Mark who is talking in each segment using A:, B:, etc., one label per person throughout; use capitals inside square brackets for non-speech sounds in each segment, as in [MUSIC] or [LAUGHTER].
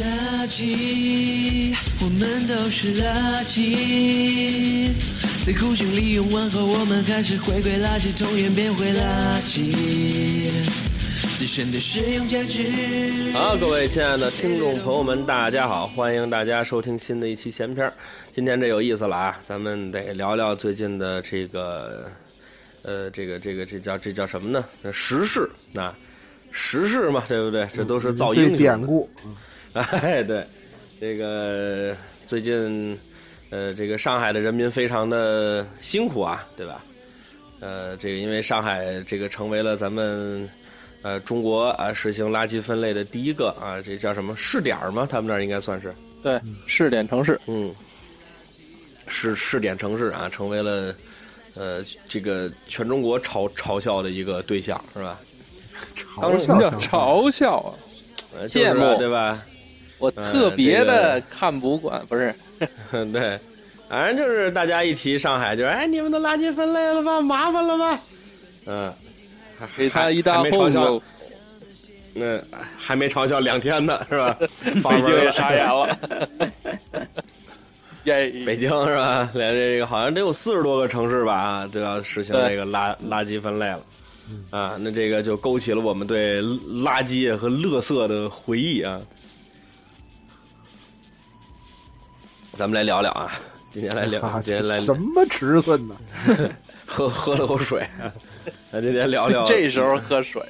A: 垃圾，我们都是垃圾。在空间利用完后，我们还是回归垃圾桶，也变回垃圾。自身的使用价值。
B: 好，各位亲爱的听众朋友们，大家好！欢迎大家收听新的一期闲篇儿。今天这有意思了啊，咱们得聊聊最近的这个，呃，这个这个这叫这叫什么呢？那时事啊，时事嘛，对不对？这都是造英
C: 嗯对
B: 雄
C: 典故，
B: [LAUGHS] 哎，对，这个最近，呃，这个上海的人民非常的辛苦啊，对吧？呃，这个因为上海这个成为了咱们呃中国啊实行垃圾分类的第一个啊，这叫什么试点儿吗？他们那儿应该算是，
D: 对，试点城市，
B: 嗯，试试点城市啊，成为了呃这个全中国嘲嘲笑的一个对象，是吧？当
C: 嘲
B: 时
D: 什么
C: 笑
D: 叫
C: 小孩
D: 嘲笑啊？
B: 呃就是
D: 芥末
B: 对吧？
D: 我
B: 呃
D: 特别的看不惯，不是
B: 嗯， [LAUGHS] 对，反正就是大家一提上海，就是哎，你们都垃圾分类了吧，麻烦了吧？嗯，还
D: 给他一大
B: 还没嘲
D: 轰
B: 笑
D: 头，，
B: 那、还没嘲笑两天呢，是
D: [LAUGHS]
B: 吧？
D: 北
B: 北
D: 京也傻眼，了。
B: [LAUGHS]
D: 耶，
B: 北京是吧？连这个好像得有四十多个城市吧，啊都要实行这个垃垃圾分类了。啊，那这个就勾起了我们对垃圾和垃圾的回忆啊。咱们来聊聊啊，今天
C: [LAUGHS]
B: 来聊，
C: 哈哈
B: 今天来
C: 啊什么尺寸呢？
B: 喝 [LAUGHS] 喝了口水，咱今天聊聊
D: 这时候喝水，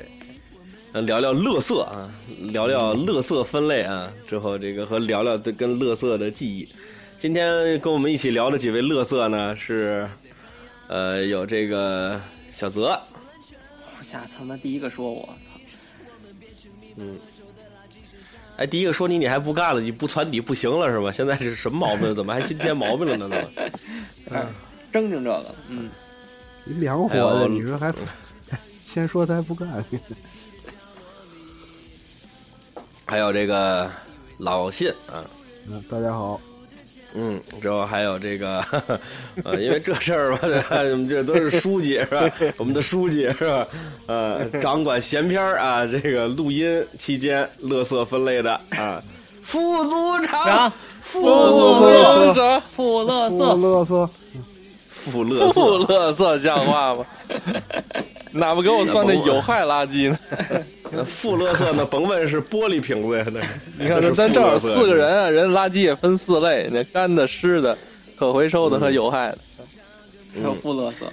B: 聊聊乐色啊，聊聊乐色分类啊，之后这个和聊聊对跟乐色的记忆。今天跟我们一起聊的几位乐色呢是，呃，有这个小泽，
E: 我下他妈第一个说我，操！
B: 哎，第一个说你你还不干了，你不攒底不行了是吧？现在是什么毛病？怎么还新添毛病了呢？怎么？ [LAUGHS]
E: 争争这个，嗯，
C: 你两伙
B: 哎呦
C: 子，你说还先说他还不干， [LAUGHS]
B: 还有这个老信啊，
C: 嗯大家好，
B: 嗯，之后还有这个， [LAUGHS] 呃，因为这事儿吧， [LAUGHS] 对吧？我们这都是书记是
D: [LAUGHS]
B: 吧？我们的书记是吧？呃，掌管闲篇儿啊，这个录音期间垃圾分类的啊，副组长
D: 啊
E: 长，
B: 副
D: 不
B: 组长，
D: 乐色，
E: 富乐
C: 不
E: 色，
C: 啰嗦，
B: 副垃
D: 不
B: 圾，
D: 乐色，像
B: [LAUGHS]
D: 话吗？哪不给我算那有害垃圾呢？
B: 呃副垃圾呢？甭问是玻璃瓶子呀，那是
D: 你看，
B: 那
D: 咱
B: 是
D: 正好
B: 负垃圾
D: 四个人，啊，人垃圾也分四类，那干的、湿的、可回收
B: 嗯
D: 的和有害的。
E: 有富乐色，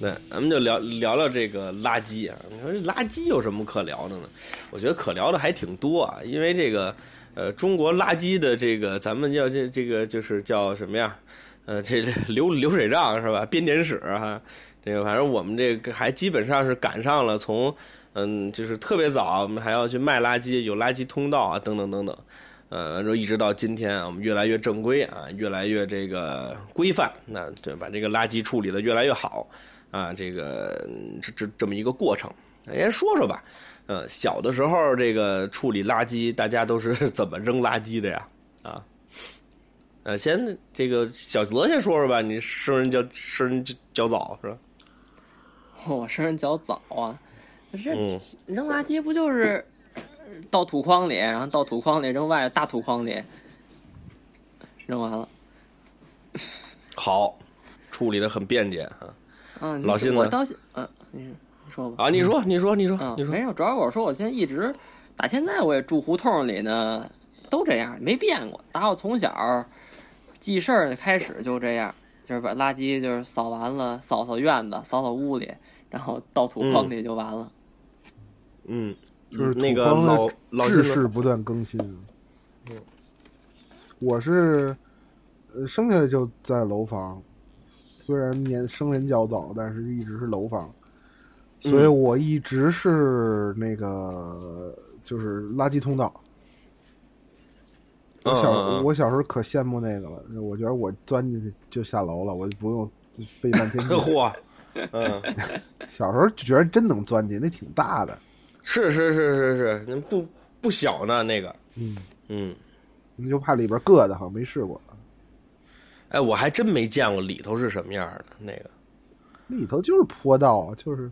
B: 对，咱们就聊聊聊这个垃圾啊。你说这垃圾有什么可聊的呢？我觉得可聊的还挺多啊，因为这个，呃，中国垃圾的这个，咱们叫这这个就是叫什么呀？呃，这流流水账是吧？编年史哈、这个反正我们这个还基本上是赶上了从，嗯，就是特别早，我们还要去卖垃圾，有垃圾通道啊，等等等等。呃，完之后一直到今天啊，我们越来越正规啊，越来越这个规范，那对把这个垃圾处理的越来越好啊，这个嗯这这这么一个过程，哎先说说吧。呃，小的时候这个处理垃圾，大家都是 [LAUGHS] 怎么扔垃圾的呀？啊，呃，先这个小泽先说说吧，你生人较生人较早是吧？
E: 我生人较早啊，这
B: 嗯
E: 扔垃圾不就是到土筐里，然后到土筐里扔外大土筐里，扔完了。
B: 好，处理的很便捷啊。
E: 嗯、你
B: 老信呢
E: 我到现，嗯、你说吧，
B: 啊，你说，你说，你说，
E: 嗯、
B: 你说
E: 没，有，主要我说我现在一直打现在我也住胡同里呢，都这样，没变过。打我从小记事儿开始就这样，就是把垃圾就是扫完了，扫扫院子，扫扫屋里，然后倒土筐里就完了。
B: 嗯，
C: 就是
B: 那个
C: 土方的
B: 老老
C: 制
B: 信呢
C: 式不断更新。我是呃生下来就在楼房，虽然年生人较早，但是一直是楼房，所以
B: 嗯
C: 我一直是那个就是垃圾通道。我小、
B: 嗯嗯嗯
C: 我小时候可羡慕那个了，我觉得我钻进去就下楼了，我就不用费半
B: [LAUGHS]
C: 天劲。
B: 嚯，嗯，
C: 小时候就觉得真能钻进，那挺大的。
B: 是是是是是，那不不小呢，那个，
C: 嗯
B: 嗯，
C: 你就怕里边硌得慌，没试过。
B: 哎，我还真没见过里头是什么样的那个，
C: 那里头就是坡道，啊就是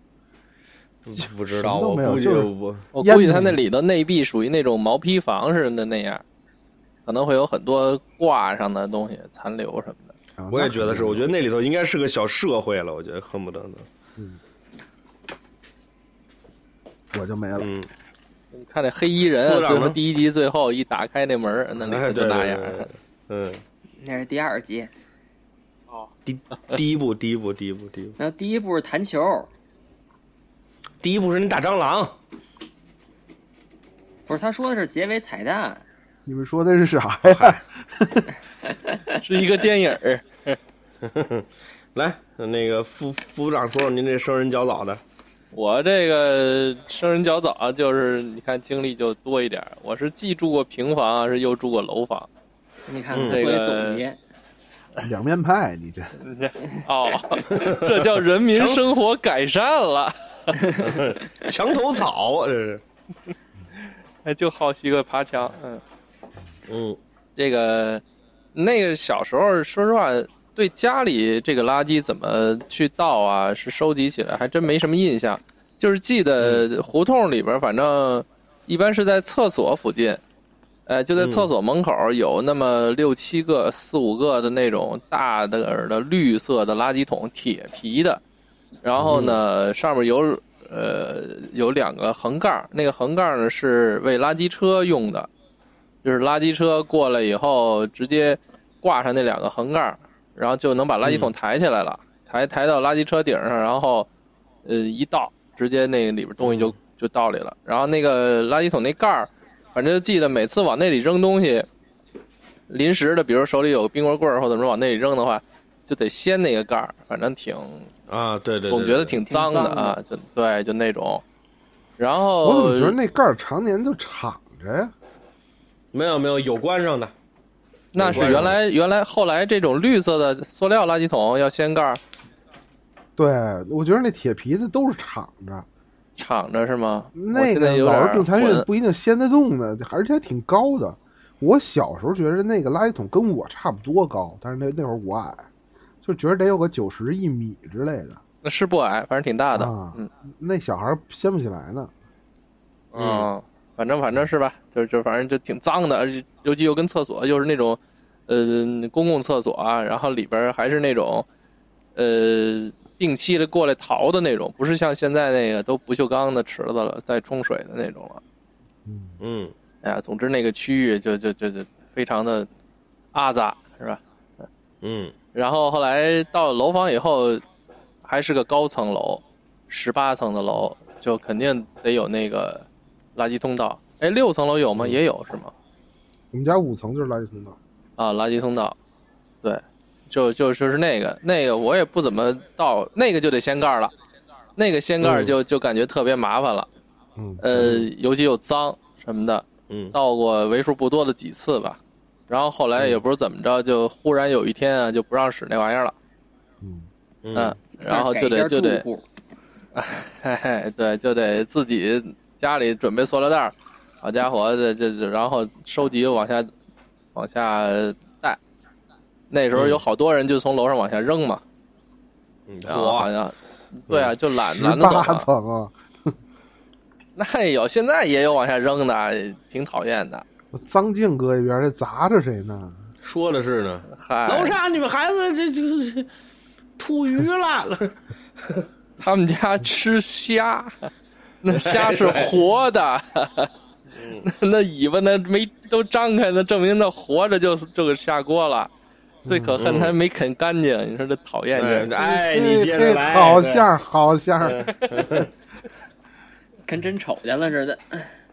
B: 不嗯不知道，
C: 什么都
B: 我
C: 没有
B: 估计
C: 就是
B: 我
D: 我
C: 烟
D: 估计
C: 囱
D: 它那里头内壁属于那种毛坯房似的那样，可能会有很多挂上的东西残留什么的。
C: 啊
B: 我也觉得是，我觉得那里头应该是个小社会了，我觉得恨不得呢，
C: 我就没了。
B: 嗯，
D: 你看这黑衣人
B: 部
D: 啊，
B: 长呢
D: 最后第一集最后一打开那门儿， [LAUGHS] 那里
B: 哎
D: 头
B: 对
D: 就那
B: 对
D: 样。
B: 对，嗯，
E: 那是第二集。
B: 第第一步，第一步，第一步，第一步，
E: 然后第一部是弹球，
B: 第一步是你打蟑螂，
E: 不是他说的是结尾彩蛋，
C: 你们说的是啥呀？
D: [LAUGHS] 是一个电影儿，
B: 来，那个副副部长说说您这生人较早的，
D: 我这个生人较早，啊就是你看经历就多一点儿。我是既住过平房，啊是又住过楼房。
E: 你看
B: 嗯
E: 他做一
D: 这个
E: 总结，
C: [LAUGHS] 两面派，你这
D: 哦， [LAUGHS] 这叫人民生活改善了，
B: 墙头草，啊这是，
D: 哎，就好一个爬墙。嗯，
B: 嗯
D: 这个那个小时候，说实话，对家里这个垃圾怎么去倒啊，是收集起来，还真没什么印象。就是记得胡同里边儿，反正一般是在厕所附近，呃，就在
B: 嗯
D: 厕所门口儿有那么六七个、四五个的那种大的的绿色的垃圾桶，铁皮的，然后呢，上面有呃有两个横杠儿，那个横杠儿呢是为垃圾车用的，就是垃圾车过来以后直接挂上那两个横杠儿，然后就能把垃圾桶抬起来了，抬抬到垃圾车顶上，然后呃一倒，直接那个里边东西就就倒里了。然后那个垃圾桶那盖儿，反正就记得每次往那里扔东西，临时的，比如手里有个冰棍棍儿或者怎么往那里扔的话，就得掀那个盖儿，反正挺
B: 啊，对对，对
D: 总觉得
B: 对
D: 挺脏的啊，就对，就那种。然
B: 哦
D: 后
C: 我怎么觉得那盖儿常年就敞着呀？
B: 没有没有有关上的，
D: 那是原来原来后来这种绿色的塑料垃圾桶要掀盖儿
C: 对，我觉得那铁皮的都是敞着，
D: 敞着是吗？我
C: 那
D: 现在
C: 个
D: 有
C: 老是
D: 点
C: 助残
D: 混
C: 运不一定掀得动的，而且还挺高的。我小时候觉得那个垃圾桶跟我差不多高，但是那那会儿我矮，就觉得得有个九十一米之类的。
D: 那是不矮，反正挺大的。
C: 啊
D: 嗯
C: 那小孩儿掀不起来呢。
B: 嗯，
D: 反正反正是吧，就就反正就挺脏的，而且尤其又跟厕所又是那种，呃，公共厕所啊，然后里边儿还是那种，呃，定期的过来淘的那种，不是像现在那个都不锈钢的池子了，带冲水的那种了。
B: 嗯
D: 哎呀，总之那个区域就就就就非常的阿杂是吧？
B: 嗯
D: 然后后来到了楼房以后，还是个高层楼，十八层的楼，就肯定得有那个垃圾通道。哎，六层楼有吗？也有是吗？
C: 我们家五层就是垃圾通道，
D: 啊，垃圾通道，对，就就就是那个那个我也不怎么到，那个就得掀盖儿了，那个掀盖儿就、就感觉特别麻烦了，
C: 嗯，
D: 呃，尤其又脏什么的，
B: 嗯
D: 到过为数不多的几次吧。然后后来也不知怎么着，就忽然有一天啊，就不让使那玩意儿了，嗯
B: 嗯，，
D: 然后
E: 改
D: 就
E: 一
D: 得
E: 下
D: 就得
E: 住户
D: 嘿嘿，对，就得自己家里准备塑料袋儿，好家伙，这这这，然后收集往下往下带。那时候有好多人就从楼上往下扔嘛，
B: 嗯
D: 然后哦好
B: 火，
D: 像，对啊，就懒
C: 嗯十
D: 懒得走
C: 八
D: 了。 [LAUGHS]
C: 层啊，
D: 那也有，现在也有往下扔的，挺讨厌的。
C: 脏净搁一边儿，这砸着谁呢？
B: 说的是呢，
D: 嗨，
B: 楼上你们孩子这这这吐鱼了，
D: 他们家吃虾，那虾是活的， [LAUGHS] 那尾巴呢没都张开呢，证明那活着就就是下锅了。最可恨他没啃干净，你说这讨厌
B: 哎
D: 劲。
B: 哎，你接着
C: 这
B: 来，
C: 好
B: 对嗯
C: 馅儿，好馅儿，
E: 跟真瞅见了似的。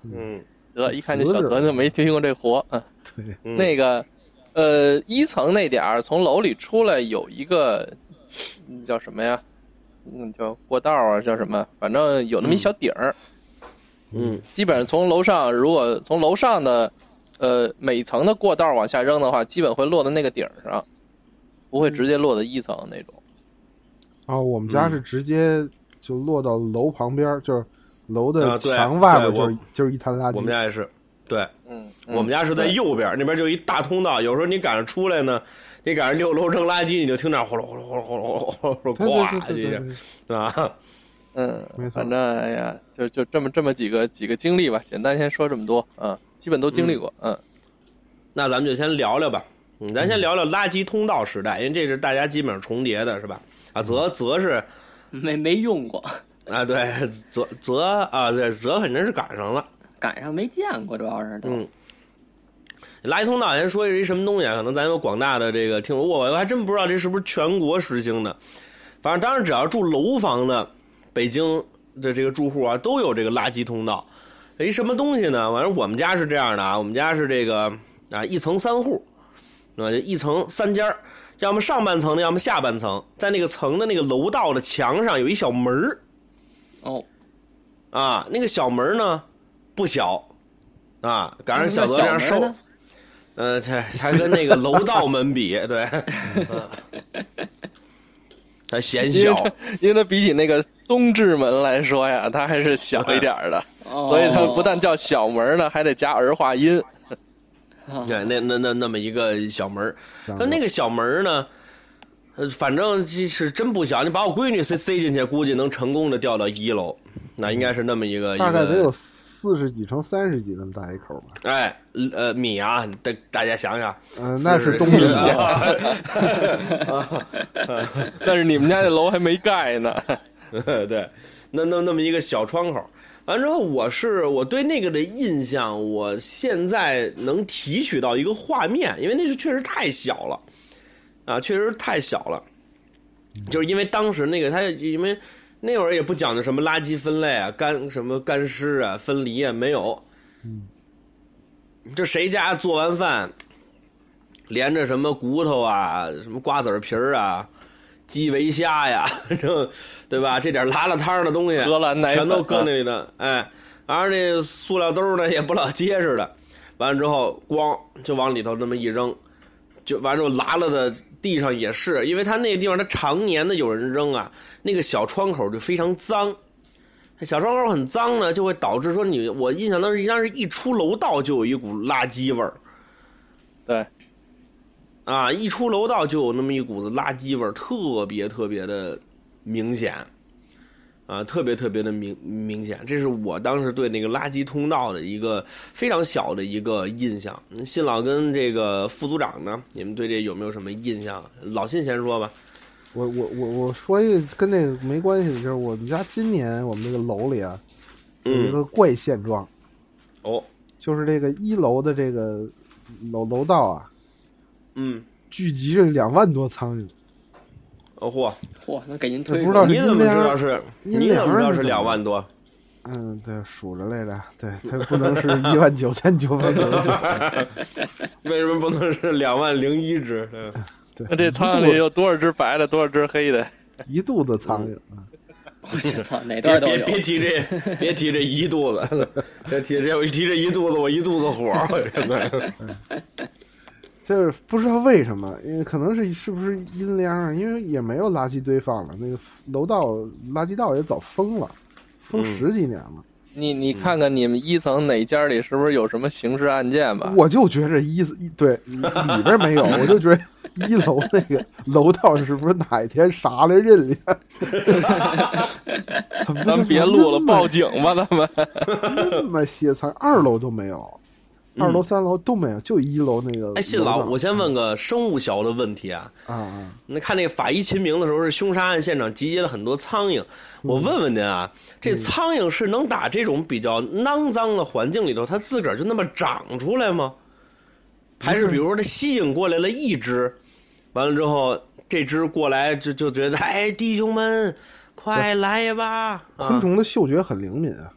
B: 嗯
D: 得一看这小泽就没听过这活。嗯，
C: 对，
B: 嗯
D: 那个，呃，一层那点儿从楼里出来有一个嗯叫什么呀？嗯，叫过道啊，叫什么？反正有那么一小顶儿。
B: 嗯
D: 基本上从楼上，如果从楼上的呃每层的过道往下扔的话，基本会落到那个顶上，不会直接落到一层那种。
C: 哦，我们家是直接就落到楼旁边儿，就是楼的
B: 啊对
C: 墙外边儿
B: 对
C: 就是
B: 我
C: 就是一滩垃
B: 我们
C: 圾，
B: 家也是，对。
D: 嗯，
B: 我们家是在
D: 对
B: 右边，那边就一大通道。有时候你赶上出来呢，你赶上六楼扔垃圾，你就听着呼噜呼噜呼噜呼噜呼 [LAUGHS] 噜呼噜，
C: 对
B: 呱
C: 对对对对
B: 一下啊，
D: 嗯
C: 没，错
D: 反正哎呀，就就这么这么几个几个经历吧，简单先说这么多，嗯，基本都经历过，嗯，
B: 那咱们就先聊聊吧，嗯，咱先聊聊垃圾通道时代，因为这是大家基本上重叠的，是吧？啊，泽泽是
E: 没没用过，
B: 啊，对，泽泽啊，对，泽肯定是赶上了，
E: 赶上没见过，主要是都。
B: 嗯。垃圾通道，先说一什么东西啊？可能咱有广大的这个听众，我我还真不知道这是不是全国实行的。反正当时只要住楼房的北京的这个住户啊，都有这个垃圾通道。一什么东西呢？反正我们家是这样的啊，我们家是这个啊一层三户，啊就一层三间儿要么上半层的，要么下半层，在那个层的那个楼道的墙上有一小门儿
E: 哦，
B: 啊，那个小门儿呢不小啊，赶上小
E: 那
B: 泽这样
E: 小
B: 瘦
E: 门呢，
B: 呃，才才跟那个楼道门比，对，嗯，它显
D: 因为
B: 小，
D: 它因为它比起那个东直门来说呀，它还是小一点儿的，
B: 嗯
E: 哦
D: 所以它不但叫小门儿呢，还得加儿化音。
B: 哦对，那那那那么一个小门儿，
C: 想
B: 那那个小门儿呢，呃，反正这是真不小，你把我闺女塞塞进去，估计能成功的掉到一楼，那应该是那么一个，
C: 大概
B: 一个
C: 得有四十几乘三十几那么大一口吧。
B: 哎，呃，米啊，大大家想啊想，
C: 嗯，那是东
B: 40
C: 直门。
D: 但是你们家那楼还没盖呢，
B: [LAUGHS]
D: [LAUGHS]
B: 对，那那那么一个小窗口。完之后，我是我对那个的印象，我现在能提取到一个画面，因为那是确实太小了，啊，确实太小了，就是因为当时那个它因为那会儿也不讲究什么垃圾分类啊、干什么干湿啊、分离啊，没有。这谁家做完饭，连着什么骨头啊、什么瓜子儿皮儿啊、鸡尾虾呀， [LAUGHS] 这对吧？这点拉拉汤的东西，
D: 荷兰奶粉啊
B: 全都搁那里的，哎，然后这塑料兜呢也不老结实的，完了之后咣就往里头那么一扔，就完了之后拉了的地上也是，因为它那个地方它常年的有人扔啊，那个小窗口就非常脏。小窗口很脏呢，就会导致说你我印象当中，当时一出楼道就有一股垃圾味儿
D: 对，
B: 啊，一出楼道就有那么一股子垃圾味儿，特别特别的明显啊，特别特别的明明显。这是我当时对那个垃圾通道的一个非常小的一个印象。嗯信老跟这个副组长呢，你们对这有没有什么印象？老信先说吧。
C: [LAUGHS] 我我我我说一个跟这个没关系的，就是我们家今年我们这个楼里啊有一
B: 嗯，
C: 个怪现状，
B: 哦，
C: 就是这个一楼的这个楼楼道啊，
B: 嗯，
C: 聚集着两万多苍蝇，
B: 哦嚯，
E: 嚯，那给您推
C: 不知道
B: 你怎么知道
C: 是
B: 是？
C: 阴
B: 你怎么知道
C: 凉
B: 是
C: 是怎么
B: 两万多？
C: 嗯，对，数着来着，对，它不能是一万九千九百九十 [LAUGHS] 九，
B: 为什么不能是两万零一只？嗯
C: 对，
D: 那这苍蝇里有多少只白的，多少只黑的？
C: 一肚子苍蝇，
E: 我操，哪
B: 别
E: 段都
B: 别
E: 有。啊
B: 别提这，别提这一肚子，别提这，我一提这一肚子，我一肚子火，我真的。
C: 就是不知道为什么，因为可能是是不是阴凉啊，因为也没有垃圾堆放了，那个楼道垃圾道也早封了，封
D: 嗯
C: 十几年了，
D: 你你看看你们一层哪家里是不是有什么刑事案件吧？
C: 我就觉着一一对里边没有，我就觉得一楼那个楼道是不是哪一天啥来认领？ [LAUGHS] 怎么
D: 咱们别录了，报警吧，咱们。
C: 这么些苍？二楼都没有，二
D: 嗯
C: 楼三楼都没有，就一楼那个。
B: [LAUGHS] 哎，信老，
C: 楼道
B: 我先问个生物学的问题啊。
C: 啊啊，
B: 那看那个法医秦明的时候，是凶杀案现场集结了很多苍蝇。我问问您啊，这苍蝇是能打这种比较肮脏的环境里头，它自个儿就那么长出来吗？还是比如说它吸引过来了一只，完了之后这只过来就就觉得，哎，弟兄们，快来吧！
C: 昆
B: 啊，
C: 虫的嗅觉很灵敏啊。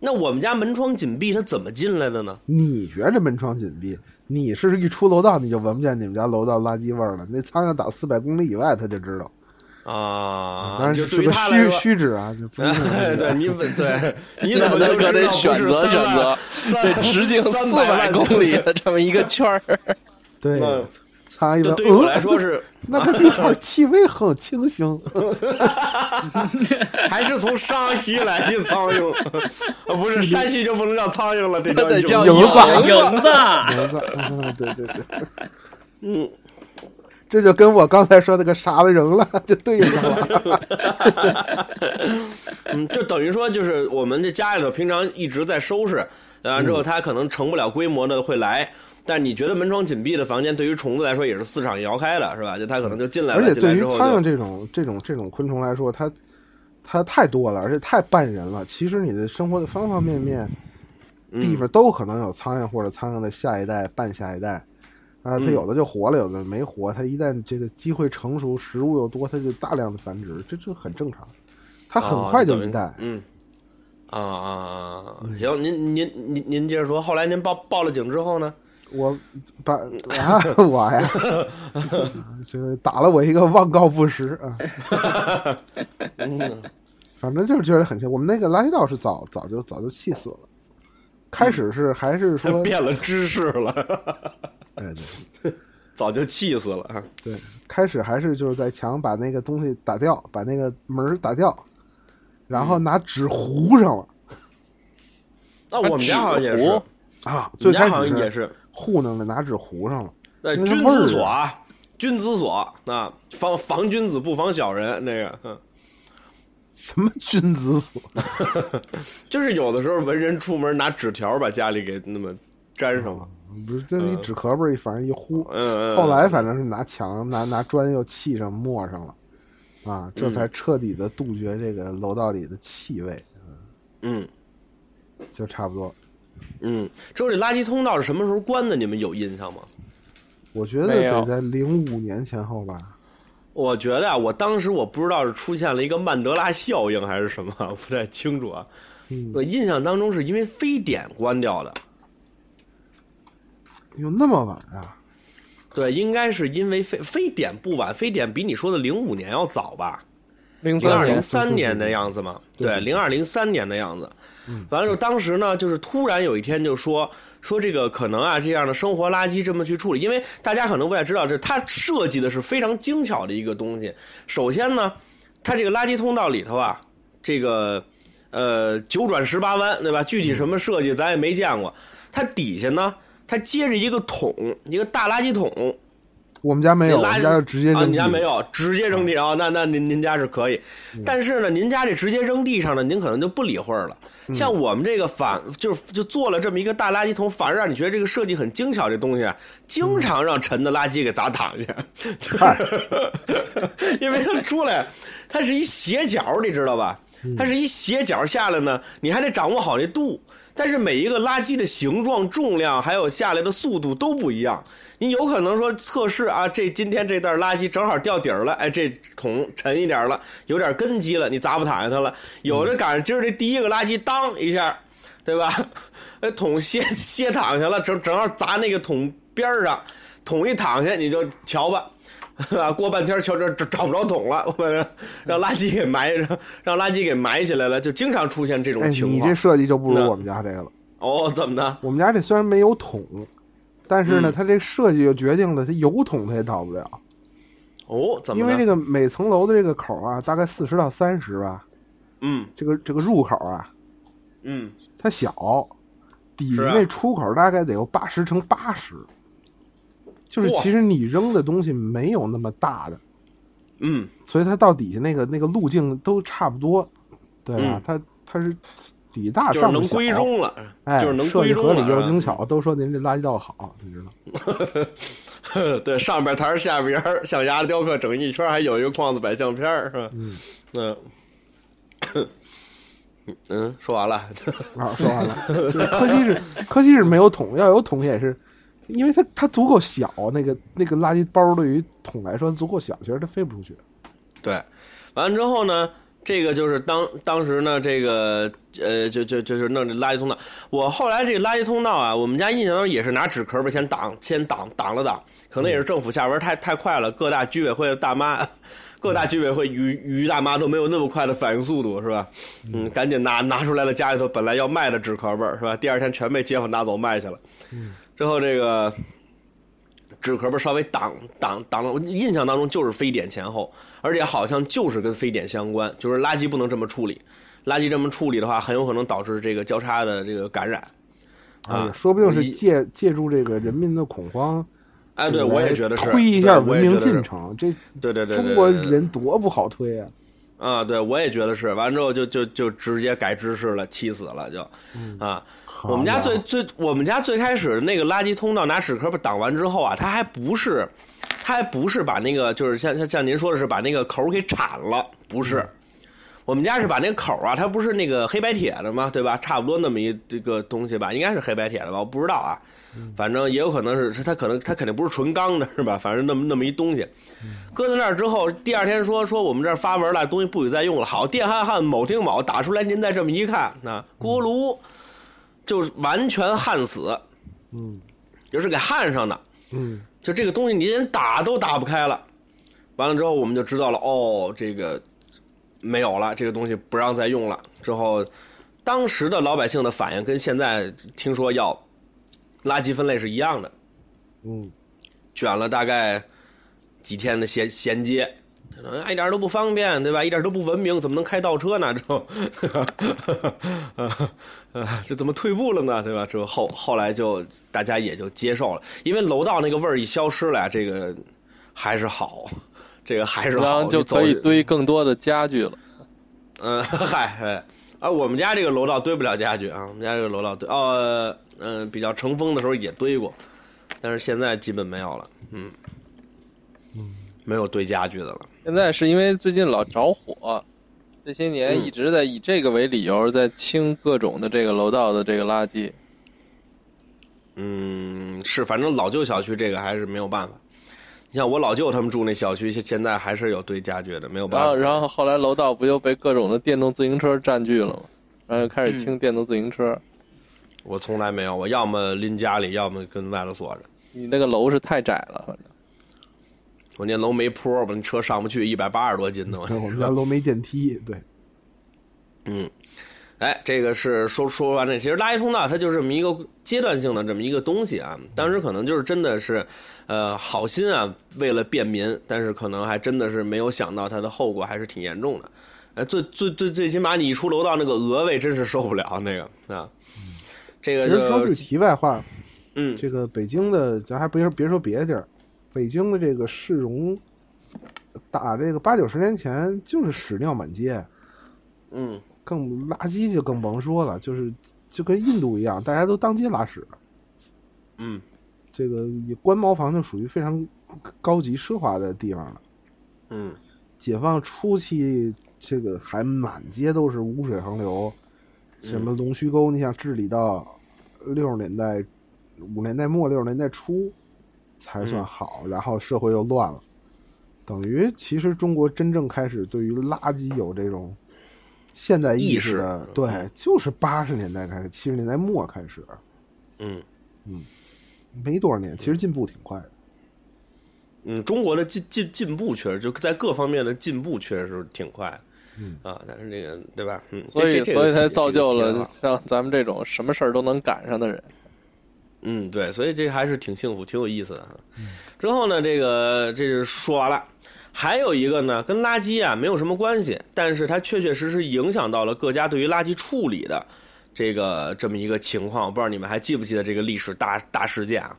B: 那我们家门窗紧闭，它怎么进来的呢？
C: 你觉着门窗紧闭，你是一出楼道你就闻不见你们家楼道垃圾味儿了。那苍蝇打四百公里以外，它就知道。当
B: 啊，
C: 然
B: 就是对于
C: 个
B: 它来
C: 虚
B: 说。
C: 虚指啊，就不
B: [LAUGHS]
C: 是
B: 对，你怎对， [LAUGHS] 你怎么
D: [LAUGHS] 那
B: 就
D: 可
B: 知
D: 得
B: 道
D: 选
B: 不是
D: 择选
B: 三
D: 择
B: 万，
D: 这
B: [LAUGHS] 三
D: 直径
B: 三
D: 四
B: 百
D: 百
B: 万
D: 公里的这么一个圈儿，
B: [LAUGHS]
D: [LAUGHS]
C: 对
B: 嗯，
C: 苍蝇一
B: 就
C: 闻
B: 对于我
C: 呃
B: 来说是，
C: [LAUGHS] 那个地方气味很清新， [LAUGHS]
B: 还是从沙西来的苍蝇，啊，不是山西就不能叫苍蝇了，这
D: 那得
B: 叫
D: 叫
B: 蝇
C: 蝇
D: 子
E: 影子，
C: 嗯对对对，
B: 嗯，
C: 这就跟我刚才说那个啥的人了， [LAUGHS] 就对上了。
B: 嗯，就等于说就是我们这家里头平常一直在收拾，呃完之后它可能成不了规模的会来，但你觉得门窗紧闭的房间对于虫子来说也是四场摇开了，是吧？就它可能就进来
C: 而
B: 了，
C: 且
B: 进来
C: 对于
B: 之后
C: 苍蝇
B: 就
C: 这种这种这种昆虫来说，它它太多了，而且太半人了。其实你的生活的方方面面地
B: 嗯
C: 方都可能有苍蝇或者苍蝇的下一代、半下一代。啊，它
B: 嗯
C: 有的就活了，有的没活。它一旦这个机会成熟，食物又多，它就大量的繁殖，这这很正常。它很快就一代，
B: [LAUGHS]
C: 嗯
B: 哦啊等于嗯。啊啊啊！啊行，您您您您接着说。后来您报报了警之后呢？
C: 我把 [LAUGHS]
B: [LAUGHS]
C: 啊我呀， [LAUGHS] 就是打了我一个望告不实啊。
B: 嗯
C: 反正就是觉得很像我们那个垃圾道是早早就早就气死了。开始是还
B: [LAUGHS]
C: 是说，
B: 变了知识了，
C: 哎对
B: 早就气死了啊！
C: 对，开始还是就是在墙把那个东西打掉，把那个门儿打掉，然
B: 嗯
C: 后拿纸糊上了
B: 那我们家好像也是，
C: 啊。
B: 我
C: 最
B: 们家
C: 开
B: 好像
C: 始
B: 也是，
C: 糊弄的，拿纸糊上了。
B: 呃，
C: 那
B: 君
C: 是味儿
B: 子所
C: 啊
B: 啊，君子所啊，防防君子不防小人，那个，嗯，
C: 什么君子所？
B: 就是有的时候文人出门拿纸条把家里给那么粘
C: 哦
B: 上了，
C: 不是，就是一纸壳儿，反正一糊。
B: 嗯嗯，嗯
C: 后来反正是拿墙拿拿砖又砌上抹上了，啊，这才彻底的杜绝这个楼道里的气味，
B: 嗯
C: 就差不多。
B: 嗯，之后这垃圾通道是什么时候关的？你们有印象吗？
C: 我觉得
D: 没有
C: 得在零五年前后吧，
B: 我觉得啊，我当时我不知道是出现了一个曼德拉效应还是什么，不太清楚啊。
C: 嗯
B: 我印象当中是因为非典关掉的，
C: 有那么晚啊？
B: 对，应该是因为非非典不晚，非典比你说的零五年要早吧？
D: 零
B: 零
D: 三
B: 二零
D: 年
B: 三年的样子嘛，
C: 对
B: 对，零二零三年的样子。完了之后，当时呢，就是突然有一天就说说这个可能啊，这样的生活垃圾这么去处理，因为大家可能不太知道，这它设计的是非常精巧的一个东西。首先呢，它这个垃圾通道里头啊，这个呃九转十八弯，对吧？具体什么设计咱也没见过。它底下呢，它接着一个桶，一个大垃圾桶，
C: 我们家没有，我
B: 那垃圾
C: 们家就直接
B: 啊，
C: 扔
B: 你
C: 地。嗯
B: 家没有直接扔地上，啊那那您您家是可以，但是呢，您家这直接扔地上呢，您可能就不理会儿了。
C: 嗯
B: 像我们这个反就是就做了这么一个大垃圾桶，反而让你觉得这个设计很精巧，这东西啊，
C: 嗯
B: 经常让沉的垃圾给砸躺下， [LAUGHS] 因为它出来它是一斜角，你知道吧？它是一斜角下来呢，你还得掌握好那度。但是每一个垃圾的形状、重量，还有下来的速度都不一样。你有可能说测试啊，这今天这袋垃圾正好掉底儿了，哎，这桶沉一点儿了，有点根基了，你砸不躺下它了。有的赶上今儿这第一个垃圾当一下，对吧？ [LAUGHS] 那桶歇歇躺下了，正正好砸那个桶边儿上，桶一躺下你就瞧吧。啊，过半天儿瞧着找找不着桶了，我
C: 嗯
B: 们让垃圾给埋 [LAUGHS] 让让垃圾给埋起来了，就经常出现这
C: 哎，
B: 种情
C: 你
B: 况。
C: 这设计就不如
B: 那
C: 我们家这个了。
B: 哦，怎么的？
C: 我们家这虽然没有桶，但是呢，
B: 嗯
C: 它这设计就决定了它有桶它也倒不了，
B: 哦，怎么
C: 因
B: 的？
C: 为这个每层楼的这个口啊，大概四十到三十吧，
B: 嗯
C: 这个这个入口啊，
B: 嗯，
C: 它小，底
B: 是
C: 下
B: 啊
C: 那出口大概得有八十乘八十，就是
B: 嚯
C: 其实你扔的东西没有那么大的，
B: 嗯
C: 所以它到底下那个那个路径都差不多，对吧？
B: 嗯
C: 它它是底大
B: 就是
C: 上不
B: 能
C: 小
B: 归，中了，
C: 哎，
B: 就是能
C: 设计
B: 归
C: 合
B: 中啊
C: 理
B: 了，嗯
C: 又精巧，都说您这垃圾道好，
B: [LAUGHS]
C: 你知道？
B: 是 [LAUGHS] 吧。对，上边台儿下边儿象牙雕刻整一圈儿，还有一个框子摆相片儿是吧？嗯嗯。 [COUGHS] 嗯，说完了。
C: 啊，说完了。就是柯西是柯西是没有桶，要有桶也是，因为它它足够小，那个那个垃圾包对于桶来说足够小，其实它飞不出去。
B: 对，完了之后呢，这个就是当当时呢，这个呃，就就就是弄这垃圾通道。我后来这个垃圾通道啊，我们家印象中也是拿纸壳儿吧，先挡，先挡挡了挡，可能也是政府下文太太快了，各大居委会的大妈。 [LAUGHS] 各大居委会于于大妈都没有那么快的反应速度，是吧？嗯，赶紧拿拿出来了家里头本来要卖的纸壳儿本儿，是吧？第二天全被街坊拿走卖去了。之后这个纸壳儿不是稍微挡挡挡了，我印象当中就是非典前后，而且好像就是跟非典相关，就是垃圾不能这么处理，垃圾这么处理的话，很有可能导致这个交叉的这个感染。啊
C: 哎说不定
B: 我
C: 是
B: 一
C: 借借助这个人民的恐慌，
B: 哎，对，我也觉得是
C: 推一下
B: 对我
C: 文
B: 也觉
C: 明
B: 得是
C: 进程，这
B: 对对对，对
C: 中国
B: 对对
C: 人多不好推啊！
B: 啊，对我也觉得是。完之后就就就直接改知识了，气死了就，啊。我们家最最我们家最开始那个垃圾通道拿屎壳儿挡完之后啊，它还不是，它还不是把那个就是像像像您说的是把那个口儿给铲了，不是。我们家是把那个口儿啊，它不是那个黑白铁的嘛，对吧？差不多那么一这个东西吧，应该是黑白铁的吧，我不知道啊。反正也有可能是是它可能它肯定不是纯钢的是吧？反正那么那么一东西，搁在那儿之后，第二天说说我们这儿发文了，东西不许再用了。好，电焊焊某丁某打出来，您再这么一看，啊，锅炉就是完全焊死，
C: 嗯
B: 就是给焊上的。
C: 嗯，
B: 就这个东西你连打都打不开了。完了之后，我们就知道了，哦，这个没有了，这个东西不让再用了。之后，当时的老百姓的反应跟现在听说要垃圾分类是一样的。 [LAUGHS]
C: 嗯，
B: 卷了大概几天的衔衔接。可能哎一点儿都不方便，对吧？一点儿都不文明，怎么能开倒车呢？之后， [LAUGHS] 啊啊这怎么退步了呢？对吧？之后后后来就大家也就接受了，因为楼道那个味儿一消失了呀，这个还是好，这个还是
D: 然
B: 好，
D: 后就
B: 你走
D: 可以
B: 起
D: 堆更多的家具了。
B: 嗯，嗨，哎啊，我们家这个楼道堆不了家具啊，我们家这个楼道堆，哦，嗯、比较乘风的时候也堆过，但是现在基本没有了，嗯，没有堆家具的了，
D: 现在是因为最近老着火，这些年
B: 嗯
D: 一直在以这个为理由在清各种的这个楼道的这个垃圾。
B: 嗯，是，反正老旧小区这个还是没有办法，你像我老舅他们住那小区，现现在还是有堆家具的，没有办
D: 然后，
B: 法，
D: 然后后来楼道不又被各种的电动自行车占据了吗？然后又
B: 嗯
D: 开始清电动自行车。
B: 我从来没有，我要么拎家里，要么跟外头锁着，
D: 你那个楼是太窄了，反正
B: 我那楼没坡，我那车上不去，一百八十多斤呢，我
C: 对我们家楼没电梯，对，
B: 哎，这个是说说完这，其实垃圾通道它就是这么一个阶段性的这么一个东西啊。当时可能就是真的是，呃，好心啊，为了便民，但是可能还真的是没有想到它的后果还是挺严重的。哎，最最最最起码你一出楼道那个额位真是受不了那个啊。这个
C: 其实说
B: 就
C: 句题外话，
B: 呃嗯
C: 这个北京的，咱还别说别说别的地儿，北京的这个市容，打这个八九十年前就是屎尿满街，
B: 嗯，
C: 更垃圾就更甭说了，就是就跟印度一样，大家都当街拉屎。
B: 嗯，
C: 这个也官茅房就属于非常高级奢华的地方了。
B: 嗯
C: 解放初期，这个还满街都是污水横流，什
B: 嗯
C: 么龙须沟，你想治理到六十年代、五十年代末、六十年代初才
B: 嗯
C: 算好，然后社会又乱了，等于其实中国真正开始对于垃圾有这种现代
B: 意
C: 识
B: 识
C: 的，对，就是八十年代开始，七十年代末开始，
B: 嗯
C: 没多少年，其实进步挺快的。
B: 嗯，中国的进进进步确实就在各方面的进步确实挺快的。嗯啊，但是这个对吧？嗯，
D: 所以
B: 这这这个
D: 所以才
B: 挺
D: 造就
B: 挺
D: 了
B: 好
D: 像咱们这种什么事儿都能赶上的人。
B: 嗯，对，所以这还是挺幸福、挺有意思的。啊之后呢，这个这是说完了，还有一个呢，跟垃圾啊没有什么关系，但是它确确实实影响到了各家对于垃圾处理的这个这么一个情况。我不知道你们还记不记得这个历史大大事件啊？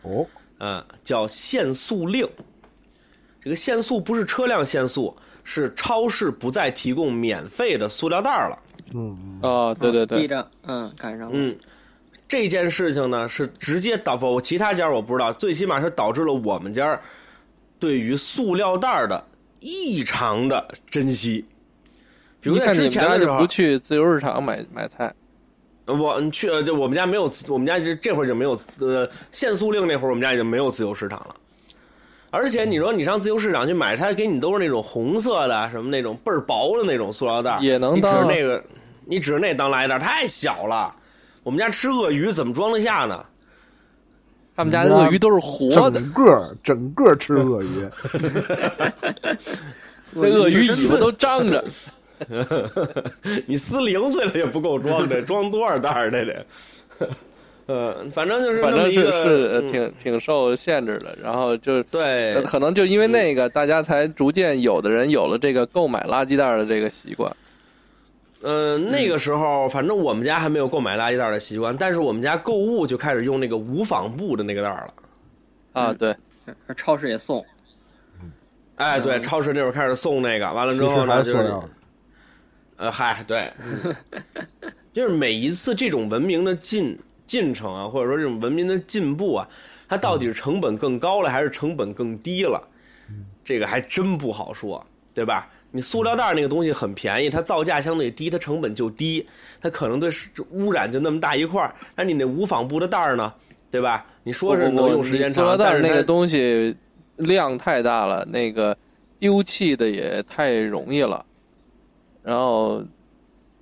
C: 哦，
B: 嗯，叫限速令。这个限速不是车辆限速，是超市不再提供免费的塑料袋儿了。
C: 嗯，
D: 哦，对对
E: 记
D: 对，
E: 着，嗯，赶上了，
B: 嗯，这件事情呢是直接导，我其他家我不知道，最起码是导致了我们家对于塑料袋儿的异常的珍惜。比如
D: 一
B: 在
D: 看你
B: 之
D: 们
B: 前
D: 家
B: 的时
D: 就
B: 候
D: 不，去自由市场买买菜，
B: 我去呃就我们家没有，我们家这这会儿就没有呃限塑令那会儿，我们家已经没有自由市场了。而且你说你上自由市场去买，它给你都是那种红色的，什么那种倍儿薄的那种塑料袋儿，
D: 也能
B: 你指
D: 当啊
B: 那个，你指那当垃圾袋儿太小了。我们家吃鳄鱼怎么装得下呢？
D: 他们家鳄鱼都是活的，
C: 整个整个吃鳄鱼，
D: 那鳄鱼尾巴都张着。
B: [LAUGHS] 你撕零碎了也不够装的，装多少袋儿的得？ [LAUGHS] 呃，反正就是
D: 反
B: 那么
D: 正
B: 一
D: 是
B: 个，
D: 是呃
B: 嗯
D: 挺挺受限制的，然后就呃
B: 对，
D: 可能就因为那个，大家才逐渐有的人有了这个购买垃圾袋儿的这个习惯。
B: 呃，那个时候反正我们家还没有购买垃圾袋儿的习惯，但是我们家购物就开始用那个无纺布的那个袋儿了。
D: 啊，
E: 嗯
D: 对，
E: 而超市也送，
B: 哎，对，
D: 嗯
B: 超市那会儿开始送那个，完了
C: 其
B: 之
C: 实
B: 后
C: 还
B: 呢，
C: 是
B: 就
C: 塑
B: 是
C: 料，
B: 呃，嗨，对，就是每一次这种文明的进进程啊，或者说这种文明的进步啊，它到底是成本更高了，还是成本更低了？这个还真不好说，对吧？你塑料袋儿那个东西很便宜，它造价相对低，它成本就低，它可能对是污染就那么大一块儿。但你那无纺布的袋儿呢，对吧？你说是
D: 不不
B: 能
D: 不
B: 用时间
D: 你塑
B: 长
D: 料，
B: 但
D: 袋
B: 是
D: 那个
B: 它
D: 东西量太大了，那个丢弃的也太容易了，然后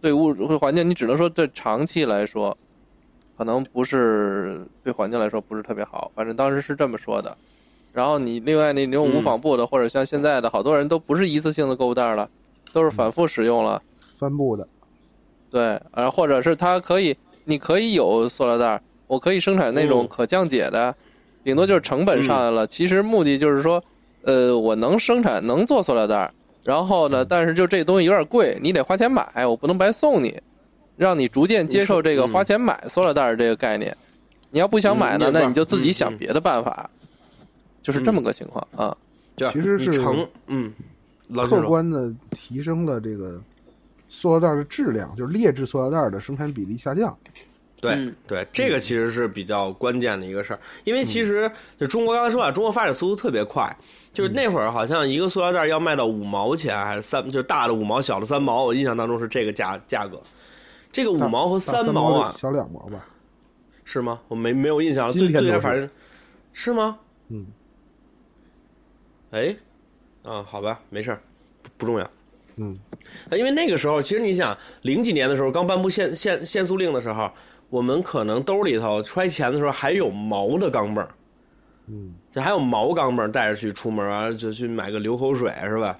D: 对物对环境，你只能说对长期来说，可能不是对环境来说不是特别好。反正当时是这么说的。然后你另外你
B: 嗯
D: 你用无纺布的，或者像现在的好多人都不是一次性的购物袋了，都是反复使用了。
C: 帆布的，
D: 对，呃，或者是它可以，你可以有塑料袋儿，我可以生产那种
B: 嗯
D: 可降解的，顶多就是成本上来了。其实目的就是说，呃，我能生产能做塑料袋儿，然后
B: 嗯
D: 呢，但是就这东西有点贵，你得花钱买，我不能白送你，让你逐渐接受这个
B: 嗯
D: 花钱买塑料袋儿这个概念。你要不想买
B: 嗯
D: 呢，那
B: 明白
D: 你就自己
B: 嗯
D: 想
B: 嗯嗯
D: 别的办法，就是这么个情况啊。
B: 就是
C: 其实
B: 你
C: 是
B: 成嗯，老金
C: 客
B: 说
C: 观的提升了这个塑料袋的质量，就是劣质塑料袋的生产比例下降。
B: 对
E: 嗯
B: 对，这个其实是比较关键的一个事儿，因为
C: 嗯
B: 其实就中国刚才说啊，中国发展速度特别快，
C: 嗯
B: 就是那会儿好像一个塑料袋要卖到五毛钱还是三，就是大的五毛，小的三毛，我印象当中是这个价价格。这个五
C: 大
B: 毛和
C: 哦大三
B: 毛啊，
C: 小两毛吧，
B: 是吗？我没没有印象了，
C: 今
B: 最
C: 天
B: 最开
C: 都是
B: 反正是吗？
C: 嗯，
B: 哎，啊，好吧，没事儿，不不重要。
C: 嗯，
B: 因为那个时候，其实你想，零几年的时候刚颁布限限限塑令的时候，我们可能兜里头揣钱的时候还有毛的钢镚儿，
C: 嗯，
B: 这还有毛钢镚儿带着去出门啊，就去买个流口水啊是吧？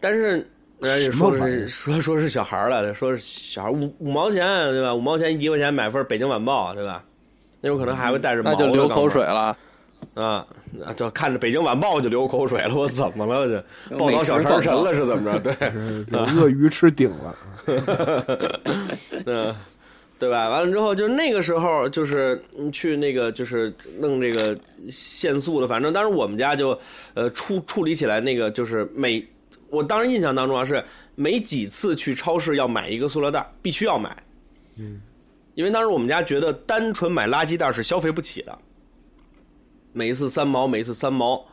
B: 但是人家
C: 什么
B: 说的
C: 玩意
B: 是
C: 儿
B: [LAUGHS] 说说是小孩儿来的，说是小孩儿五五毛钱对吧？五毛钱一块钱买份《北京晚报》对吧？那有可能还会带着毛
D: 那
B: 的
D: 就流
B: 钢镚
D: 口
B: 儿
D: 水了，
B: 啊，那就看着《北京晚报》就流口水了，我怎么了？我就报道小长城了是怎么着？对，
C: 呃有鳄鱼吃顶了，
B: 嗯，对吧？完了之后，就是那个时候，就是嗯去那个，就是弄这个限速的。反正当时我们家就，呃，处处理起来那个，就是每我当时印象当中啊，是每几次去超市要买一个塑料袋，必须要买。嗯，因为当时我们家觉得单纯买垃圾袋是消费不起的，每一次三毛，每一次三毛，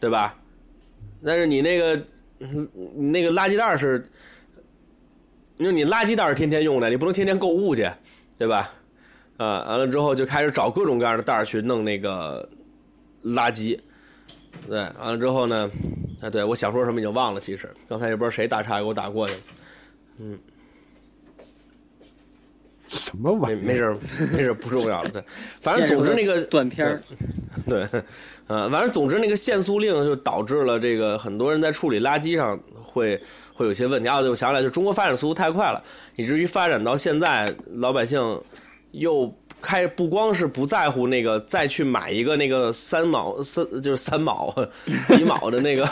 B: 对吧？但是你那个，嗯你那个垃圾袋是你说你垃圾袋是天天用的，你不能天天购物去，对吧？啊，完了之后就开始找各种各样的袋儿去弄那个垃圾。对，完了之后呢，啊，对我想说什么已经忘了，其实刚才也不知道谁打岔给我打过去了，
C: 什么玩
B: 没
C: 意儿？
B: 没事儿没事儿不重要了。对，反
E: 现
B: 正总
E: 实
B: 之
E: 的
B: 那个
E: 断片儿，
B: [LAUGHS] 对，呃，反正总之那个限塑令就导致了这个很多人在处理垃圾上会会有些问题啊。对我想起来，就中国发展速度太快了，以至于发展到现在，老百姓又开不光是不在乎那个再去买一个那个三毛三就是三毛 [LAUGHS] 几毛的那个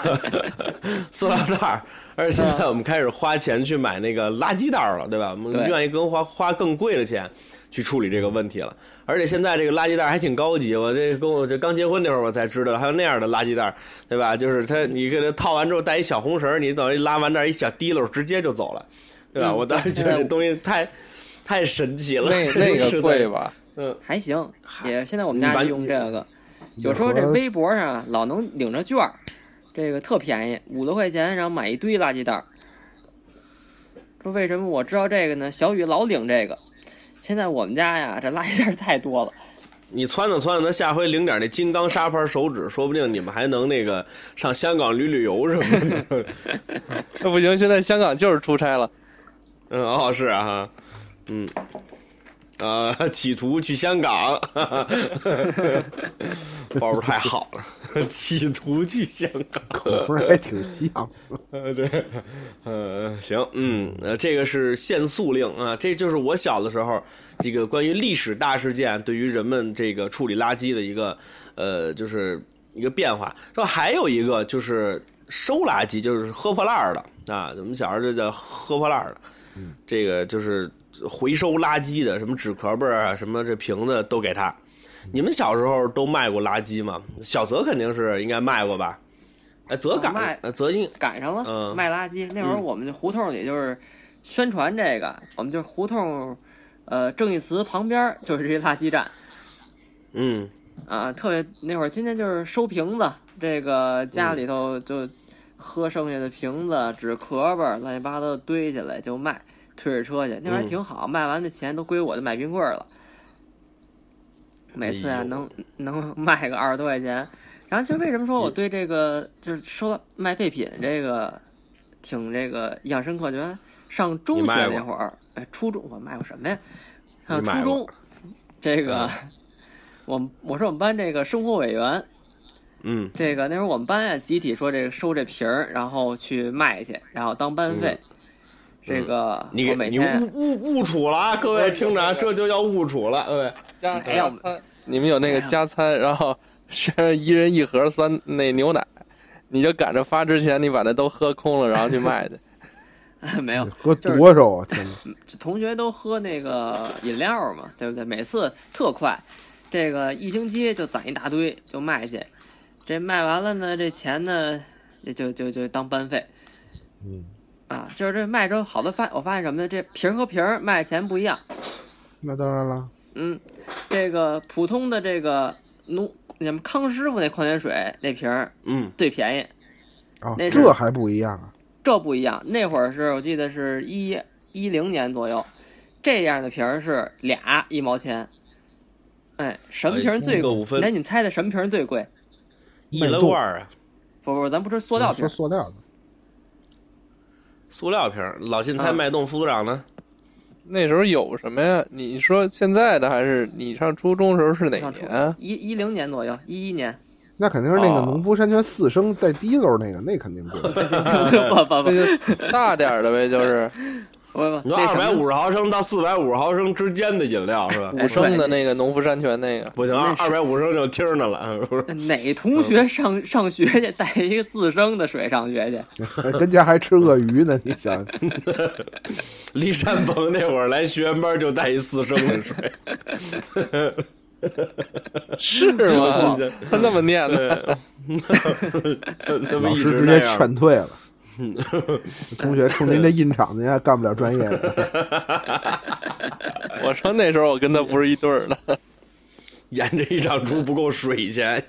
B: 塑料袋儿，而且现在我们开始花钱去买那个垃圾袋儿了，对吧？我们
E: 对
B: 愿意跟花花更贵的钱去处理这个问题了。而且现在这个垃圾袋还挺高级，我这跟我这刚结婚那会儿我才知道还有那样的垃圾袋，对吧？就是它你给它套完之后带一小红绳儿，你等于拉完这儿一小滴溜儿直接就走了，对吧？
E: 嗯
B: 我当时觉得这东西太太神奇了，
D: 那那
B: 实在
D: 个贵吧？ [LAUGHS]
E: 还行，也现在我们
B: 你把
E: 家
B: 你
E: 就用这个。有时候这
C: 和
E: 微博上啊老能领着券儿，这个特便宜，五多块钱，然后买一堆垃圾袋儿。说为什么我知道这个呢？小雨老领这个。现在我们家呀，这垃圾袋儿太多了，
B: 你撺掇撺掇，下回领点那金刚砂牌手指，说不定你们还能那个上香港旅旅游什么的。
D: 那不行，现在香港就是出差了。
B: 嗯，哦，是啊，哈嗯，呃，企图去香港， [LAUGHS] 包袱太好了，企图去香港。
C: 口味儿还挺像。
B: 呃， [LAUGHS] 对，呃，行，嗯，呃，这个是限速令啊，这就是我小的时候这个关于历史大事件对于人们这个处理垃圾的一个呃，就是一个变化。然后还有一个就是收垃圾，就是喝破烂儿的啊，我们小时候就叫喝破烂儿的，这个就是回收垃圾的，什么纸壳儿啊，什么这瓶子都给他。你们小时候都卖过垃圾吗？小泽肯定是应该卖过吧？哎，泽赶
E: 卖
B: 呃泽应
E: 赶上了、
B: 嗯
E: 卖垃圾。那会儿我们胡同里就是宣传这个，我们就胡同，呃，正义祠旁边儿就是这垃圾站
B: 嗯
E: 啊，特别那会儿天天就是收瓶子，这个
B: 嗯
E: 家里头就喝剩下的瓶子、纸壳儿乱七八糟的堆起来就卖，推着车去。那会儿还
B: 嗯
E: 挺好，卖完的钱都归我，就买冰棍儿了。每次
B: 哎
E: 啊，
B: 呦
E: 能能卖个二十多块钱。然后其实为什么说
B: 哎
E: 我对这个就是说卖备品这个挺这个印象深刻，觉得上中学
B: 你卖过
E: 那会儿，哎，初中我卖过什么呀？上
B: 你卖
E: 啊初
B: 过
E: 中这个，我们我是我们班这个生活委员，
B: 嗯
E: 这个那时候我们班啊集体说这个收这瓶儿，然后去卖去，然后当班费。这个
B: 嗯你
E: 我
B: 给
E: 每
B: 你
E: 天 [LAUGHS]
B: 误误误处了啊！各位听着啊，这就叫误处了，各位。
D: 加
E: 哎呀
D: 餐，你们有那个加餐，然后 [LAUGHS] 是一人一盒酸那牛奶，你就赶着发之前，你把那都喝空了，然后去卖去。
E: 没
B: 嗯
E: 有
C: [LAUGHS] 喝
E: 就是
C: 多少啊？天哪！
E: 同学都喝那个饮料嘛，对不对？每次特快，这个一星期就攒一大堆就卖去，这卖完了呢，这钱呢，也就就就当班费
C: 嗯，
E: 啊。就是这卖之后，好多发我发现什么呢？这瓶儿和瓶儿卖钱不一样，
C: 那当然了，
E: 嗯，这个普通的这个农什么康师傅那矿泉水那瓶儿
B: 嗯，
E: 最便宜，
C: 啊
E: 那，是
C: 这还不一样啊！
E: 这不一样。那会儿是我记得是一一零年左右，这样的瓶儿是俩一毛钱。哎，什么瓶儿
B: 哎
E: 最
B: 一个
E: 贵？
B: 五分
E: 来，你们猜猜什么瓶儿最贵？
B: 一
C: 脉
B: 了
C: 动
B: 罐儿啊，
E: 不不，咱不说塑料瓶
C: 说
E: 儿，
C: 塑料的，
B: 塑料瓶儿。老信猜
E: 啊
B: 脉动副组长呢？
D: 那时候有什么呀？你说现在的还是你上初中时候是哪
E: 上初
D: 年？啊
E: 一一零年左右，一一年。
C: 那肯定是那个
D: 哦
C: 农夫山泉四升带滴溜儿那个，那肯定贵。 [LAUGHS]
E: 不不
D: 这
E: 不
D: 就大点儿的呗，就是
E: 不不，
B: 你说二
E: 那什
B: 百
E: 么
B: 五十毫升到四百五十毫升之间的饮料是吧？
D: 五升的那个农夫山泉那个。
B: [LAUGHS] 不行，啊二二百五十升就听着呢了。啊不是
E: 哪同学上上学去带一个自生的水上学去？
C: 跟家还吃鳄鱼呢，你想，
B: 离山鹏那会儿来学员班就带一四升的水，
D: 是吗？ [LAUGHS] 他这么念的，
B: 他他们
C: 老
B: 一
C: 师直
B: 直那
C: 接
B: 样。
C: 劝
B: [LAUGHS]
C: 退了。同学，冲您这印厂，您还干不了专业
B: [LAUGHS]
C: 的。
D: 我说那时候我跟他不是一对儿的。
B: 演这一场猪不够水钱，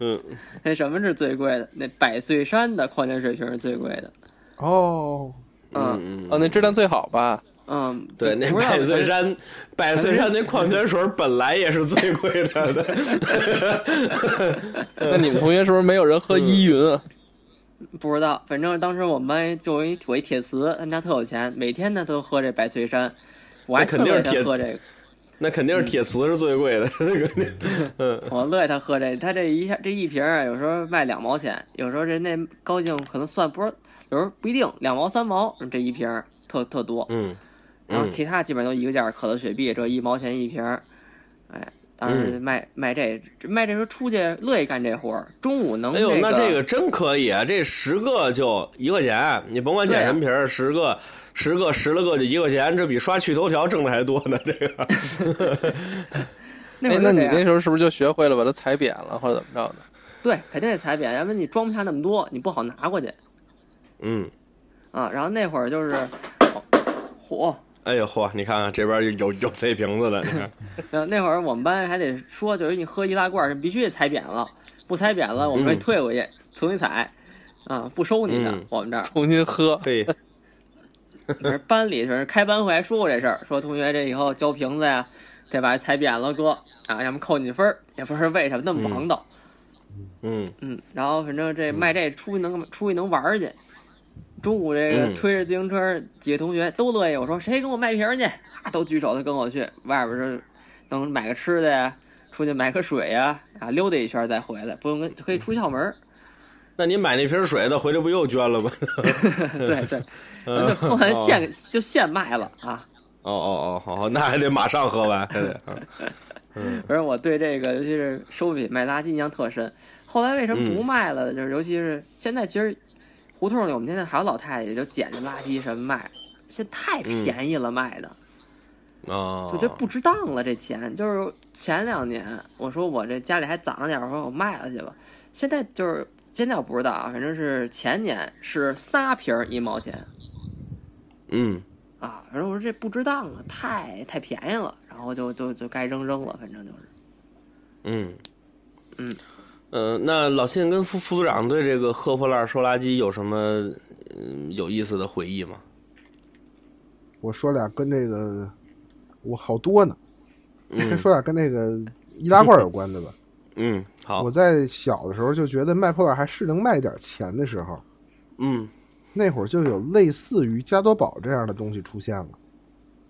E: 嗯那什么是最贵的？那百岁山的矿泉水瓶是最贵的。
C: 哦，
E: 嗯
B: 嗯
D: 哦，那质量最好吧？
E: 嗯，
B: [LAUGHS] 对，那
E: 不知道
B: 百岁
E: 咱
B: 山，百岁山那矿泉水本来也是最贵的，
D: 那你们同学是不是没有人喝依云啊？
E: 不知道，反正当时我们班就有一我一铁磁，他们家特有钱，每天呢都喝这百岁山，我还
B: 那
E: 特
B: 肯定
E: 乐
B: 是
E: 意他
B: 铁
E: 喝这个，
B: 那肯定是铁磁是最贵的。
E: 我乐意他喝这，他这一下这一瓶儿啊，有时候卖两毛钱，有时候人那高兴可能算不是，有时候不一定两毛三毛，这一瓶儿特特多，
B: 嗯，
E: 然后其他基本都一个价儿，可乐雪碧这一毛钱一瓶儿，哎，当时
B: 嗯
E: 卖卖这卖这时候出去乐意干这活儿，中午能
B: 哎呦，那这
E: 这
B: 个真可以啊！这十个就一块钱，你甭管捡什么皮儿，十个、十个、十来个就一块钱，这比刷趣头条挣的还多呢。这个，
E: 那会
D: 哎那
E: 儿，就
D: 你
E: 这样
D: 那时候是不是就学会了把它踩扁了，或者怎么着的？
E: 啊对肯定得踩扁，要不然你装不下那么多，你不好拿过去。
B: 嗯，
E: 啊，然后那会儿就是，哦嚯、
B: 哎呦嚯，你看看这边有有贼瓶子的，你 [LAUGHS] 看，
E: 然后那会儿我们班还得说，就是你喝易拉罐是必须得踩扁了，不踩扁了我们会
B: 嗯
E: 退回去，重新踩，啊，不收你的。
B: 嗯
E: 我们这儿，
D: 重新喝，
B: 可以，
E: 可是班里就是开班会还说过这事儿，说同学这以后交瓶子呀，得把它踩扁了搁啊，要么扣你分儿，也不知道为什么那么不
B: 嗯
E: 行道。
B: 嗯，
E: 嗯，然后反正这卖这出去能出去能玩儿去。中午这个
B: 嗯
E: 推着自行车，几个同学都乐意。我说谁给我卖瓶儿去？啊，都举手都跟我去。外边儿是能买个吃的呀，出去买个水呀，啊，溜达一圈儿再回来，不用跟可以出校门儿。 [LAUGHS]
B: 那你买那瓶水的回来不又捐了吗？
E: 对
B: [LAUGHS]
E: 对，咱就喝完现、就现卖了啊。
B: 哦哦哦，好，那还得马上喝完，还得，嗯
E: 反正我对这个，尤其是收品卖垃圾印象特深。后来为什么不
B: 嗯
E: 卖了？就是尤其是现在，其实胡同里我们现在还有老太太也就捡着垃圾什么卖，现在太便宜了卖的。
B: 啊
E: 就，这不值当了，这钱就是前两年我说我这家里还攒了点儿，我说我卖了去吧。现在就是现在我不知道啊，反正是前年是仨瓶儿一毛钱
B: 嗯
E: 啊，反正我说这不值当啊，太太便宜了，然后就就就该扔扔了，反正就是。
B: 嗯
E: 嗯，
B: 呃，那老信跟副副组长对这个喝破烂收垃圾有什么嗯有意思的回忆吗？
C: 我说俩跟这个我好多呢，先说俩跟这个易拉罐有关的吧。
B: 嗯， [LAUGHS] 好
C: 我，在小的时候就觉得卖破烂还是能卖点钱的时候，
B: 嗯
C: 那会儿就有类似于加多宝这样的东西出现了，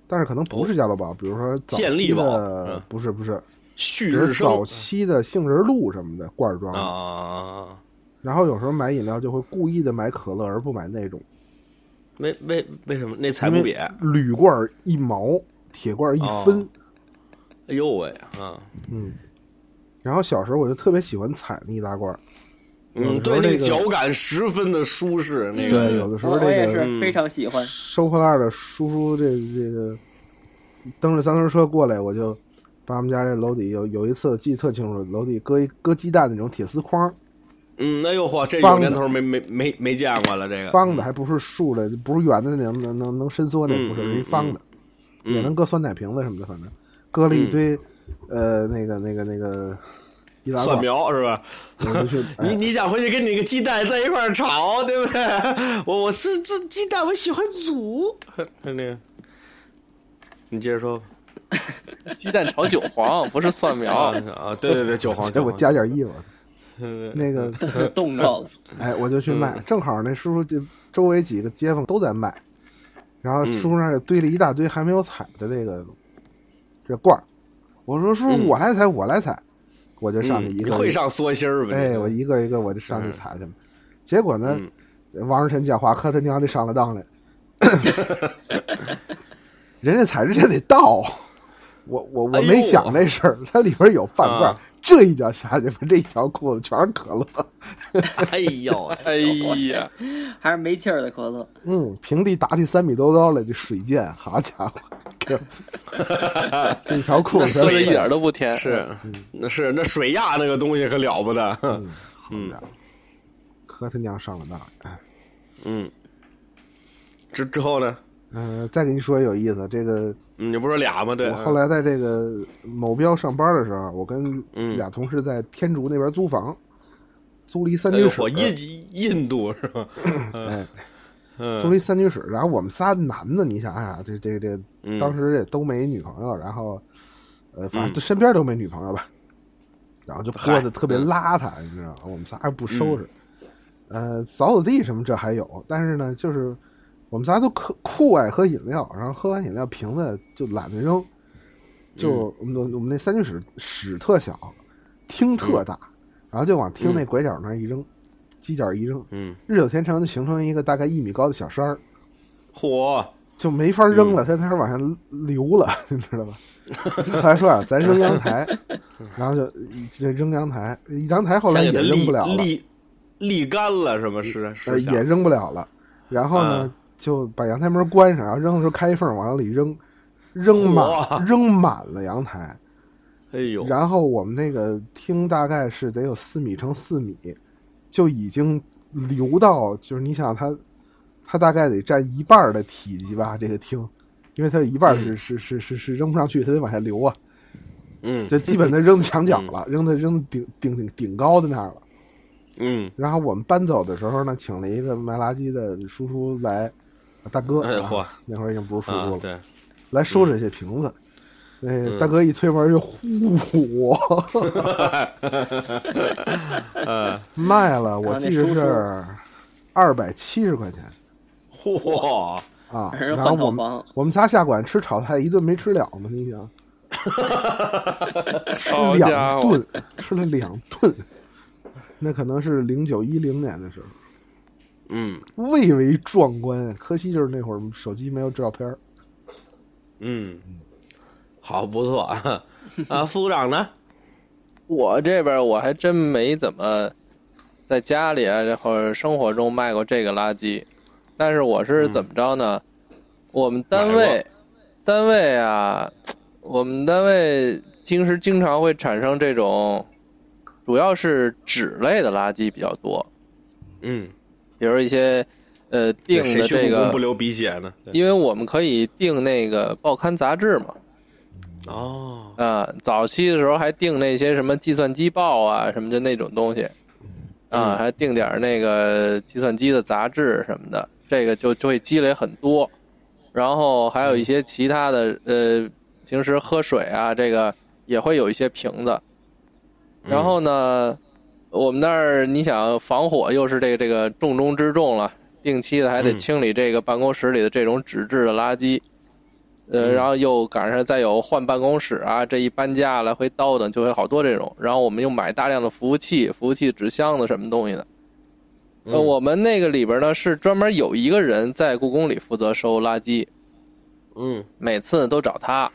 C: 但是可能不是加多宝，比如说早
B: 健力
C: 期
B: 哦宝
C: 的
B: 嗯
C: 不是不是，
B: 旭
C: 比如
B: 日
C: 早
B: 升
C: 期的杏仁露什么的罐装的，
B: 啊，
C: 然后有时候买饮料就会故意的买可乐而不买那种，
B: 为为为什么那才
C: 因
B: 不
C: 为
B: 瘪？
C: 铝罐一毛，铁罐一分
B: 哦。哎呦喂啊！
C: 嗯，然后小时候我就特别喜欢踩易拉罐，有
B: 嗯，
C: 的时
B: 对，
C: 候
B: 那
C: 那
B: 个
C: 个
B: 脚感十分的舒适，那
C: 对，
B: 个
C: 有的时
E: 我
C: 候
E: 我也
C: 这个
E: 是非常喜欢，
C: 收破烂的叔叔这这个蹬着三轮车过来，我就把我们家这楼底有有一次我记得特清楚，楼底搁一搁鸡蛋那种铁丝框，
B: 嗯，哎呦嚯，这有
C: 方的
B: 年头没没没没见过了，这个
C: 方的还不是竖的，不是圆的那种能能能伸缩那
B: 嗯
C: 不是，
B: 嗯
C: 是一方的，
B: 嗯
C: 也能搁酸奶瓶子什么的，反正搁了一堆呃那个那个那个易拉
B: 蒜
C: 罐，
B: 苗是吧？
C: 我就去
B: [LAUGHS] 你
C: 哎
B: 你想回去跟你那个鸡蛋在一块儿炒，对不对？ [LAUGHS] 我我是这鸡蛋，我喜欢煮。 [LAUGHS] 那个，你接着说 [LAUGHS] 吧。
D: 鸡蛋炒韭黄，不是蒜苗。
B: 啊，对对对，韭黄，
C: [LAUGHS] 给
B: 韭
C: 我
B: 黄，
C: 加点意吧，
B: [LAUGHS] 嗯
C: 那个
E: 冻着了。
C: 哎，我就去卖，正好那叔叔就周围几个街坊都在卖，
B: 嗯
C: 然后叔叔那儿就堆了一大堆还没有踩的这个这罐儿。我说叔
B: 嗯
C: 叔，我来踩，我来踩，我就上去
B: 嗯
C: 一
B: 你
C: 个，
B: 会上缩心儿吧？
C: 哎，
B: 你
C: 我一个一个我就上去踩去了。结果呢，
B: 啊嗯
C: 王世臣讲话，可他娘的上
B: [LAUGHS]
C: 了当了，人家踩人家得倒。我我我
B: 哎呦
C: 没想这事儿，它里边有饭罐儿
B: 啊，
C: 这一脚下去吧，这一条裤子全是可乐。
B: [LAUGHS] [LAUGHS] 哎呦，
D: 哎呀，
E: [LAUGHS] 还是没气儿的可乐，
C: 嗯，平地打起三米多高来，这水溅，好家
B: [LAUGHS]
C: 伙，这这一条裤
B: 那
C: 子
B: 水
D: 说哎的一点都不
B: [LAUGHS]
D: 甜。
B: 是，那是那水压那个东西可了不得。
C: 嗯，可他娘上了当！哎，
B: 嗯，之之后呢？
C: 嗯、再跟你说有意思，这个
B: 嗯你不说俩吗？对，
C: 我后来在这个某标上班的时候，我跟
B: 嗯
C: 俩同事在天竺那边租房，租了一三
B: 哎
C: 居
B: 呦
C: 室
B: 嚯，，印印度是吧？
C: 哎，租
B: 嗯
C: 了一三居室，然后我们仨男的，你想想、这这这
B: 嗯
C: 当时也都没女朋友，然后呃，
B: 嗯
C: 反正就身边都没女朋友吧，然后就过得
B: 嗯
C: 特别邋遢，你知道吗？我们仨还不收拾，
B: 嗯
C: 呃，扫扫地什么这还有，但是呢，就是我们仨都酷酷爱喝饮料，然后喝完饮料瓶子就懒得扔，
B: 嗯
C: 就我们我们那三居室室特小，厅
B: 嗯
C: 特大，然后就往厅那拐角那儿一扔，犄角一扔，
B: 嗯，
C: 日久天长就形成一个大概一米高的小山儿。
B: 嚯，
C: 就没法扔了，它开始往下流了， [LAUGHS] 你知道吧？后来说啊，咱扔阳台，然后就就扔阳台，阳台后来
B: 先给
C: 也
B: 它沥
C: 扔不了了，
B: 沥沥干了是吗？是
C: 呃，
B: 是想
C: 也扔不了了。然后呢，
B: 嗯
C: 就把阳台门关上，然后扔的时候开一缝往里扔，扔
B: 嚯
C: 满扔满了阳台。
B: 哎呦，
C: 然后我们那个厅大概是得有四米乘四米，就已经流到，就是你想它，它大概得占一半儿的体积吧，这个厅，因为它有一半儿是、是是是是扔不上去，它得往下流啊， [LAUGHS]
B: 嗯
C: 就基本它扔墙角了，扔的扔顶顶顶顶高的那儿了。
B: 嗯，
C: 然后我们搬走的时候呢，请了一个卖垃圾的叔叔来，啊大哥，
B: 哎
C: 啊
B: 嚯
C: 那会儿已经不是叔叔
B: 啊
C: 了，
B: 对，
C: 来
D: 嗯
C: 收拾这些瓶子。那大哥一推门
D: [LAUGHS]
C: 就呼，
D: 嗯
C: [LAUGHS] 卖了，我记得是二百七十块钱
B: 嚯，
C: 啊。
E: 还是
C: 然后我
E: 换套
C: 们
E: 房
C: 我们仨下馆吃炒菜，一顿没吃了嘛，你想，吃
D: 好家
C: 两
D: 伙，
C: 顿，吃了两顿，那可能是零九一零年的时候，
B: 嗯
C: 蔚为壮观。可惜就是那会儿手机没有照片儿。
B: 嗯，好不
D: [LAUGHS]
B: 错啊，副组长呢？
D: 我这边我还真没怎么在家里啊，或者生活中卖过这个垃圾。但是我是怎么着呢？我们单
B: 嗯买
D: 位单位啊，我们单位平时经常会产生这种，主要是纸类的垃圾比较多，
B: 嗯，
D: 比如一些呃定
B: 谁
D: 的
B: 去
D: 这
B: 故宫
D: 个
B: 不，流鼻血呢？对
D: 因为我们可以订那个报刊杂志嘛，
B: 哦，
D: 啊、早期的时候还订那些什么计算机报啊什么的那种东西，啊、
B: 嗯
D: 还订点儿那个计算机的杂志什么的，这个就就会积累很多。然后还有一些其他的，呃，平时喝水啊，这个也会有一些瓶子。然后呢，我们那儿你想防火又是这个这个重中之重了，定期的还得
B: 嗯
D: 清理这个办公室里的这种纸质的垃圾。呃，
B: 嗯
D: 然后又赶上再有换办公室啊，这一搬家来回倒腾，就会好多这种。然后我们又买大量的服务器、服务器纸箱子什么东西的。呃，
B: 嗯
D: 我们那个里边呢是专门有一个人在故宫里负责收垃圾，
B: 嗯
D: 每次都找他，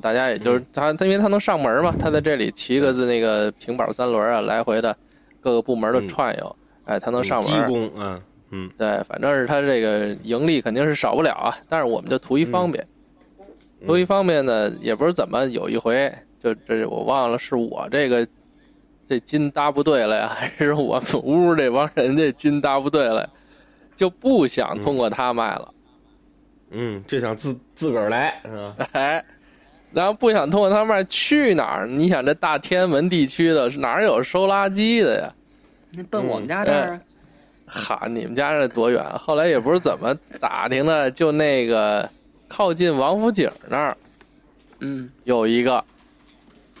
D: 大家也就是他，他因为他能上门嘛，他在这里骑个那个平板三轮啊，来回的各个部门的
B: 嗯
D: 串游，哎，他能
B: 嗯，
D: 上
B: 鸡
D: 门。
B: 公，嗯嗯
D: 对，反正是他这个盈利肯定是少不了啊，但是我们就图一方便，
B: 嗯
D: 图一方便呢，也不是怎么有一回，就这我忘了是我这个这筋搭不对了呀，还是我们屋这帮人这筋搭不对了，就不想通过他卖了，
B: 嗯，就想自自个儿来是吧？
D: 哎，然后不想通过他卖，去哪儿？你想这大天安门地区的哪儿有收垃圾的呀？
E: 那奔我们家这儿啊，
D: 哈，你们家这多远？后来也不是怎么打听的，就那个靠近王府井那儿
E: 嗯，
D: 有一个。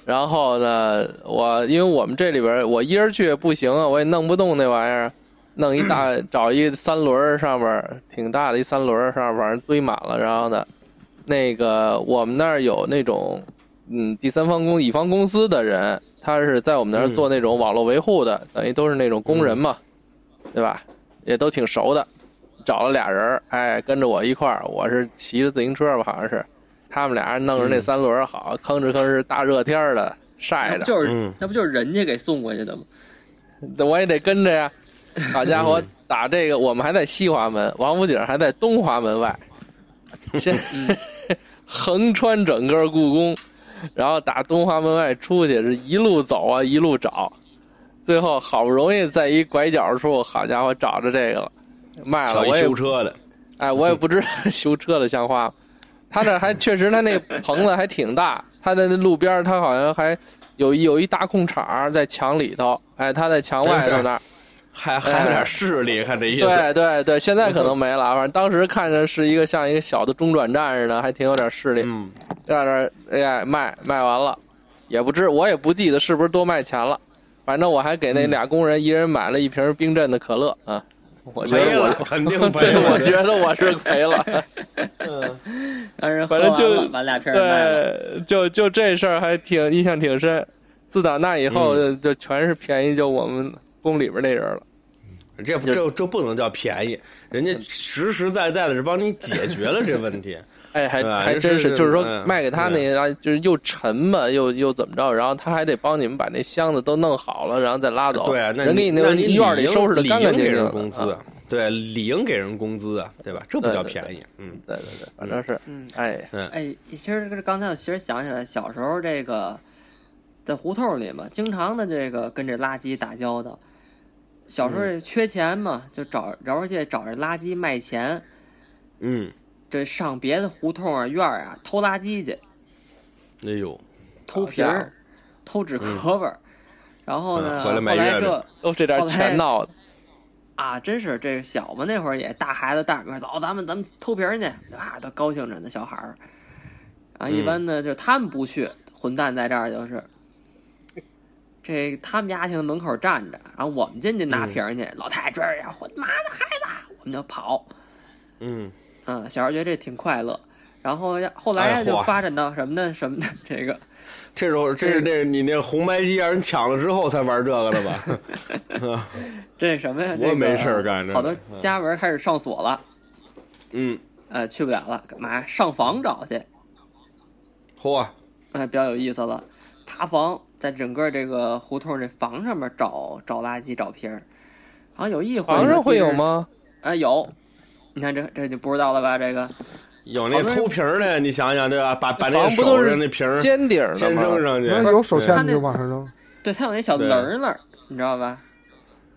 D: 然后呢，我因为我们这里边儿我一人去也不行啊，我也弄不动那玩意儿，弄一大找一三轮儿上面儿挺大的一三轮儿上面儿反正堆满了，然后呢，那个我们那儿有那种嗯第三方公乙方公司的人，他是在我们那儿
B: 嗯
D: 做那种网络维护的，等于都是那种工人嘛，对吧？也都挺熟的，找了俩人儿，哎，跟着我一块儿，我是骑着自行车吧，好像是，他们俩弄着那三轮儿，好，吭哧吭哧，大热天儿的晒
E: 那不
D: 着，
E: 就是、
B: 嗯
E: 那不就是人家给送过去的吗？
D: [LAUGHS] 我也得跟着呀。好家伙
B: 嗯，
D: 打这个我们还在西华门，王府井还在东华门外，先
B: 嗯
D: 横穿整个故宫，然后打东华门外出去，是一路走啊一路找，最后好不容易在一拐角处，好家伙找着这个了，卖了
B: 找一
D: 我也
B: 修车的，
D: 哎，我也不知道 [LAUGHS] 修车的像话吗？他那还确实，他那棚子还挺大，他在那路边儿，他好像还有一有一大空场儿在墙里头，哎，他在墙外头那儿，
B: 还还有
D: 哎
B: 点势力，看这意思。
D: 对对对，现在可能没了，反正当时看着是一个像一个小的中转站似的，还挺有点势力，
B: 嗯，
D: 在那儿哎呀卖卖完了，也不知我也不记得是不是多卖钱了，反正我还给
B: 嗯
D: 那俩工人一人买了一瓶冰镇的可乐啊，我觉
B: 赔
D: 得我 [LAUGHS]
B: 了，肯定赔
D: 对，我
B: 了。
D: 觉得我是
B: [LAUGHS]
D: 赔了。
E: 让人喝
D: 反正
E: 完
D: 就
E: 了把俩片儿卖了。
D: 对，就就这事儿还挺印象挺深。自打那以后，
B: 嗯
D: 就全是便宜，就我们宫里边那人了。
B: 这不这这不能叫便宜，人家实实在在的是帮你解决了这问题。
D: 哎，还
B: 对啊
D: 还
B: 是
D: 真是，就是说
B: 嗯
D: 卖给他那，然后就是又沉吧，又又怎么着，然后他还得帮你们把那箱子都弄好了，然后再拉走。
B: 对啊，那
D: 人给
B: 你
D: 你那
B: 那你
D: 院儿里
B: 理应
D: 收拾的干干
B: 理应
D: 净
B: 给
D: 净
B: 人
D: 的。
B: 工资
D: 啊，
B: 对，理应给人工资啊，对吧？这不
D: 对
B: 叫
D: 对
B: 便宜，嗯
D: 对对对，反正是，
E: 嗯
D: 哎，
E: 哎，其实这刚才我其实想起来，小时候这个在胡同里嘛，经常的这个跟这垃圾打交道。小时候缺钱嘛，就找然后去找这垃圾卖钱，
B: 嗯，
E: 这上别的胡同啊院儿啊偷垃圾去，
B: 哎呦，
E: 偷
D: 好
E: 皮
D: 家伙
E: 儿，偷纸壳儿。然后呢，
B: 嗯
E: 后
B: 回来卖月饼
E: 这
D: 都这点钱闹的，
E: 啊，真是这个小嘛那会儿也大孩子带着我们走，咱们咱们偷皮儿去啊，都高兴着呢，小孩儿。啊，一
B: 嗯
E: 般呢就是他们不去，混蛋在这儿就是，这他们家庭门口站着，然后我们进去拿
B: 嗯
E: 瓶儿去，老太太追着呀，混妈的孩子，我们就跑。
B: 嗯，
E: 嗯，小孩儿觉得这挺快乐。然后呀后来呀
B: 哎
E: 就
B: 嚯
E: 发展到什么呢？什么呢？这个
B: 这时候
D: 嗯
B: 这是那你那红白机让人抢了之后才玩这个的吧？ [LAUGHS]
E: 这什么呀？
B: 我
E: 这个
B: 没事儿干着呢
E: 好多家门儿开始上锁了，
B: 嗯，
E: 呃，去不了了，干嘛呀？上房找去。
B: 嚯，
E: 哎，比较有意思了。塌房在整个这个胡同这房上面找找垃圾找瓶儿，好像有一回
D: 皇上
E: 我记
D: 会
E: 着哎
D: 有？吗？
E: 啊、有，你看这这就不知道了吧？这个
B: 有那
D: 旁边
B: 偷瓶儿的，你想想对吧？把把那
D: 房
B: 手
D: 不都
B: 上
D: 是
B: 那瓶儿
D: 尖顶儿的
B: 嗯先扔
D: 吗？啊
B: 上去，
C: 那有手
B: 对
C: 钳子就往上扔，
E: 对，它有那小
B: 对
E: 棱儿那儿，你知道吧？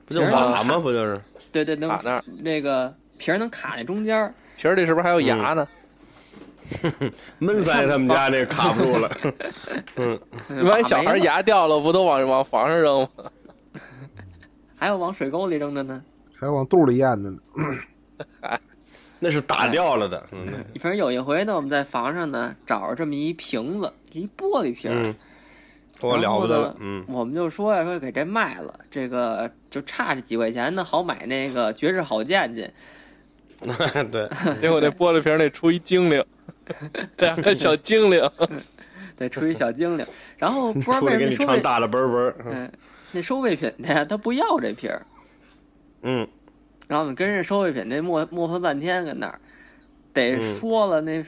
B: 不就
D: 啊
B: 瓦吗？不就是？
E: 对对，能
D: 卡那儿
E: 那个皮儿能卡那中间儿，
D: 皮儿里是不是还有牙呢？
B: 闷塞他们家那卡不
D: [LAUGHS]
B: 住了，嗯
D: 你把你小孩儿
E: 没了
D: 牙掉了，不都往往房上扔吗？
E: 还有往水沟里扔的呢。
C: 还往肚里咽的呢。
B: 那是打掉了的。嗯，那
E: 反正有一回呢，我们在房上呢找着这么一瓶子，一玻璃瓶儿，
B: 嗯，我了不得
E: 然
B: 了
E: 后呢。
B: 嗯，
E: 我们就说呀，说给这卖了，这个就差这几块钱呢，好买那个绝世好剑去。
B: 嗯 [LAUGHS] 对，
D: [LAUGHS] 结果那玻璃瓶儿里出一精
E: [LAUGHS]
D: 灵，两个小精灵，
E: 对，出一小精灵。然
B: [LAUGHS]
E: 后不知道
B: 出
E: 为
B: 来
E: 什
B: 给
E: 么
B: 你
E: 那收
B: 唱
E: 费，
B: 大了啵啵。嗯
E: 嗯，那收废品的呀，他不要这瓶儿。
B: 嗯，
E: 然后我们跟着收废品那磨磨蹭半天，跟那儿得
B: 嗯
E: 说了那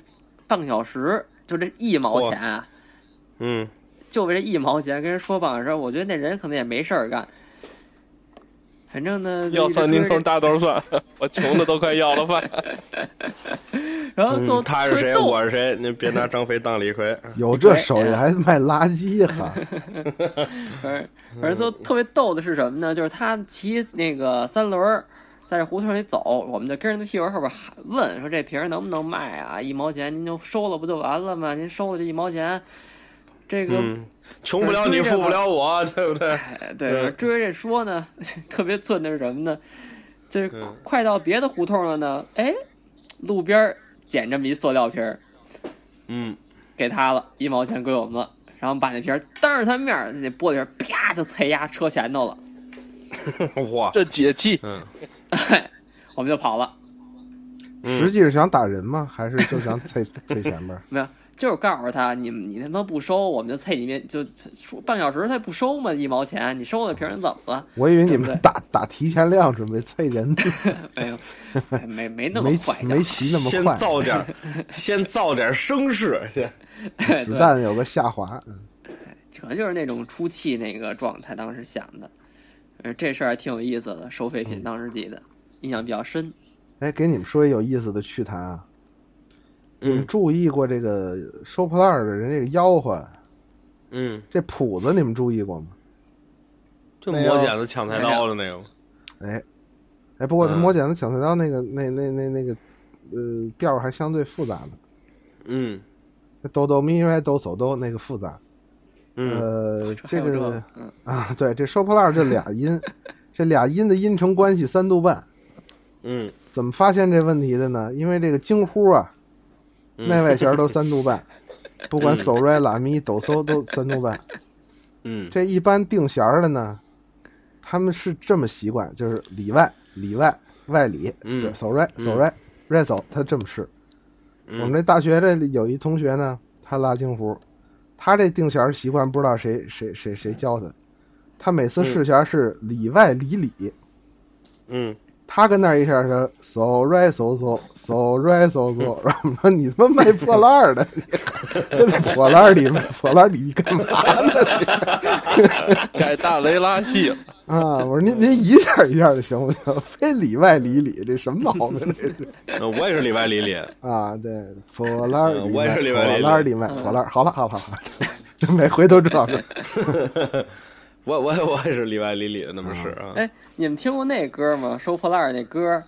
E: 半个小时，就这一毛
B: 嚯
E: 钱啊，
B: 嗯，
E: 就为这一毛钱跟人说半小时，我觉得那人可能也没事儿干。反正呢，就
D: 要
E: 一直
D: 算您
E: 追着
D: 从大头算， [LAUGHS] 我穷的都快要了
E: [LAUGHS]
D: 饭。
E: 然后
B: 嗯
E: 就
B: 他是
E: 特别
B: 谁，
E: 逗
B: 我是谁，您别拿张飞当李 [LAUGHS] 逵。
C: 有这
E: 哎
C: 手艺还卖垃圾
E: [LAUGHS]
C: 哈，
E: 而哎
B: 嗯
E: 而最后特别逗的是什么呢？就是他骑那个三轮儿在这胡同里走，我们就跟着他屁股后边喊问说：“这瓶儿能不能卖啊？一毛钱您就收了不就完了吗？您收了这一毛钱，这个、
B: 嗯，穷不了你，富不了我，对不对？
E: 哎对
B: 嗯
E: 追着说呢， [LAUGHS] 特别寸的是什么呢？就是
B: 嗯
E: 快到别的胡同了呢，哎，路边儿捡这么一塑料瓶儿
B: 嗯，
E: 给他了，一毛钱归我们了。”然后把那瓶儿当着他面儿，那玻璃瓶儿啪就踩压车前头了，
B: 哇，
D: 这解气，
E: 我们就跑了。
B: 嗯
C: 实际是想打人吗？还是就
E: [LAUGHS]
C: 想踩踩前面？
E: 没有，就是告诉他，你你他妈不收，我们就啐你面，就说半小时他不收嘛，一毛钱，你收了瓶儿怎么了？
C: 我以为你
E: 对
C: 们
E: 不对
C: 打打提前量，准备踩人，
E: 没有，哎没没那么
C: 没
E: 快，
C: 没骑那
B: 先
C: 么快，
B: 造点 [LAUGHS] 儿，先造点儿声势，先。
E: [LAUGHS] 对
C: 子弹有个下滑。嗯
E: 可能就是那种出气那个状态，当时想的。呃，这事儿还挺有意思的，收废
C: 嗯
E: 品当时记得、印象比较深。
C: 哎，给你们说一有意思的趣谈啊，你
B: 嗯
C: 们注意过这个收破烂儿的人这个吆喝，啊
B: 嗯，
C: 这谱子你们注意过吗？
B: 就
E: 没有
B: 磨剪子抢菜刀的那种。
C: 哎，哎，不过他
B: 嗯
C: 磨剪子抢菜刀那个那那那那个呃调儿还相对复杂呢，
B: 嗯
C: 那哆哆咪咪哆嗦哆那个复杂。
B: 嗯
C: 呃，
E: 还
C: 这
E: 有
C: 个
E: 个，嗯，
C: 啊，对，这收破烂儿这俩音，这俩音的音程关系三度半。
B: 嗯
C: 怎么发现这问题的呢？因为这个京呼啊，
B: 嗯
C: 内外弦儿都三度半，不管
B: [LAUGHS]
C: 嗦、来、拉、咪、哆、嗦都三度半。
B: 嗯
C: 这一般定弦儿的呢，他们是这么习惯，就是里外、里外、外里，
B: 嗯
C: 对嗦、来、嗦、来、来、嗦，他这么试。
B: 嗯
C: 我们这大学这里有一同学呢，他拉京胡，他这定弦儿习惯不知道谁谁谁谁教他，他每次试弦儿是里外里里。
B: 嗯，
C: 他跟那儿一下说手拽手手手拽手手， [LAUGHS] 然后我们说你他妈卖破烂儿的，你 [LAUGHS] 跟那破烂儿里卖破烂儿里干嘛呢？
D: 改大雷拉戏
E: [LAUGHS]
D: 了。
C: 啊，我说您您一下一下的行不行？非里外里里，这什么毛病？这是
B: 呃我也是里外里里。
C: 啊，对，破烂儿里
B: 嗯我也
C: 卖
B: 是里
C: 破
B: 外里里
C: 烂儿里卖破烂儿。好了好了好了， [LAUGHS] 就每回都这个。
B: 我我我也是里外里里的那么是啊，
E: 哎，你们听过那歌吗？收破烂儿那歌，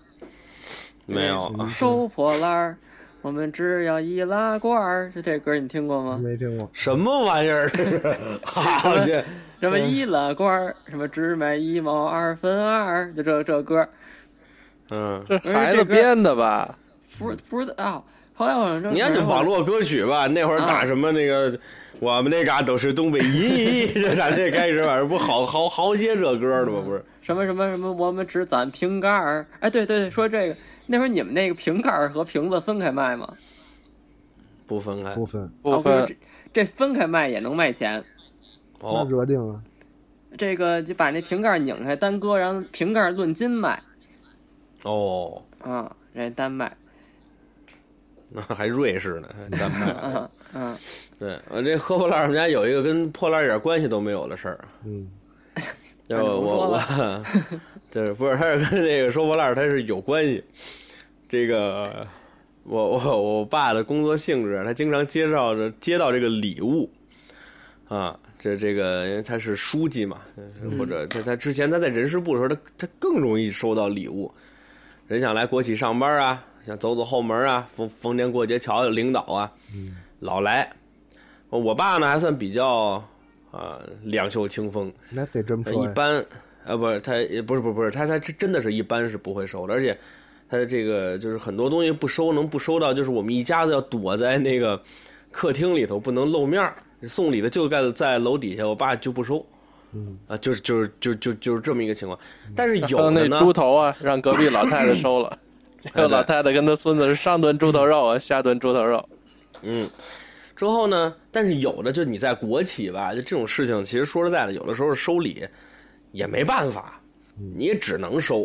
B: 没有
C: 嗯
B: 啊，
E: 收破烂儿，我们只要易拉罐儿，就这歌你听过吗？
C: 没听过，
B: 什么玩意儿？这 [LAUGHS] 是，好这
E: 什
C: 嗯
E: 么易拉罐儿，什么只卖一毛二分二，就这这歌。
B: 嗯，
D: 这是孩子编的
E: 哎
D: 吧？
E: 不是不是啊，后来我说
B: 你看这网络歌曲吧，那会儿打什么那个，我们那嘎都是东北音， [LAUGHS] 就打这开始，反正不好好好些这歌的吗？不是，
E: 什么什么什么，我们只攒瓶盖儿。哎，对对对，说这个那会儿你们那个瓶盖儿和瓶子分开卖吗？
B: 不分开
C: 不分，
E: 啊
D: 不
E: 不是
D: 分
E: 这这分开卖也能卖钱。
C: 那
B: 哦，
C: 惹定了。
E: 这个就把那瓶盖儿拧开单搁，然后瓶盖儿论斤卖
B: 哦，
E: 啊，人家单卖
B: 那还瑞士呢，丹麦。
E: 啊啊，
B: [LAUGHS] 对，我这喝破烂儿，我们家有一个跟破烂儿一点关系都没有的事儿。
C: 嗯，
B: [LAUGHS] 要
E: 那你
B: 我
E: 不
B: 我
E: 说
B: 我，就是不是他是跟这个收破烂儿，它是有关系。这个我我我爸的工作性质，他经常介绍着接到这个礼物，啊，这这个因为他是书记嘛，或者他他之前他在人事部的时候，他他更容易收到礼物。人想来国企上班啊，想走走后门啊，逢逢年过节瞧瞧领导啊，老来。我爸呢还算比较啊两袖清风，
C: 那得这么
B: 他
C: 说
B: 哎一
C: 呀，
B: 般，呃，不是他，也不是，不是，不是，他，他真真的是一般是不会收的，而且他这个就是很多东西不收，能不收到，就是我们一家子要躲在那个客厅里头，不能露面儿送礼的就在在楼底下，我爸就不收。嗯啊，就是就是就就就是这么一个情况，但是有
D: 还有
B: 的
D: 那
B: 呢，
D: 猪头啊，让隔壁老太太收
B: [LAUGHS]
D: 了。还有老太太跟她孙子是上顿猪头肉
B: 哎
D: 啊，下顿猪头肉。
B: 嗯，之后呢，但是有的就你在国企吧，就这种事情，其实说实在的，有的时候收礼也没办法，你也只能收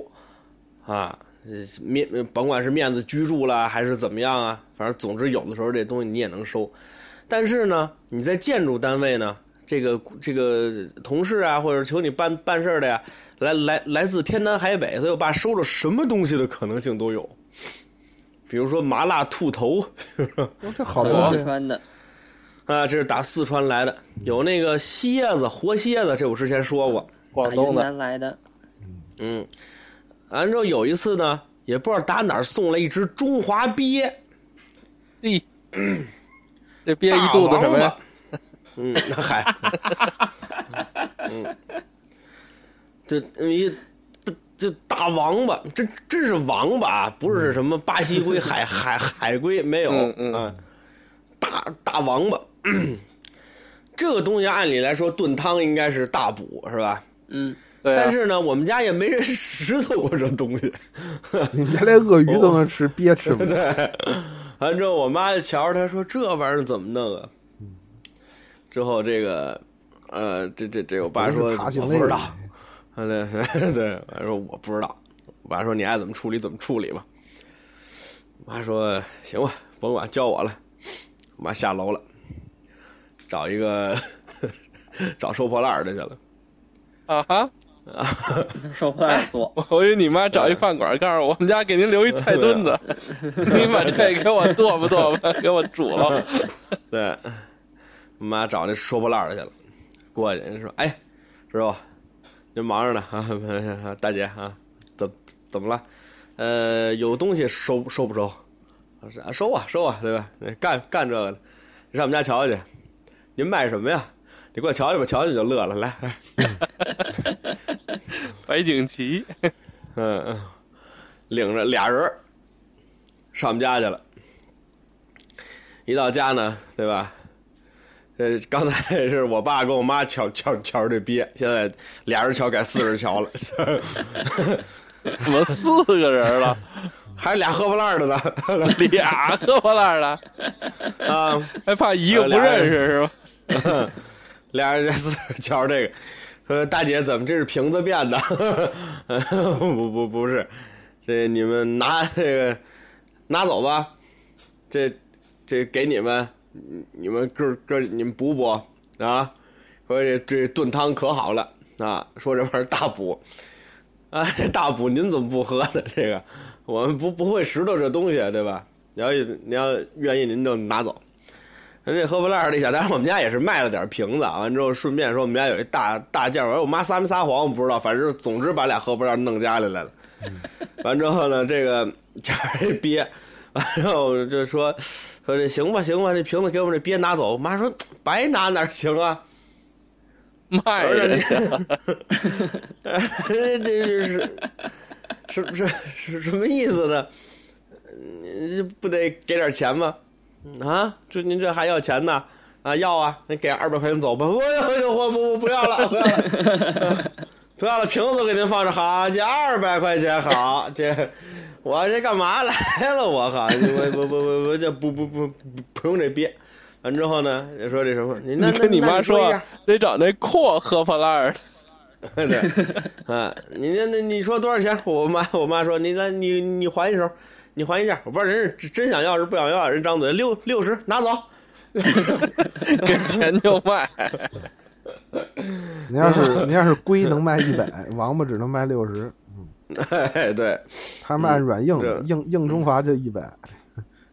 B: 啊。呃面呃甭管是面子居住啦，还是怎么样啊，反正总之有的时候这东西你也能收。但是呢，你在建筑单位呢，这个这个同事啊，或者求你办办事儿的呀，来来来自天南海北，所以我爸收着什么东西的可能性都有，比如说麻辣兔头， [LAUGHS]
C: 哦这好东
E: 四
C: 西，
E: 川的，
B: 啊，这是打四川来的，有那个蝎子、活蝎子，这我之前说过。
E: 打
D: 广
E: 云
D: 东的
E: 南来的， [LAUGHS]
B: 嗯，完之后有一次呢，也不知道打哪儿送来一只中华鳖， [CLEARS THROAT]
D: 嘿，这憋一
B: 大啊
D: 肚
B: 王
D: 子
B: 八。
D: 什么呀？
B: 嗯，那嗨，嗯，这一这这大王八，这真是王八，啊，不是什么巴西龟、海海海龟，没有
D: 嗯嗯
B: 啊，大大王八。 [CLEARS THROAT] 这个东西按理来说炖汤应该是大补是吧？
E: 嗯，
D: 对啊
B: 但，是呢，我们家也没人拾掇过这东西。 [LAUGHS]
C: 你们家连鳄鱼都能吃，鳖吃不了。
B: 哦完之后，我妈就瞧着她说：“这玩意儿怎么弄啊？”之后这个，呃，这这这，我爸说：“
C: 查
B: 我
C: 行
B: 不
C: 类
B: 知
C: 的
B: 道。” [LAUGHS] 啊，对 [LAUGHS] 对，我说我不知道。我爸说：“你爱怎么处理怎么处理吧。”我妈说：“行吧，甭管，交我了。”我妈下楼了，找一个 [LAUGHS] 找收破烂儿的去了。
D: 啊哈，
E: 收破
B: 哎
E: 烂做，
D: 我回去你妈找一饭馆，告诉我我们家给您留
B: [LAUGHS]
D: 一菜墩子，
B: 啊
D: 您把这给我剁吧剁吧，给我煮了。
B: 对，我妈找那收破烂儿的去了，过去人说：“哎，师傅，您忙着呢 [LAUGHS] 啊，大姐啊，怎怎么了？呃，有东西收收不收？”我说：“啊收啊，收啊，对吧？干干这个的，你上我们家瞧瞧去。您卖什么呀？你过来瞧瞧吧，瞧瞧就乐了。来，来
D: 白景琦，
B: 嗯，嗯，领着俩人儿上我们家去了。一到家呢，对吧？呃，刚才是我爸跟我妈瞧瞧瞧这鳖，现在俩人瞧改四人瞧了， [LAUGHS]
D: 怎么四个人了？
B: 还是俩喝破烂儿的呢 [LAUGHS]
D: 俩喝破烂的，
B: 啊！
D: 还怕一个不认识是吧？
B: 俩人在四人瞧这个，说大姐怎么这是瓶子变的？ [LAUGHS] 不不不是，这你们拿这个拿走吧，这这给你们，你你们哥哥你们补补啊。说这这炖汤可好了啊，说这玩意儿大补啊，这大补您怎么不喝呢？这个我们不不会拾掇这东西，啊对吧？你要你要愿意您就拿走。人家喝不烂儿的想，当然我们家也是卖了点瓶子啊，完之后顺便说我们家有一大大件儿，完了我妈撒没撒谎我不知道，反正总之把俩喝不烂儿弄家里来了。完之后呢，这个这这鳖，完之后就说说这行吧行吧，这瓶子给我们这鳖拿走。我妈说白拿哪儿行啊？
D: 卖
B: 而
D: 人
B: 且这 [LAUGHS] 这是什什什什么意思呢？你这不得给点钱吗？啊，这您这还要钱呢？啊，要啊，你给二百块钱走吧。我我我我我不要了，不要了，不要了，瓶子给您放这，好，这二百块钱，好，这我这干嘛来了？我靠，我我我我我这不不不不不用这憋。完之后呢，就说这什么，你那那
D: 你跟你
B: 那
D: 妈
B: 你说一
D: 说
B: 下，
D: 得找那阔喝破烂儿的，
B: 对，啊，你那那你说多少钱？我妈我妈说你那你你还一手，你还一下，我不知道人是真想要是不想要，人张嘴六六十
C: [LAUGHS]
B: 拿走，
D: 给钱就卖。
C: 你
B: [LAUGHS]
C: 要是你要是龟能卖一百，王八只能卖六十，
B: 哎对，
C: 他卖软硬的
B: 嗯
C: 硬硬中华就一百，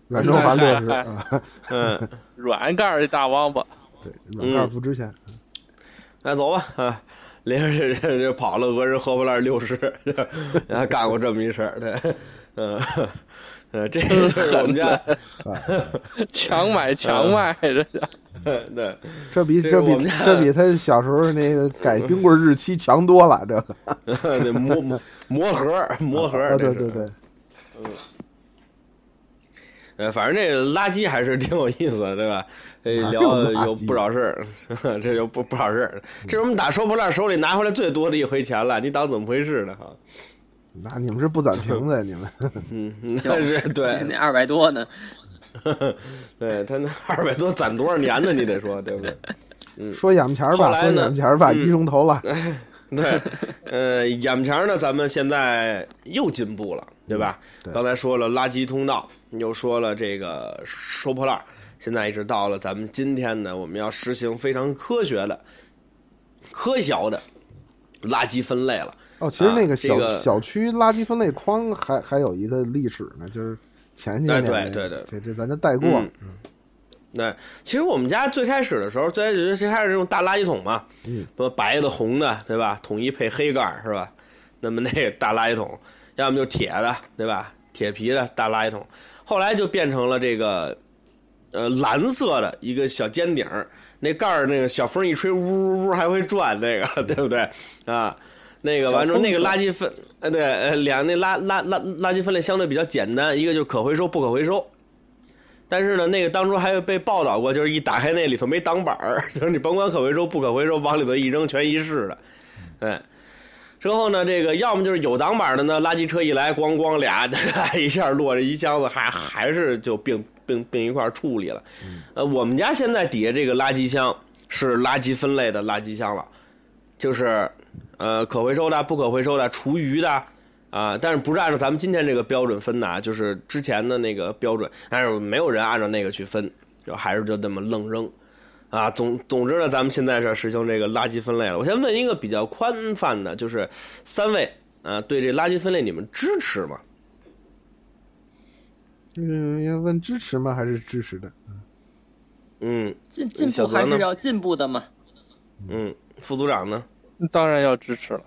C: 软装反六十啊，
B: 嗯，
D: 软盖儿的大王八，
C: 对，软盖不值钱。
B: 那走吧啊，连着这这跑了，俄人喝不烂六十， [LAUGHS] 还干过这么一事儿，对，嗯，呃，
C: [LAUGHS]
B: 这个就是我们家，
D: 强买
B: 嗯
D: 强卖，这是
B: [LAUGHS] 对，
C: 这比
B: 这
C: 这
B: 我
C: 比
B: 们 [LAUGHS] 家
C: 这比他小时候那个改冰棍日期强多了，这个
B: [LAUGHS] 这磨磨磨盒磨盒，
C: 啊，
B: 这是
C: 对对对，
B: 呃，反正这个垃圾还是挺有意思的，对吧？呃，
C: 哪
B: 聊
C: 有垃圾
B: 有不少事儿， [LAUGHS] 这有不不少事儿。这是我们打收破烂手里拿回来最多的一回钱了，你当怎么回事呢？哈，
C: 那你们是不攒瓶子呀？你们
B: 嗯， [LAUGHS] 那是对
E: [LAUGHS] 那二百多呢，
B: 对，他那二百多攒多少年呢？你得说对不对？
C: [LAUGHS] 说眼前儿
B: 嗯后
C: 吧，
B: 来
C: 说
B: 呢嗯
C: 眼前儿吧，一中投了，
B: [LAUGHS] 对，呃，眼前呢，咱们现在又进步了，对吧？
C: 对
B: 刚才说了垃圾通道，又说了这个收破烂儿，现在一直到了咱们今天呢，我们要实行非常科学的、科学的垃圾分类了。
C: 哦，其实那
B: 啊
C: 个
B: 这
C: 小、
B: 个
C: 小区垃圾分类框还还有一个历史呢，就是前些
B: 哎
C: 年
B: 对
C: 那个、
B: 对对
C: 这这咱就带过。
B: 嗯对，其实我们家最开始的时候，最开始最开始这种大垃圾桶嘛，
C: 嗯，
B: 不白的、红的，对吧？统一配黑盖儿是吧？那么那个大垃圾桶，要么就铁的，对吧？铁皮的大垃圾桶，后来就变成了这个，呃，蓝色的一个小尖顶儿，那盖儿那个小风一吹，呜呜呜还会转，那个 [LAUGHS] 对不对啊？那个完之后，那个垃圾分，呃，对，呃，两那垃垃垃垃圾分类相对比较简单，一个就是可回收、不可回收。但是呢，那个当初还有被报道过，就是一打开那里头没挡板儿， [LAUGHS] 就是你甭管可回收不可回收，往里头一扔全一式的，哎。之后呢，这个要么就是有挡板的呢，垃圾车一来，咣咣俩 [LAUGHS] 一下落这一箱子，还还是就并并并一块儿处理了。呃，我们家现在底下这个垃圾箱是垃圾分类的垃圾箱了，就是呃可回收的、不可回收的、厨余的啊，但是不是按照咱们今天这个标准分的啊，就是之前的那个标准，但是没有人按照那个去分，就还是就那么愣扔。啊，总总之呢，咱们现在是实行这个垃圾分类了。我先问一个比较宽泛的，就是三位啊，对这垃圾分类你们支持吗？
C: 嗯，要问支持吗？还是支持的？
B: 嗯
E: 进进
B: 小
E: 步
B: 泽呢
E: 还是要进步的嘛。
B: 嗯，副组长呢？
D: 当然要支持了。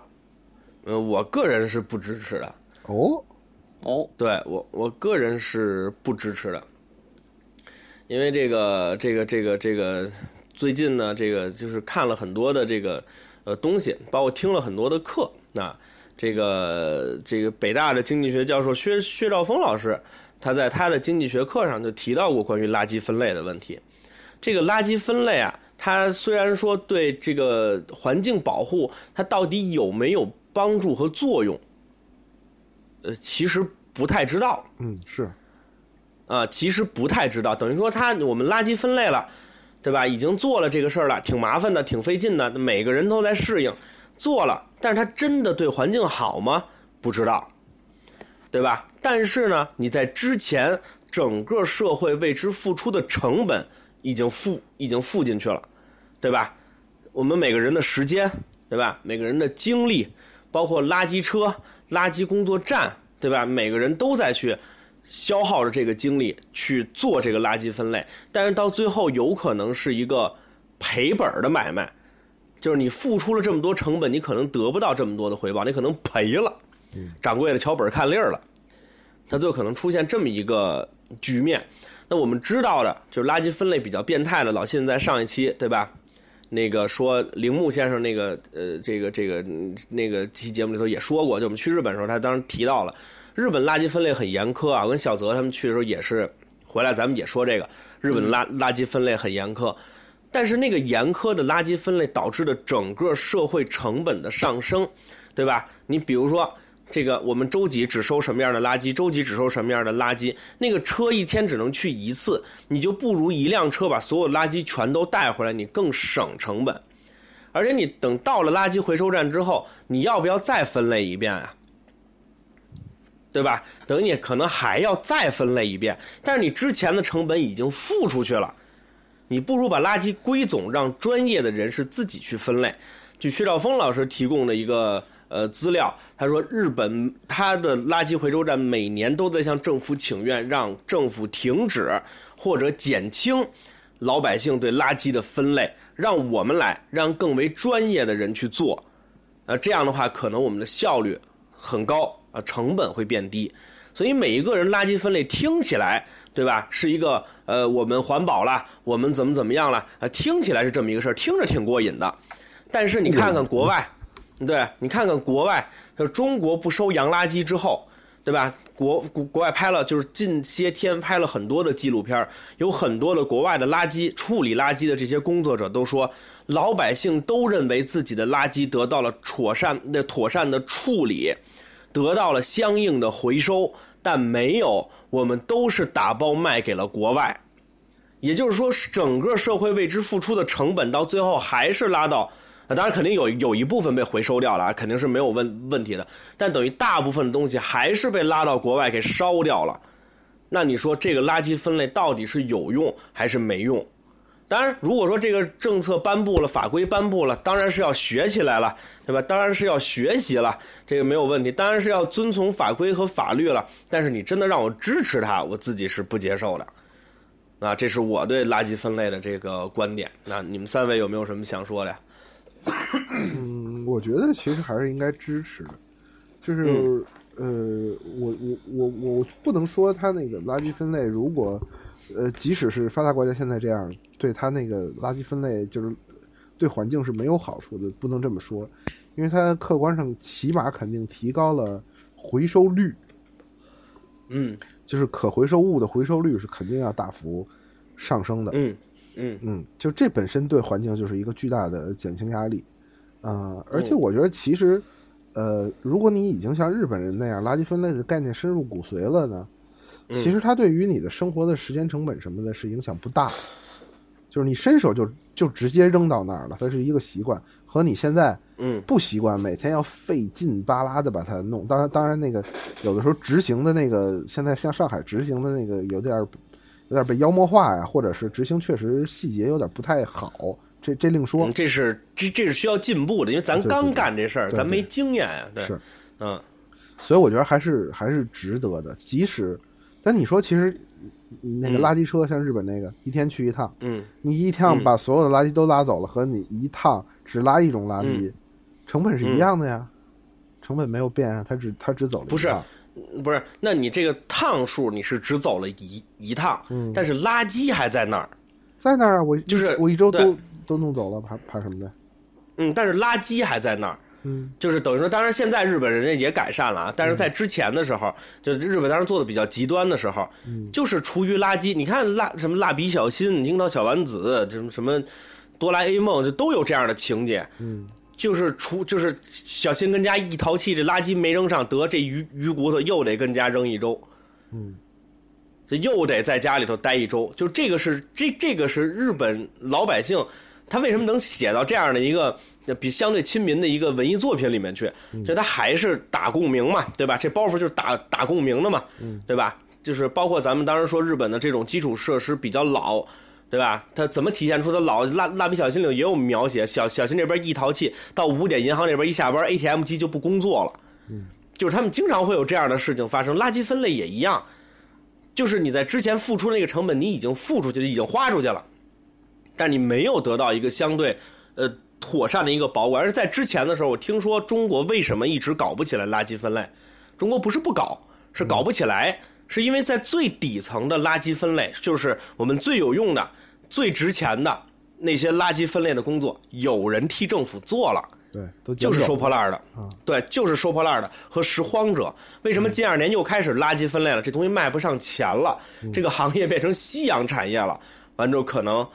B: 呃，我个人是不支持的。
C: 哦，
E: 哦，
B: 对我我个人是不支持的，因为这个这个这个这个最近呢，这个就是看了很多的这个呃东西，包括听了很多的课啊。这个这个北大的经济学教授薛薛兆丰老师，他在他的经济学课上就提到过关于垃圾分类的问题。这个垃圾分类啊，它虽然说对这个环境保护，它到底有没有帮助和作用，呃，其实不太知道。
C: 嗯，是
B: 啊，其实不太知道，等于说他我们垃圾分类了，对吧？已经做了这个事儿了，挺麻烦的，挺费劲的，每个人都在适应，做了，但是他真的对环境好吗？不知道，对吧？但是呢，你在之前整个社会为之付出的成本已经付已经付进去了，对吧？我们每个人的时间，对吧？每个人的精力，包括垃圾车、垃圾工作站，对吧？每个人都在去消耗着这个精力去做这个垃圾分类，但是到最后有可能是一个赔本儿的买卖，就是你付出了这么多成本，你可能得不到这么多的回报，你可能赔了，掌柜的瞧本儿看利儿了，它就可能出现这么一个局面。那我们知道的就是垃圾分类比较变态的，老信在上一期对吧？那个说铃木先生那个呃这个这个嗯那个期节目里头也说过，就我们去日本的时候，他当时提到了日本垃圾分类很严苛啊。我跟小泽他们去的时候也是回来，咱们也说这个日本垃垃圾分类很严苛，但是那个严苛的垃圾分类导致的整个社会成本的上升，对吧？你比如说。这个我们周几只收什么样的垃圾，周几只收什么样的垃圾。那个车一天只能去一次，你就不如一辆车把所有垃圾全都带回来，你更省成本。而且你等到了垃圾回收站之后，你要不要再分类一遍啊？对吧？等于你可能还要再分类一遍，但是你之前的成本已经付出去了，你不如把垃圾归总，让专业的人士自己去分类。据薛兆丰老师提供的一个呃资料，他说日本他的垃圾回收站每年都在向政府请愿，让政府停止或者减轻老百姓对垃圾的分类，让我们来，让更为专业的人去做。呃，这样的话，可能我们的效率很高啊、成本会变低。所以每一个人垃圾分类听起来，对吧？是一个呃，我们环保了，我们怎么怎么样了啊、听起来是这么一个事儿，听着挺过瘾的。但是你看看国外，对你看看国外，就中国不收洋垃圾之后，对吧？国国国外拍了，就是近些天拍了很多的纪录片儿，有很多的国外的垃圾处理垃圾的这些工作者都说，老百姓都认为自己的垃圾得到了妥善那妥善的处理，得到了相应的回收，但没有，我们都是打包卖给了国外。也就是说，整个社会为之付出的成本到最后还是拉到，啊，当然肯定有有一部分被回收掉了啊，肯定是没有问问题的，但等于大部分的东西还是被拉到国外给烧掉了。那你说这个垃圾分类到底是有用还是没用？当然，如果说这个政策颁布了，法规颁布了，当然是要学起来了，对吧？当然是要学习了，这个没有问题。当然是要遵从法规和法律了。但是你真的让我支持它，我自己是不接受的。啊，这是我对垃圾分类的这个观点。那你们三位有没有什么想说的呀？
C: 嗯，我觉得其实还是应该支持的，就是、呃，我我我我不能说它那个垃圾分类，如果呃，即使是发达国家现在这样，对它那个垃圾分类就是对环境是没有好处的，不能这么说，因为它客观上起码肯定提高了回收率，
B: 嗯
C: 就是可回收物的回收率是肯定要大幅上升的。
B: 嗯嗯
C: 嗯，就这本身对环境就是一个巨大的减轻压力，呃，而且我觉得其实，呃，如果你已经像日本人那样垃圾分类的概念深入骨髓了呢，其实它对于你的生活的时间成本什么的是影响不大的，就是你伸手就就直接扔到那儿了，它是一个习惯，和你现在
B: 嗯
C: 不习惯每天要费劲巴拉的把它弄。当然，当然那个有的时候执行的那个，现在像上海执行的那个有点儿有点儿被妖魔化呀，或者是执行确实细节有点不太好，这这另说
B: 嗯，。这是这这是需要进步的，因为咱
C: 啊对对
B: 刚
C: 对
B: 干这事儿，
C: 对
B: 咱没
C: 对
B: 经验啊。对，
C: 是，
B: 嗯
C: 所以我觉得还是还是值得的，即使但你说其实那个
B: 嗯
C: 垃圾车像日本那个、一天去一趟，
B: 嗯
C: 你一趟
B: 嗯
C: 把所有的垃圾都拉走了，和你一趟只拉一种垃
B: 嗯
C: 圾，成本是一样的呀，成本没有变啊，它只它只走了一
B: 不是
C: 趟
B: 不是，那你这个趟数你是只走了一一趟，但是垃圾还在那儿。
C: 在那儿啊，我
B: 就是
C: 我一周都
B: 对
C: 都弄走了，怕怕什么的？
B: 嗯，但是垃圾还在那儿。
C: 嗯，
B: 就是等于说，当然现在日本人家也改善了啊，但是在之前的时候，就是日本当时做的比较极端的时候，
C: 嗯
B: 就是厨余垃圾。你看蜡什么蜡笔小新，你听到小丸子，什么什么哆啦 A 梦，就都有这样的情节。
C: 嗯，
B: 就是厨就是小新跟家一淘气，这垃圾没扔上，得这鱼鱼骨头又得跟家扔一周。
C: 嗯，
B: 这又得在家里头待一周。就这个是这这个是日本老百姓，他为什么能写到这样的一个呃比相对亲民的一个文艺作品里面去？就他还是打共鸣嘛，对吧？这包袱就是打打共鸣的嘛，对吧？就是包括咱们当时说日本的这种基础设施比较老。对吧？他怎么体现出他老蜡蜡笔小新里头也有描写，小小新这边一淘气，到五点银行这边一下班，ATM 机就不工作了。就是他们经常会有这样的事情发生，垃圾分类也一样，就是你在之前付出那个成本，你已经付出去了，已经花出去了，但你没有得到一个相对呃妥善的一个保管。而在之前的时候，我听说中国为什么一直搞不起来垃圾分类，中国不是不搞，是搞不起来，是因为在最底层的垃圾分类，就是我们最有用的、最值钱的那些垃圾分类的工作，有人替政府做了。
C: 对，都
B: 就是
C: 捡走
B: 收破烂儿的，对，就是收破烂儿的和拾荒者。为什么近二年又开始垃圾分类了？这东西卖不上钱了，这个行业变成夕阳产业了。完之后，可能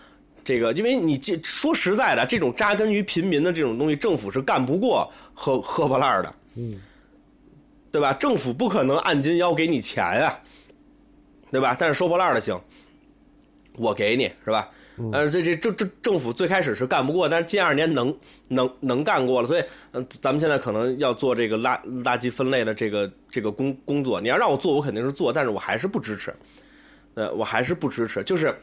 B: 这个，因为你这说实在的，这种扎根于平民的这种东西，政府是干不过喝喝破烂儿的，嗯，对吧？政府不可能按斤要给你钱啊，对吧？但是收破烂儿的行，我给你是吧？呃，这这这这政府最开始是干不过，但是近二年能能能干过了，所以嗯、呃咱们现在可能要做这个垃垃圾分类的这个这个工工作。你要让我做，我肯定是做，但是我还是不支持，呃，我还是不支持，就是。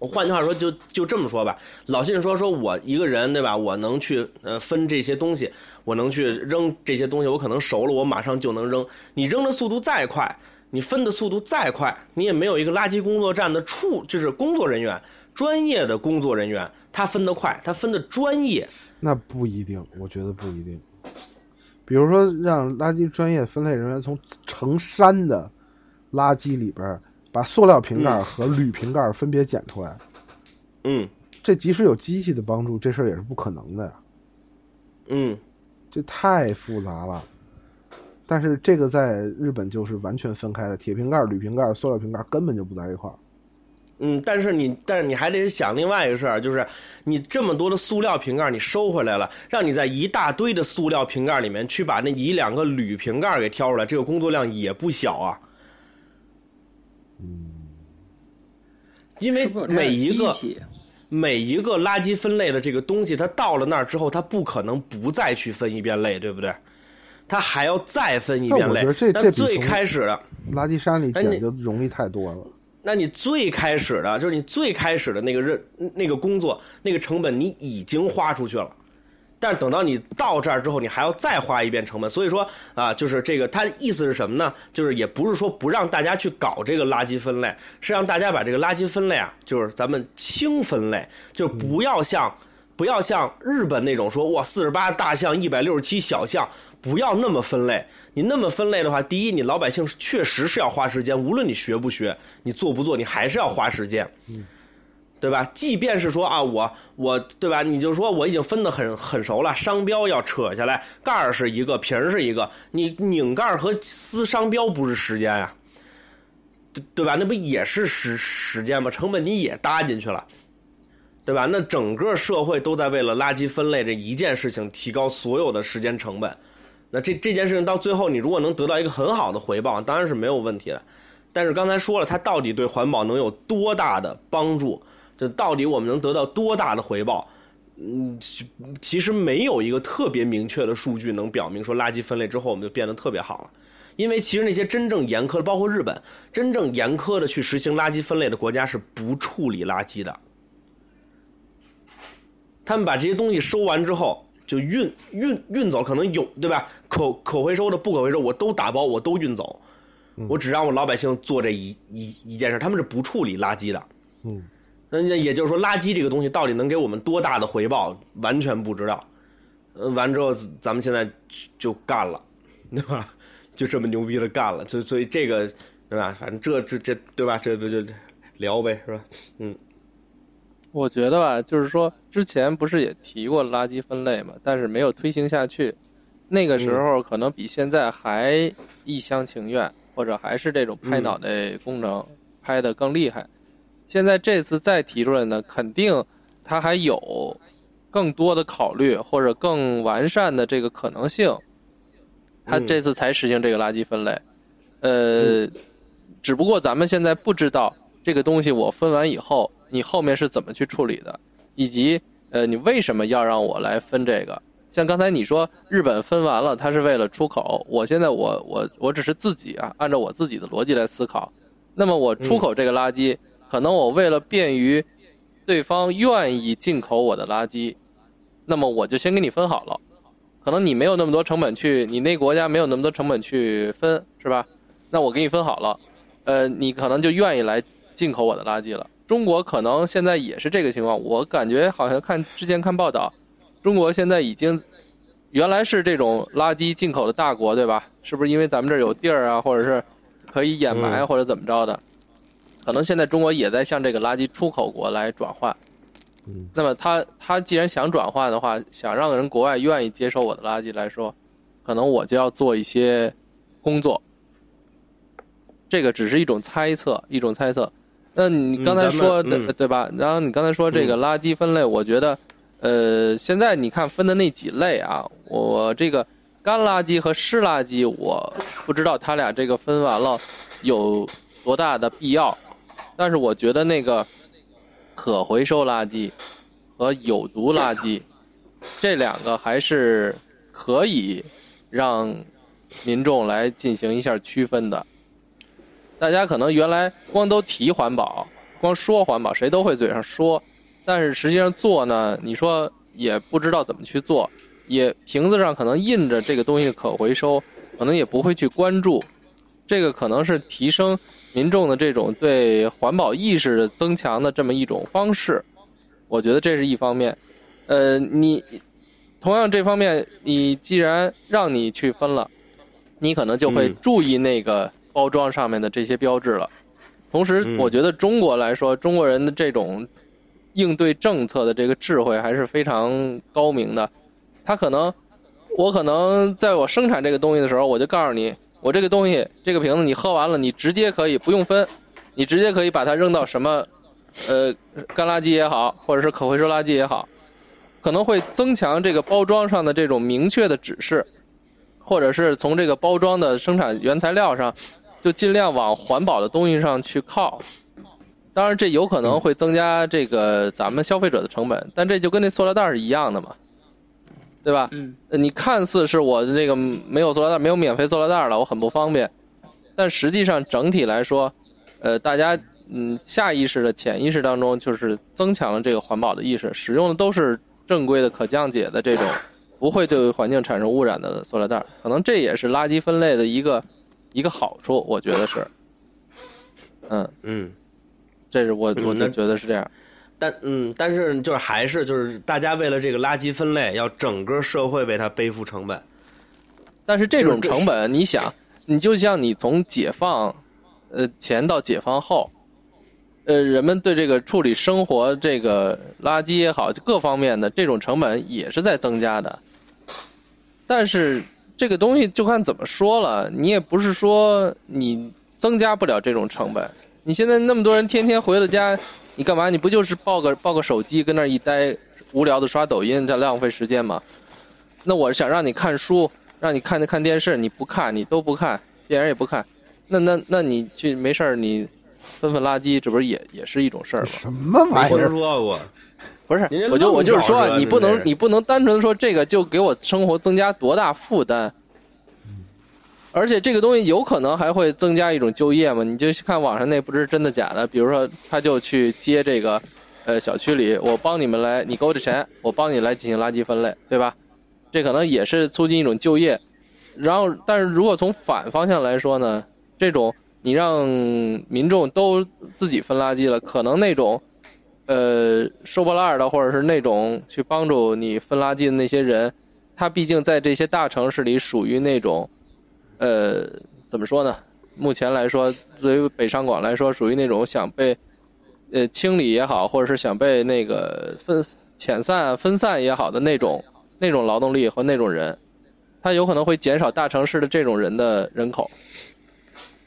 B: 换句话说，就就这么说吧。老信说，说我一个人，对吧？我能去呃分这些东西，我能去扔这些东西，我可能熟了，我马上就能扔。你扔的速度再快，你分的速度再快，你也没有一个垃圾工作站的处，就是工作人员，专业的工作人员，他分得快，他分的专业。
C: 那不一定，我觉得不一定。比如说，让垃圾专业分类人员从成山的垃圾里边儿把塑料瓶盖儿和铝瓶盖儿分别捡出来，
B: 嗯
C: 这即使有机器的帮助，这事儿也是不可能的呀。
B: 嗯，
C: 这太复杂了。但是这个在日本就是完全分开的，铁瓶盖儿、铝瓶盖儿、塑料瓶盖儿根本就不在一块儿。
B: 嗯，但是你，但是你还得想另外一个事儿，就是你这么多的塑料瓶盖儿你收回来了，让你在一大堆的塑料瓶盖儿里面去把那一两个铝瓶盖儿给挑出来，这个工作量也不小啊。因为
E: 是不是
B: 哎
E: 有这样的
B: 每一个
E: 机器
B: 每一个垃圾分类的这个东西，它到了那儿之后，它不可能不再去分一遍类，对不对？它还要再分一
C: 但
B: 遍
C: 我
B: 类
C: 觉得这。这
B: 那
C: 比
B: 最
C: 从
B: 开始的，
C: 垃圾山里
B: 哎你
C: 捡就容易太多了。
B: 那你最开始的，就是你最开始的那个任那个工作那个成本，你已经花出去了。但是等到你到这儿之后，你还要再花一遍成本，所以说啊，就是这个，它的意思是什么呢？就是也不是说不让大家去搞这个垃圾分类，是让大家把这个垃圾分类啊，就是咱们轻分类，就不要像、不要像日本那种说哇四十八大象一百六十七小象，不要那么分类。你那么分类的话，第一，你老百姓是确实是要花时间，无论你学不学，你做不做，你还是要花时间。对吧？即便是说啊，我我对吧？你就说我已经分得很很熟了，商标要扯下来，盖儿是一个，瓶儿是一个，你拧盖儿和撕商标不是时间呀、对对吧？那不也是时时间吗？成本你也搭进去了，对吧？那整个社会都在为了垃圾分类这一件事情提高所有的时间成本。那这这件事情到最后，你如果能得到一个很好的回报，当然是没有问题的。但是刚才说了，它到底对环保能有多大的帮助？就到底我们能得到多大的回报？嗯，其其实没有一个特别明确的数据能表明说垃圾分类之后我们就变得特别好了。因为其实那些真正严苛的，包括日本，真正严苛的去实行垃圾分类的国家是不处理垃圾的。他们把这些东西收完之后就运运运走，可能有对吧？可可回收的、不可回收，我都打包，我都运走。我只让我老百姓做这一一一件事，他们是不处理垃圾的。
C: 嗯，
B: 那那也就是说，垃圾这个东西到底能给我们多大的回报，完全不知道。呃，完之后咱们现在就干了， [LAUGHS] 对吧？就这么牛逼的干了，所以所以这个对吧？反正这这这对吧？这这这聊呗，是吧？
D: 我觉得吧，就是说之前不是也提过垃圾分类嘛，但是没有推行下去。那个时候可能比现在还一厢情愿，或者还是这种拍脑袋工程、拍的更厉害。现在这次再提出来呢，肯定它还有更多的考虑或者更完善的这个可能性。它
B: 嗯
D: 这次才实行这个垃圾分类，呃，只不过咱们现在不知道这个东西我分完以后，你后面是怎么去处理的，以及呃，你为什么要让我来分这个？像刚才你说日本分完了，它是为了出口，我现在我我我只是自己啊，按照我自己的逻辑来思考，那么我出口这个垃圾，可能我为了便于对方愿意进口我的垃圾，那么我就先给你分好了。可能你没有那么多成本去，你那国家没有那么多成本去分，是吧？那我给你分好了，呃，你可能就愿意来进口我的垃圾了。中国可能现在也是这个情况，我感觉好像看之前看报道，中国现在已经原来是这种垃圾进口的大国，对吧？是不是因为咱们这儿有地儿啊，或者是可以掩埋
B: 嗯
D: 或者怎么着的？可能现在中国也在向这个垃圾出口国来转换。
C: 嗯
D: 那么他他既然想转换的话，想让人国外愿意接受我的垃圾来说，可能我就要做一些工作。这个只是一种猜测，一种猜测。那你
B: 嗯
D: 刚才
B: 咱们
D: 说的、
B: 嗯
D: 对吧？然后你刚才说这个垃圾分类，我觉得，呃，现在你看分的那几类啊，我这个干垃圾和湿垃圾，我不知道他俩这个分完了有多大的必要，但是我觉得那个可回收垃圾和有毒垃圾这两个还是可以让民众来进行一下区分的。大家可能原来光都提环保，光说环保，谁都会嘴上说，但是实际上做呢，你说也不知道怎么去做，也瓶子上可能印着这个东西可回收，可能也不会去关注，这个可能是提升民众的这种对环保意识的增强的这么一种方式，我觉得这是一方面。呃，你同样这方面，你既然让你去分了，你可能就会
B: 嗯
D: 注意那个包装上面的这些标志了。同时，
B: 嗯
D: 我觉得中国来说，中国人的这种应对政策的这个智慧还是非常高明的。他可能，我可能在我生产这个东西的时候，我就告诉你，我这个东西，这个瓶子你喝完了，你直接可以不用分，你直接可以把它扔到什么，呃，干垃圾也好，或者是可回收垃圾也好，可能会增强这个包装上的这种明确的指示，或者是从这个包装的生产原材料上，就尽量往环保的东西上去靠。当然，这有可能会增加这个咱们消费者的成本，但这就跟那塑料袋儿是一样的嘛，对吧？
E: 嗯，
D: 呃你看似是我的这个没有塑料袋，没有免费塑料袋了，我很不方便，但实际上整体来说，呃，大家嗯下意识的、潜意识当中就是增强了这个环保的意识，使用的都是正规的、可降解的这种不会对环境产生污染的塑料袋，可能这也是垃圾分类的一个一个好处，我觉得是，嗯，
B: 嗯。
D: 这是我
B: 嗯
D: 我就
B: 那
D: 觉得是这样，
B: 但嗯，但是就是还是就是大家为了这个垃圾分类，要整个社会为它背负成本。
D: 但是这
B: 就是
D: 种
B: 这
D: 成本，你想，你就像你从解放，呃，前到解放后，呃，人们对这个处理生活这个垃圾也好，就各方面的这种成本也是在增加的。但是这个东西就看怎么说了，你也不是说你增加不了这种成本。你现在那么多人天天回了家，你干嘛？你不就是抱个抱个手机跟那儿一待，无聊的刷抖音，这浪费时间吗？那我想让你看书，让你看看电视，你不看，你都不看，电影也不看，那那那你去没事儿你分分垃圾，这不是也也是一种事儿吗？
C: 什么玩意
B: 听
C: 儿？
B: 说过，
D: 不是
B: 您这，
D: 我就
B: 愣
D: 我就是说
B: 找
D: 啊，
B: 着
D: 你不
B: 您
D: 能
B: 这是
D: 你不能单纯说这个就给我生活增加多大负担，而且这个东西有可能还会增加一种就业嘛？你就去看网上那不知真的假的，比如说他就去接这个，呃，小区里我帮你们来，你给我这钱，我帮你来进行垃圾分类，对吧？这可能也是促进一种就业。然后，但是如果从反方向来说呢，这种你让民众都自己分垃圾了，可能那种呃收破烂儿的，或者是那种去帮助你分垃圾的那些人，他毕竟在这些大城市里属于那种，呃，怎么说呢？目前来说，作为北上广来说，属于那种想被呃清理也好，或者是想被那个分遣散、分散也好的那种那种劳动力和那种人，他有可能会减少大城市的这种人的人口，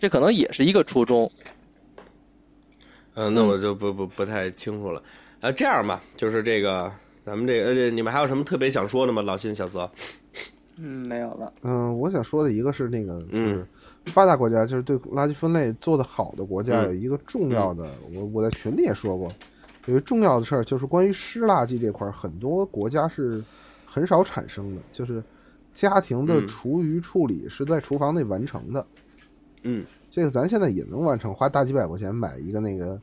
D: 这可能也是一个初衷。
B: 嗯，那我就不不不太清楚了。啊，这样吧，就是这个咱们这个，呃，这你们还有什么特别想说的吗？老辛、小泽，
E: 嗯，没有了。
C: 嗯，我想说的一个是那个，
B: 嗯，
C: 发达国家就是对垃圾分类做得好的国家
B: 嗯
C: 有一个重要的，我我在群里也说过，有一个重要的事儿就是关于湿垃圾这块儿，很多国家是很少产生的，就是家庭的
B: 嗯
C: 厨余处理是在厨房内完成的。
B: 嗯，
C: 这个咱现在也能完成，花大几百块钱买一个那个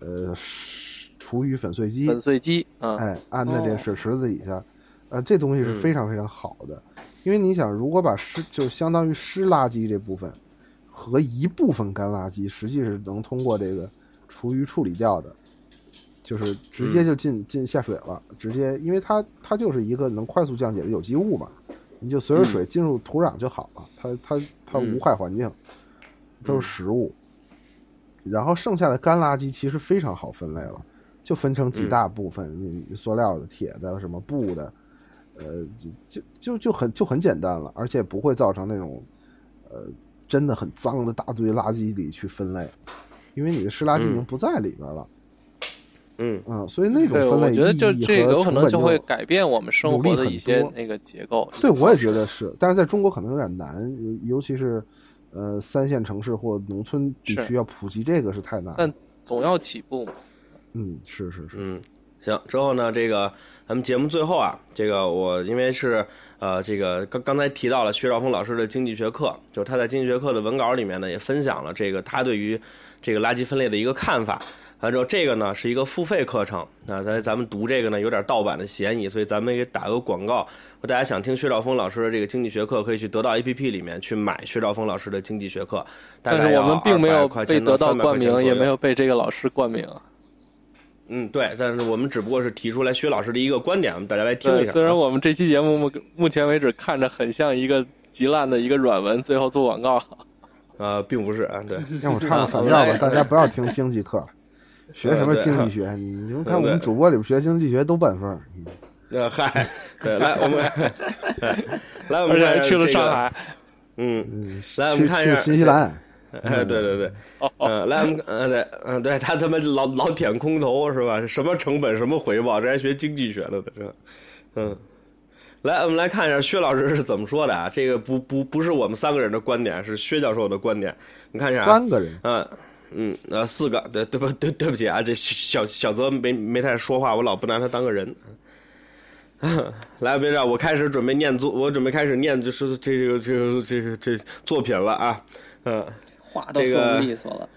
C: 呃湿厨余粉碎机，
D: 粉碎机啊，
C: 哎，安在这
E: 哦
C: 水池子底下，呃，这东西是非常非常好的，因为你想，如果把湿就相当于湿垃圾这部分和一部分干垃圾，实际是能通过这个厨余处理掉的，就是直接就进、进下水了，直接，因为它它就是一个能快速降解的有机物嘛，你就随着水进入土壤就好了，它它它
B: 嗯
C: 无害环境，都是食物。然后剩下的干垃圾其实非常好分类了，就分成几大部分，你塑料的、铁的、什么布的，呃，就就就就很就很简单了，而且不会造成那种呃真的很脏的大堆垃圾里去分类，因为你的湿垃圾已经不在里边了。
B: 嗯
C: 嗯，所以那种
D: 对，
C: 分
D: 我
C: 类
D: 觉得就
C: 意义
D: 这
C: 和
D: 个有可
C: 成
D: 能
C: 本
D: 就会改变我们生
C: 努力
D: 活的
C: 很
D: 一些
C: 多
D: 那个结构。
C: 对，我也觉得是，但是在中国可能有点难，尤尤其是呃三线城市或农村地
D: 是
C: 区要普及这个是太难了。
D: 但总要起步嘛。
C: 嗯，是是是，
B: 嗯，行。之后呢，这个咱们节目最后啊，这个我因为是呃，这个刚刚才提到了薛兆丰老师的经济学课，就是他在经济学课的文稿里面呢，也分享了这个他对于这个垃圾分类的一个看法。完之后，这个呢是一个付费课程啊，咱咱们读这个呢有点盗版的嫌疑，所以咱们给打个广告。大家想听薛兆丰老师的这个经济学课，可以去得到 APP 里面去买薛兆丰老师的经济学课。大
D: 但
B: 概
D: 是我们并没
B: 要200
D: 有
B: 块
D: 被
B: 钱
D: 得到
B: 300块
D: 冠
B: 钱
D: 名，也
B: 左右
D: 没有被这个老师冠名。啊
B: 嗯，对，但是我们只不过是提出来薛老师的一个观点，我们大家来听
D: 对
C: 啊
B: 一，下。
D: 虽然我们这期节目目目前为止看着很像一个极烂的一个软文，最后做广
B: [LAUGHS]
D: 告。
B: 呃，并不是啊，对， [LAUGHS]
C: 让我唱个反调吧，大家不要听经济课了，学什么经济学？你你们看我们主播里边学经济学都半分儿，
B: 呃，嗨，对，来我们来我
D: 而
B: 们
D: 且还 [LAUGHS]
B: 看
D: 去了上
B: [LAUGHS]
D: 海，
B: 嗯，来我
C: 去
B: 们看一
C: 去
B: 下
C: 新西兰，
B: 哎，对对对，
D: 哦
B: 嗯，来我们呃对，嗯对他他妈老老舔空头是吧？什么成本什么回报，这还学经济学的呢，这，嗯。来，我们来看一下薛老师是怎么说的啊？这个不不不是我们三个人的观点，是薛教授的观点。你看一下、啊，
C: 三个人，
B: 嗯嗯呃，四个，对对不对？对不起啊，这小小泽没没太说话，我老不拿他当个人。 [LAUGHS] 来，别这样，我开始准备念作，我准备开始念就是这这个这个这个这个作品了啊，嗯。
E: 话都
B: 这
E: 说
B: 个
E: 不利索了。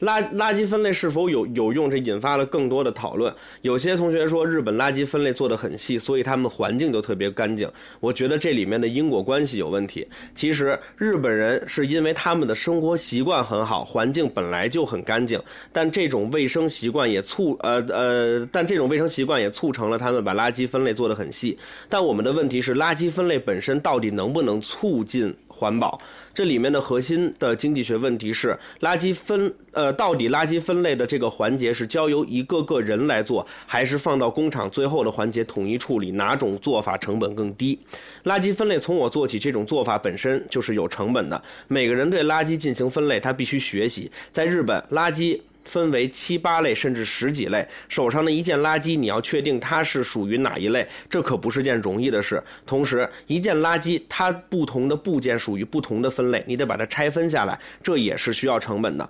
B: 垃垃圾分类是否有有用？这引发了更多的讨论。有些同学说日本垃圾分类做得很细，所以他们环境就特别干净。我觉得这里面的因果关系有问题。其实日本人是因为他们的生活习惯很好，环境本来就很干净，但这种卫生习惯也促呃呃，但这种卫生习惯也促成了他们把垃圾分类做得很细。但我们的问题是，垃圾分类本身到底能不能促进环保？这里面的核心的经济学问题是，垃圾分呃，到底垃圾分类的这个环节是交由一个个人来做，还是放到工厂最后的环节统一处理？哪种做法成本更低？垃圾分类从我做起，这种做法本身就是有成本的。每个人对垃圾进行分类，他必须学习。在日本，垃圾分为七八类甚至十几类，手上的一件垃圾，你要确定它是属于哪一类，这可不是件容易的事。同时，一件垃圾它不同的部件属于不同的分类，你得把它拆分下来，这也是需要成本的。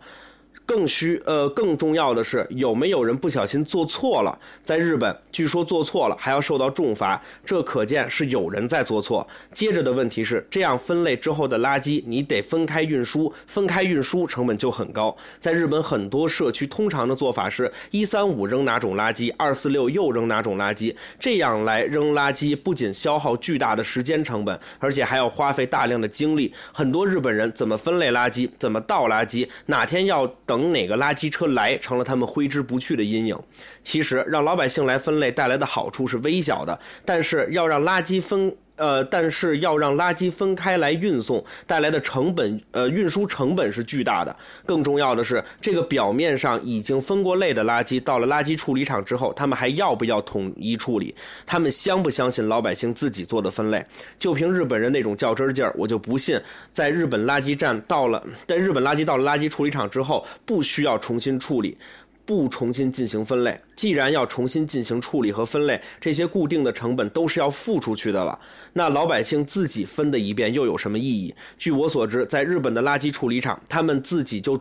B: 更需呃更重要的是，有没有人不小心做错了？在日本，据说做错了还要受到重罚，这可见是有人在做错。接着的问题是，这样分类之后的垃圾，你得分开运输，分开运输成本就很高。在日本很多社区，通常的做法是一三五扔哪种垃圾，二四六又扔哪种垃圾，这样来扔垃圾不仅消耗巨大的时间成本，而且还要花费大量的精力。很多日本人怎么分类垃圾，怎么倒垃圾，哪天要等哪个垃圾车来，成了他们挥之不去的阴影。其实，让老百姓来分类带来的好处是微小的，但是要让垃圾分。呃，但是要让垃圾分开来运送，带来的成本，呃，运输成本是巨大的。更重要的是，这个表面上已经分过类的垃圾，到了垃圾处理厂之后，他们还要不要统一处理？他们相不相信老百姓自己做的分类？就凭日本人那种较真儿劲儿，我就不信在日本垃圾站到了，在日本垃圾到了垃圾处理厂之后，不需要重新处理。不重新进行分类。既然要重新进行处理和分类，这些固定的成本都是要付出去的了。那老百姓自己分的一遍又有什么意义？据我所知，在日本的垃圾处理厂，他们自己就。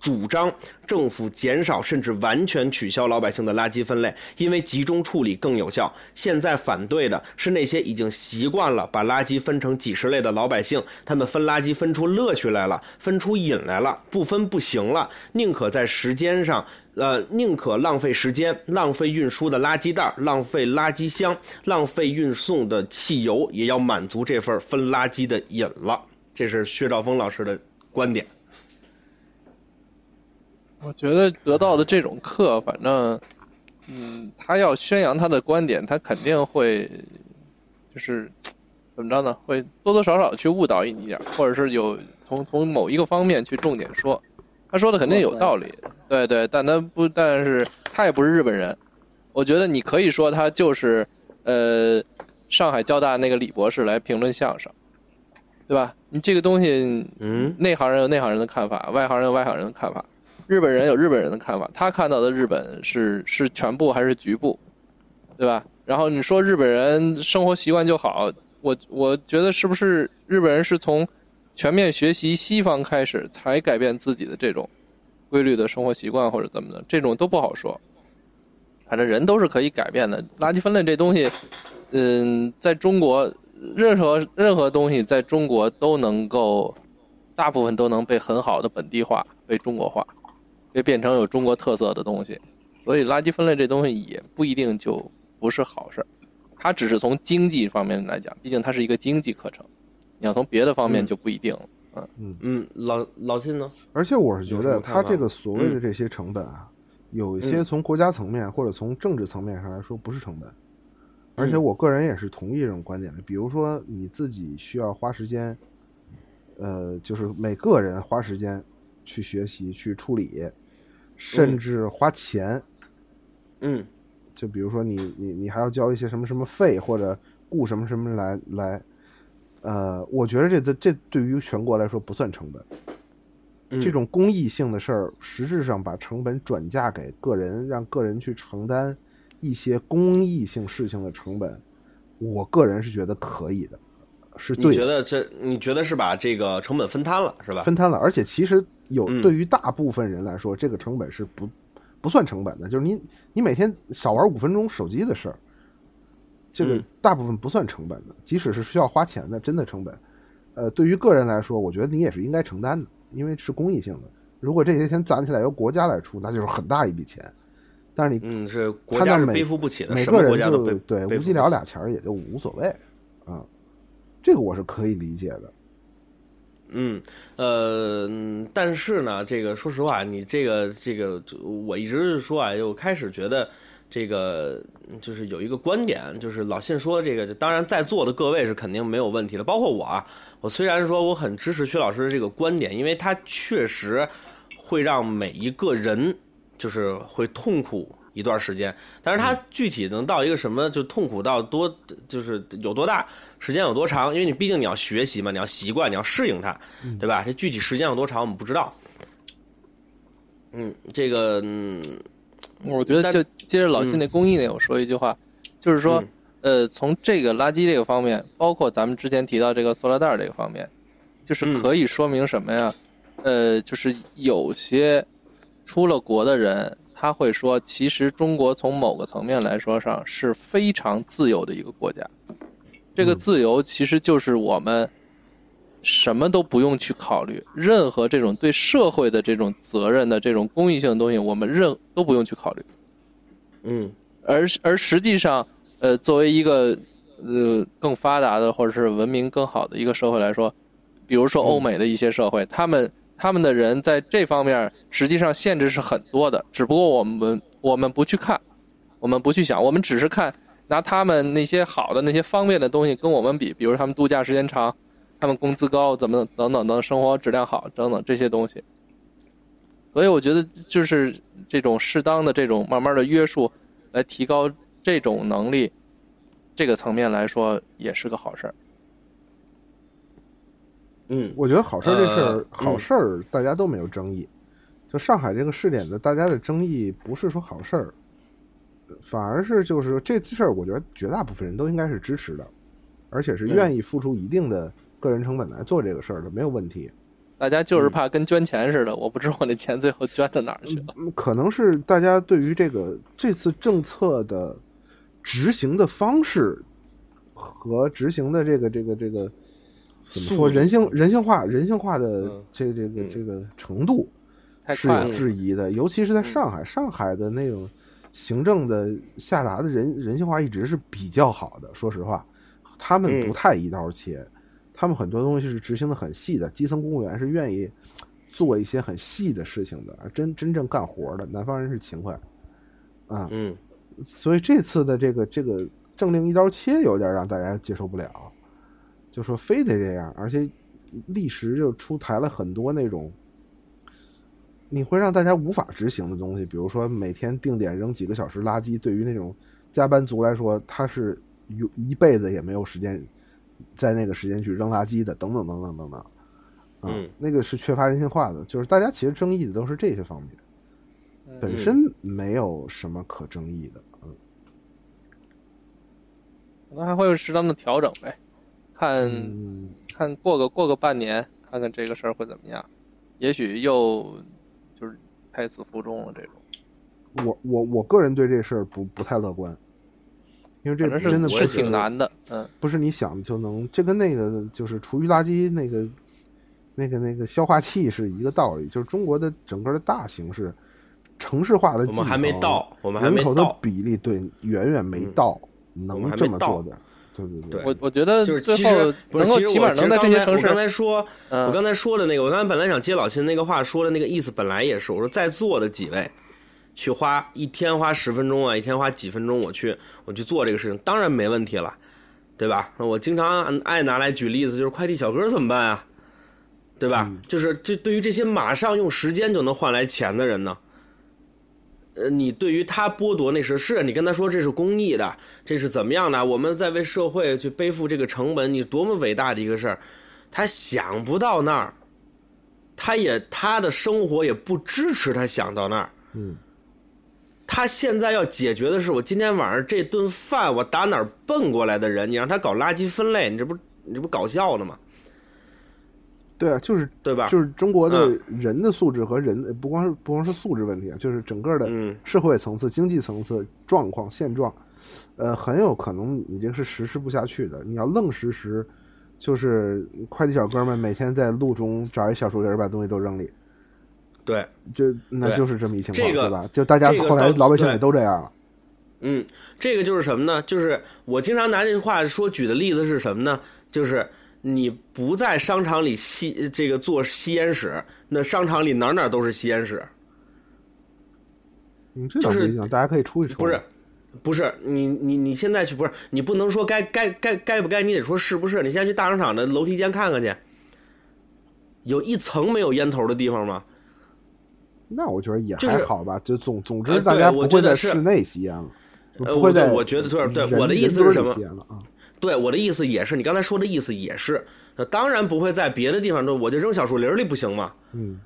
B: 主张政府减少甚至完全取消老百姓的垃圾分类，因为集中处理更有效。现在反对的是那些已经习惯了把垃圾分成几十类的老百姓，他们分垃圾分出乐趣来了，分出瘾来了，不分不行了，宁可在时间上呃，宁可浪费时间、浪费运输的垃圾袋、浪费垃圾箱、浪费运送的汽油，也要满足这份分垃圾的瘾了。这是薛兆丰老师的观点。
D: 我觉得得到的这种课，反正，嗯，他要宣扬他的观点，他肯定会，就是怎么着呢？会多多少少去误导你一点儿，或者是有从从某一个方面去重点说。他说的肯定有道理，对对，但他不，但是他也不是日本人。我觉得你可以说他就是，呃，上海交大那个李博士来评论相声，对吧？你这个东西，
B: 嗯
D: 内行人有内行人的看法，外行人有外行人的看法，日本人有日本人的看法，他看到的日本是是全部还是局部，对吧？然后你说日本人生活习惯就好，我我觉得是不是日本人是从全面学习西方开始才改变自己的这种规律的生活习惯或者怎么的，这种都不好说。反正人都是可以改变的，垃圾分类这东西，嗯，在中国任何任何东西在中国都能够大部分都能被很好的本地化、被中国化。别变成有中国特色的东西。所以垃圾分类这东西也不一定就不是好事儿，它只是从经济方面来讲，毕竟它是一个经济课程。你要从别的方面就不一定了。
B: 嗯，老老信呢？
C: 而且我是觉
B: 有什
C: 得，
B: 么
C: 它
B: 看法嗯
C: 这个所谓的这些成本啊，有一些从国家层面或者从政治层面上来说不是成
B: 嗯
C: 本。而且我个人也是同意这种观点的。比如说，你自己需要花时间，呃，就是每个人花时间去学习、去处理，甚至花钱。
B: 嗯
C: 就比如说你你你还要交一些什么什么费，或者雇什么什么来来，呃，我觉得这这这对于全国来说不算成本。
B: 嗯
C: 这种公益性的事儿，实质上把成本转嫁给个人，让个人去承担一些公益性事情的成本，我个人是觉得可以的，是
B: 你
C: 对
B: 觉
C: 的，
B: 得这？你觉得是把这个成本分摊了是吧？
C: 分摊了。而且其实有
B: 嗯
C: 对于大部分人来说，这个成本是不不算成本的，就是你你每天少玩五分钟手机的事儿，这个
B: 嗯
C: 大部分不算成本的，即使是需要花钱的真的成本，呃，对于个人来说，我觉得你也是应该承担的，因为是公益性的。如果这些钱攒起来由国家来出，那就是很大一笔钱。但是你
B: 嗯，是国
C: 摊到
B: 家是
C: 每
B: 背负不起的，
C: 每
B: 什
C: 个
B: 么国
C: 人
B: 家都背
C: 就对
B: 背
C: 无
B: 负
C: 鸡
B: 不
C: 聊
B: 起
C: 俩钱儿也就无所谓啊，这个我是可以理解的。
B: 嗯，呃，嗯但是呢，这个说实话，你这个这个，我一直是说啊，就开始觉得这个嗯就是有一个观点，就是老信说这个，就当然在座的各位是肯定没有问题的，包括我啊，我虽然说我很支持薛老师的这个观点，因为他确实会让每一个人就是会痛苦一段时间，但是他具体能到一个什么，就痛苦到多，就是有多大，时间有多长？因为你毕竟你要学习嘛，你要习惯，你要适应它，
C: 嗯
B: 对吧？这具体时间有多长我们不知道。嗯，这个嗯
D: 我觉得
B: 但嗯
D: 就接着老信那公益那，我说一句话，就是说，呃，从这个垃圾这个方面，包括咱们之前提到这个塑料袋儿这个方面，就是
B: 嗯
D: 可以说明什么呀？呃，就是有些出了国的人，他会说，其实中国从某个层面来说上是非常自由的一个国家。这
B: 嗯
D: 个自由其实就是我们什么都不用去考虑，任何这种对社会的这种责任的这种公益性的东西，我们任都不用去考虑。
B: 嗯
D: 而而实际上，呃，作为一个呃更发达的或者是文明更好的一个社会来说，比如说欧美的一些社会，他们他们的人在这方面实际上限制是很多的，只不过我们我们不去看，我们不去想，我们只是看拿他们那些好的那些方便的东西跟我们比，比如他们度假时间长，他们工资高，怎么等等等，生活质量好等等这些东西。所以我觉得就是这种适当的这种慢慢的约束，来提高这种能力，这个层面来说也是个好事儿。
B: 嗯
C: 我觉得好事儿这事儿，
B: 呃
C: 好事儿大家都没有争议。就上海这个试点的，大家的争议不是说好事儿，反而是就是说这事儿，我觉得绝大部分人都应该是支持的，而且是愿意付出一定的个人成本来做这个事儿的，没有问题。
D: 大家就是怕跟捐钱似的，我不知道我那钱最后捐到哪儿去了。
C: 嗯，可能是大家对于这个这次政策的执行的方式和执行的这个这个这个怎么说人
D: 啊
C: 性人性化人性化的
B: 嗯
C: 这这个
B: 嗯
C: 这个程度
D: 太
C: 是
D: 快
C: 有
D: 了，嗯
C: 质疑的，尤其是在上海，上海的那种行政的下达的人人性化一直是比较好的，说实话，他们
B: 嗯
C: 不太一刀切，他们很多东西是执行的很细的，基层公务员是愿意做一些很细的事情的，而真真正干活的，南方人是勤快，啊、
B: 嗯
C: 所以这次的这个这个政令一刀切，有点让大家接受不了，就说非得这样，而且历时就出台了很多那种你会让大家无法执行的东西，比如说每天定点扔几个小时垃圾，对于那种加班族来说，他是有一辈子也没有时间在那个时间去扔垃圾的，等等等等等等。啊
B: 嗯
C: 那个是缺乏人性化的，就是大家其实争议的都是这些方面，本
B: 嗯
C: 身没有什么可争议的。嗯，
D: 可能还会有适当的调整呗，看
C: 嗯
D: 看过个过个半年，看看这个事儿会怎么样，也许又就是胎死腹中了这种。
C: 我我我个人对这事儿不不太乐观，因为这
D: 反正
C: 真的
D: 是
C: 不
D: 是
B: 觉得
D: 挺难的，嗯，
C: 不是你想就能，这跟那个就是厨余垃圾那个、那个、那个消化器是一个道理。就是中国的整个的大形势，城市化的
B: 我
C: 进
B: 们
C: 程，
B: 还没到，我们还
C: 人
B: 没
C: 口的
B: 到，嗯
C: 比例对远远没到、能这么做的，对对
B: 对
D: 我我觉得
B: 就是
D: 最
B: 其
D: 后
B: 实不是，
D: 能
B: 其
D: 够
B: 实
D: 起
B: 我
D: 码
B: 其实
D: 能在这
B: 刚
D: 些
B: 才
D: 城
B: 我刚
D: 市，
B: 才说，我
D: 嗯，
B: 刚才说的那个，我刚才本来想接老秦那个话说的那个意思，本来也是，我说在座的几位，去花一天花十分钟啊，一天花几分钟，我去我去做这个事情，当然没问题了，对吧？我经常爱拿来举例子，就是快递小哥怎么办啊？对吧？就是这对于这些马上用时间就能换来钱的人呢，呃，你对于他剥夺那是是啊你跟他说这是公益的，这是怎么样的？我们在为社会去背负这个成本，你多么伟大的一个事儿！他想不到那儿，他也他的生活也不支持他想到那儿。
C: 嗯，
B: 他现在要解决的是，我今天晚上这顿饭我打哪儿蹦过来的人，你让他搞垃圾分类，你这不你这不搞笑呢吗？
C: 对啊，就是
B: 对吧？嗯
C: 就是中国的人的素质和人呃不光是不光是素质问题啊，就是整个的
B: 嗯
C: 社会层次、经济层次状况现状，呃，很有可能你这个是实施不下去的。你要愣实施，就是快递小哥们每天在路中找一小树林儿把东西都扔里，
B: 对，
C: 就那
B: 对
C: 就是这么一情况，
B: 这个
C: 对吧？就大家
B: 这个
C: 后来
B: 到
C: 老百姓
B: 对
C: 也都这样了。
B: 嗯，这个就是什么呢？就是我经常拿这句话说举的例子是什么呢？就是你不在商场里吸这个做吸烟室，那商场里哪儿哪儿都是吸烟室。
C: 嗯，这倒
B: 就是
C: 不一样，大家可以出去抽。
B: 不是，不是你你你现在去不是你不能说该该该该不该，你得说是不是？你现在去大商场的楼梯间看看去，有一层没有烟头的地方吗？
C: 那我觉得也
B: 就是
C: 还好吧。就总总之，
B: 呃
C: 大
B: 对
C: 家
B: 我
C: 不
B: 觉
C: 会
B: 得
C: 在
B: 是
C: 室内吸烟了，不
B: 呃
C: 不
B: 我
C: 会
B: 对
C: 在
B: 我觉得对对
C: 人
B: 我的意
C: 人
B: 思
C: 堆
B: 是什
C: 里
B: 么
C: 吸烟了啊？
B: 对，我的意思也是，你刚才说的意思也是。那当然不会在别的地方都，我就扔小树林儿里不行吗？
C: 嗯，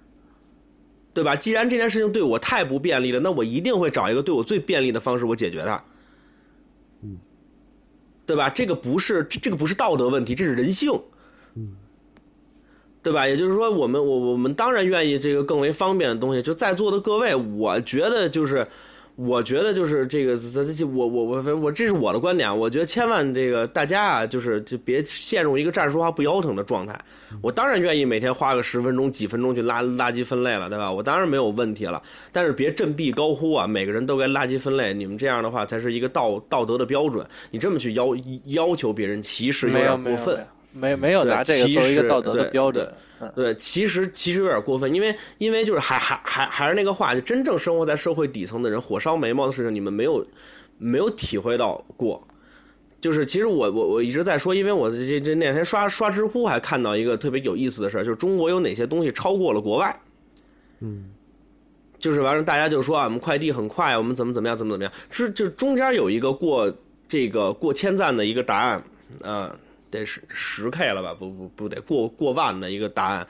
B: 对吧？既然这件事情对我太不便利了，那我一定会找一个对我最便利的方式，我解决它。
C: 嗯，
B: 对吧？这个不是这这个不是道德问题，这是人性。
C: 嗯，
B: 对吧？也就是说，我们我我们当然愿意这个更为方便的东西。就在座的各位，我觉得就是，我觉得就是这个，这这我我我我这是我的观点。啊我觉得千万这个大家啊，就是就别陷入一个站着说话不腰疼的状态。我当然愿意每天花个十分钟、几分钟去拉垃圾分类了，对吧？我当然没有问题了。但是别振臂高呼啊！每个人都该垃圾分类，你们这样的话才是一个道道德的标准。你这么去要要求别人，其实有
D: 没有
B: 点
D: 没
B: 过
D: 有
B: 分。
D: 没有没没有
B: 对
D: 拿这个作为
B: 其
D: 一
B: 实
D: 个道德的
B: 对
D: 标准，嗯，
B: 对，其实其实有点过分，因为因为就是还还还还是那个话，就真正生活在社会底层的人，火烧眉毛的事情，你们没有没有体会到过。就是其实我我我一直在说，因为我这这那天刷刷知乎还看到一个特别有意思的事儿，就是中国有哪些东西超过了国外。
C: 嗯，
B: 就是完了，大家就说啊，我们快递很快，我们怎么怎么样，怎么怎么样。是就中间有一个过这个过千赞的一个答案，啊、得十十 K 了吧？不不不得过过万的一个答案。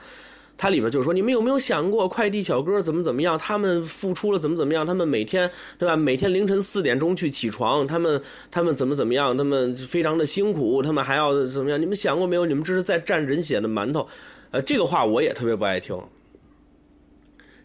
B: 它里面就是说，你们有没有想过快递小哥怎么怎么样？他们付出了怎么怎么样？他们每天对吧？每天凌晨四点钟去起床，他们他们怎么怎么样？他们非常的辛苦，他们还要怎么样？你们想过没有？你们这是在蘸人血的馒头。呃，这个话我也特别不爱听，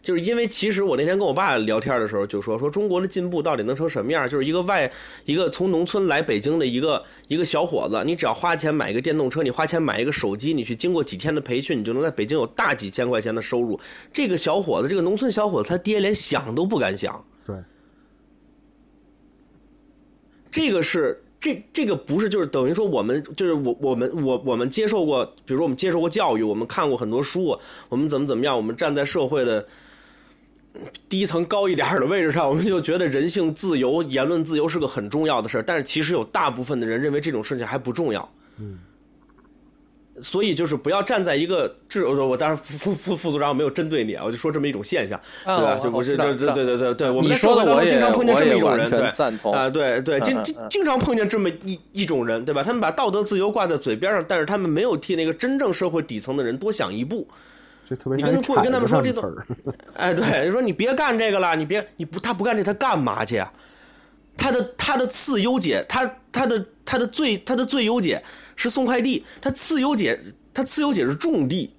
B: 就是因为其实我那天跟我爸聊天的时候就说说中国的进步到底能成什么样？就是一个外一个从农村来北京的一个一个小伙子，你只要花钱买一个电动车，你花钱买一个手机，你去经过几天的培训，你就能在北京有大几千块钱的收入。这个小伙子，这个农村小伙子，他爹连想都不敢想。
C: 对，
B: 这个是这这个不是就是等于说我们就是我我们我我们接受过，比如说我们接受过教育，我们看过很多书，我们怎么怎么样，我们站在社会的低层高一点儿的位置上，我们就觉得人性自由、言论自由是个很重要的事儿。但是其实有大部分的人认为这种事情还不重要。
C: 嗯。
B: 所以就是不要站在一制这，我我当然副副副组长没有针对你啊，我就说这么一种现象，
D: 啊
B: 对吧？
D: 我
B: 就我
D: 知
B: 就
D: 道
B: 就
D: 知
B: 对
D: 道
B: 对对对对，我们
D: 你
B: 在社
D: 说
B: 会
D: 的
B: 当
D: 我
B: 中经
D: 也
B: 常碰见
D: 我
B: 这么一
D: 也
B: 种
D: 完
B: 人，
D: 全
B: 对。
D: 赞同，
B: 啊，对对，经
D: 嗯
B: 经
D: 嗯
B: 经常碰见这么一一种人，对吧？他们把道德自由挂在嘴边上，但是他们没有替那个真正社会底层的人多想一步。
C: 这特别
B: 你
C: 像
B: 跟
C: 一
B: 他们跟他们说
C: 铲子
B: 这
C: 上的词儿，
B: 哎，对，说你别干这个了，你别你不他不干这他干嘛去啊？他的他的次优解，他他的他的最他的最优解是送快递，他次优解他次优解是种地，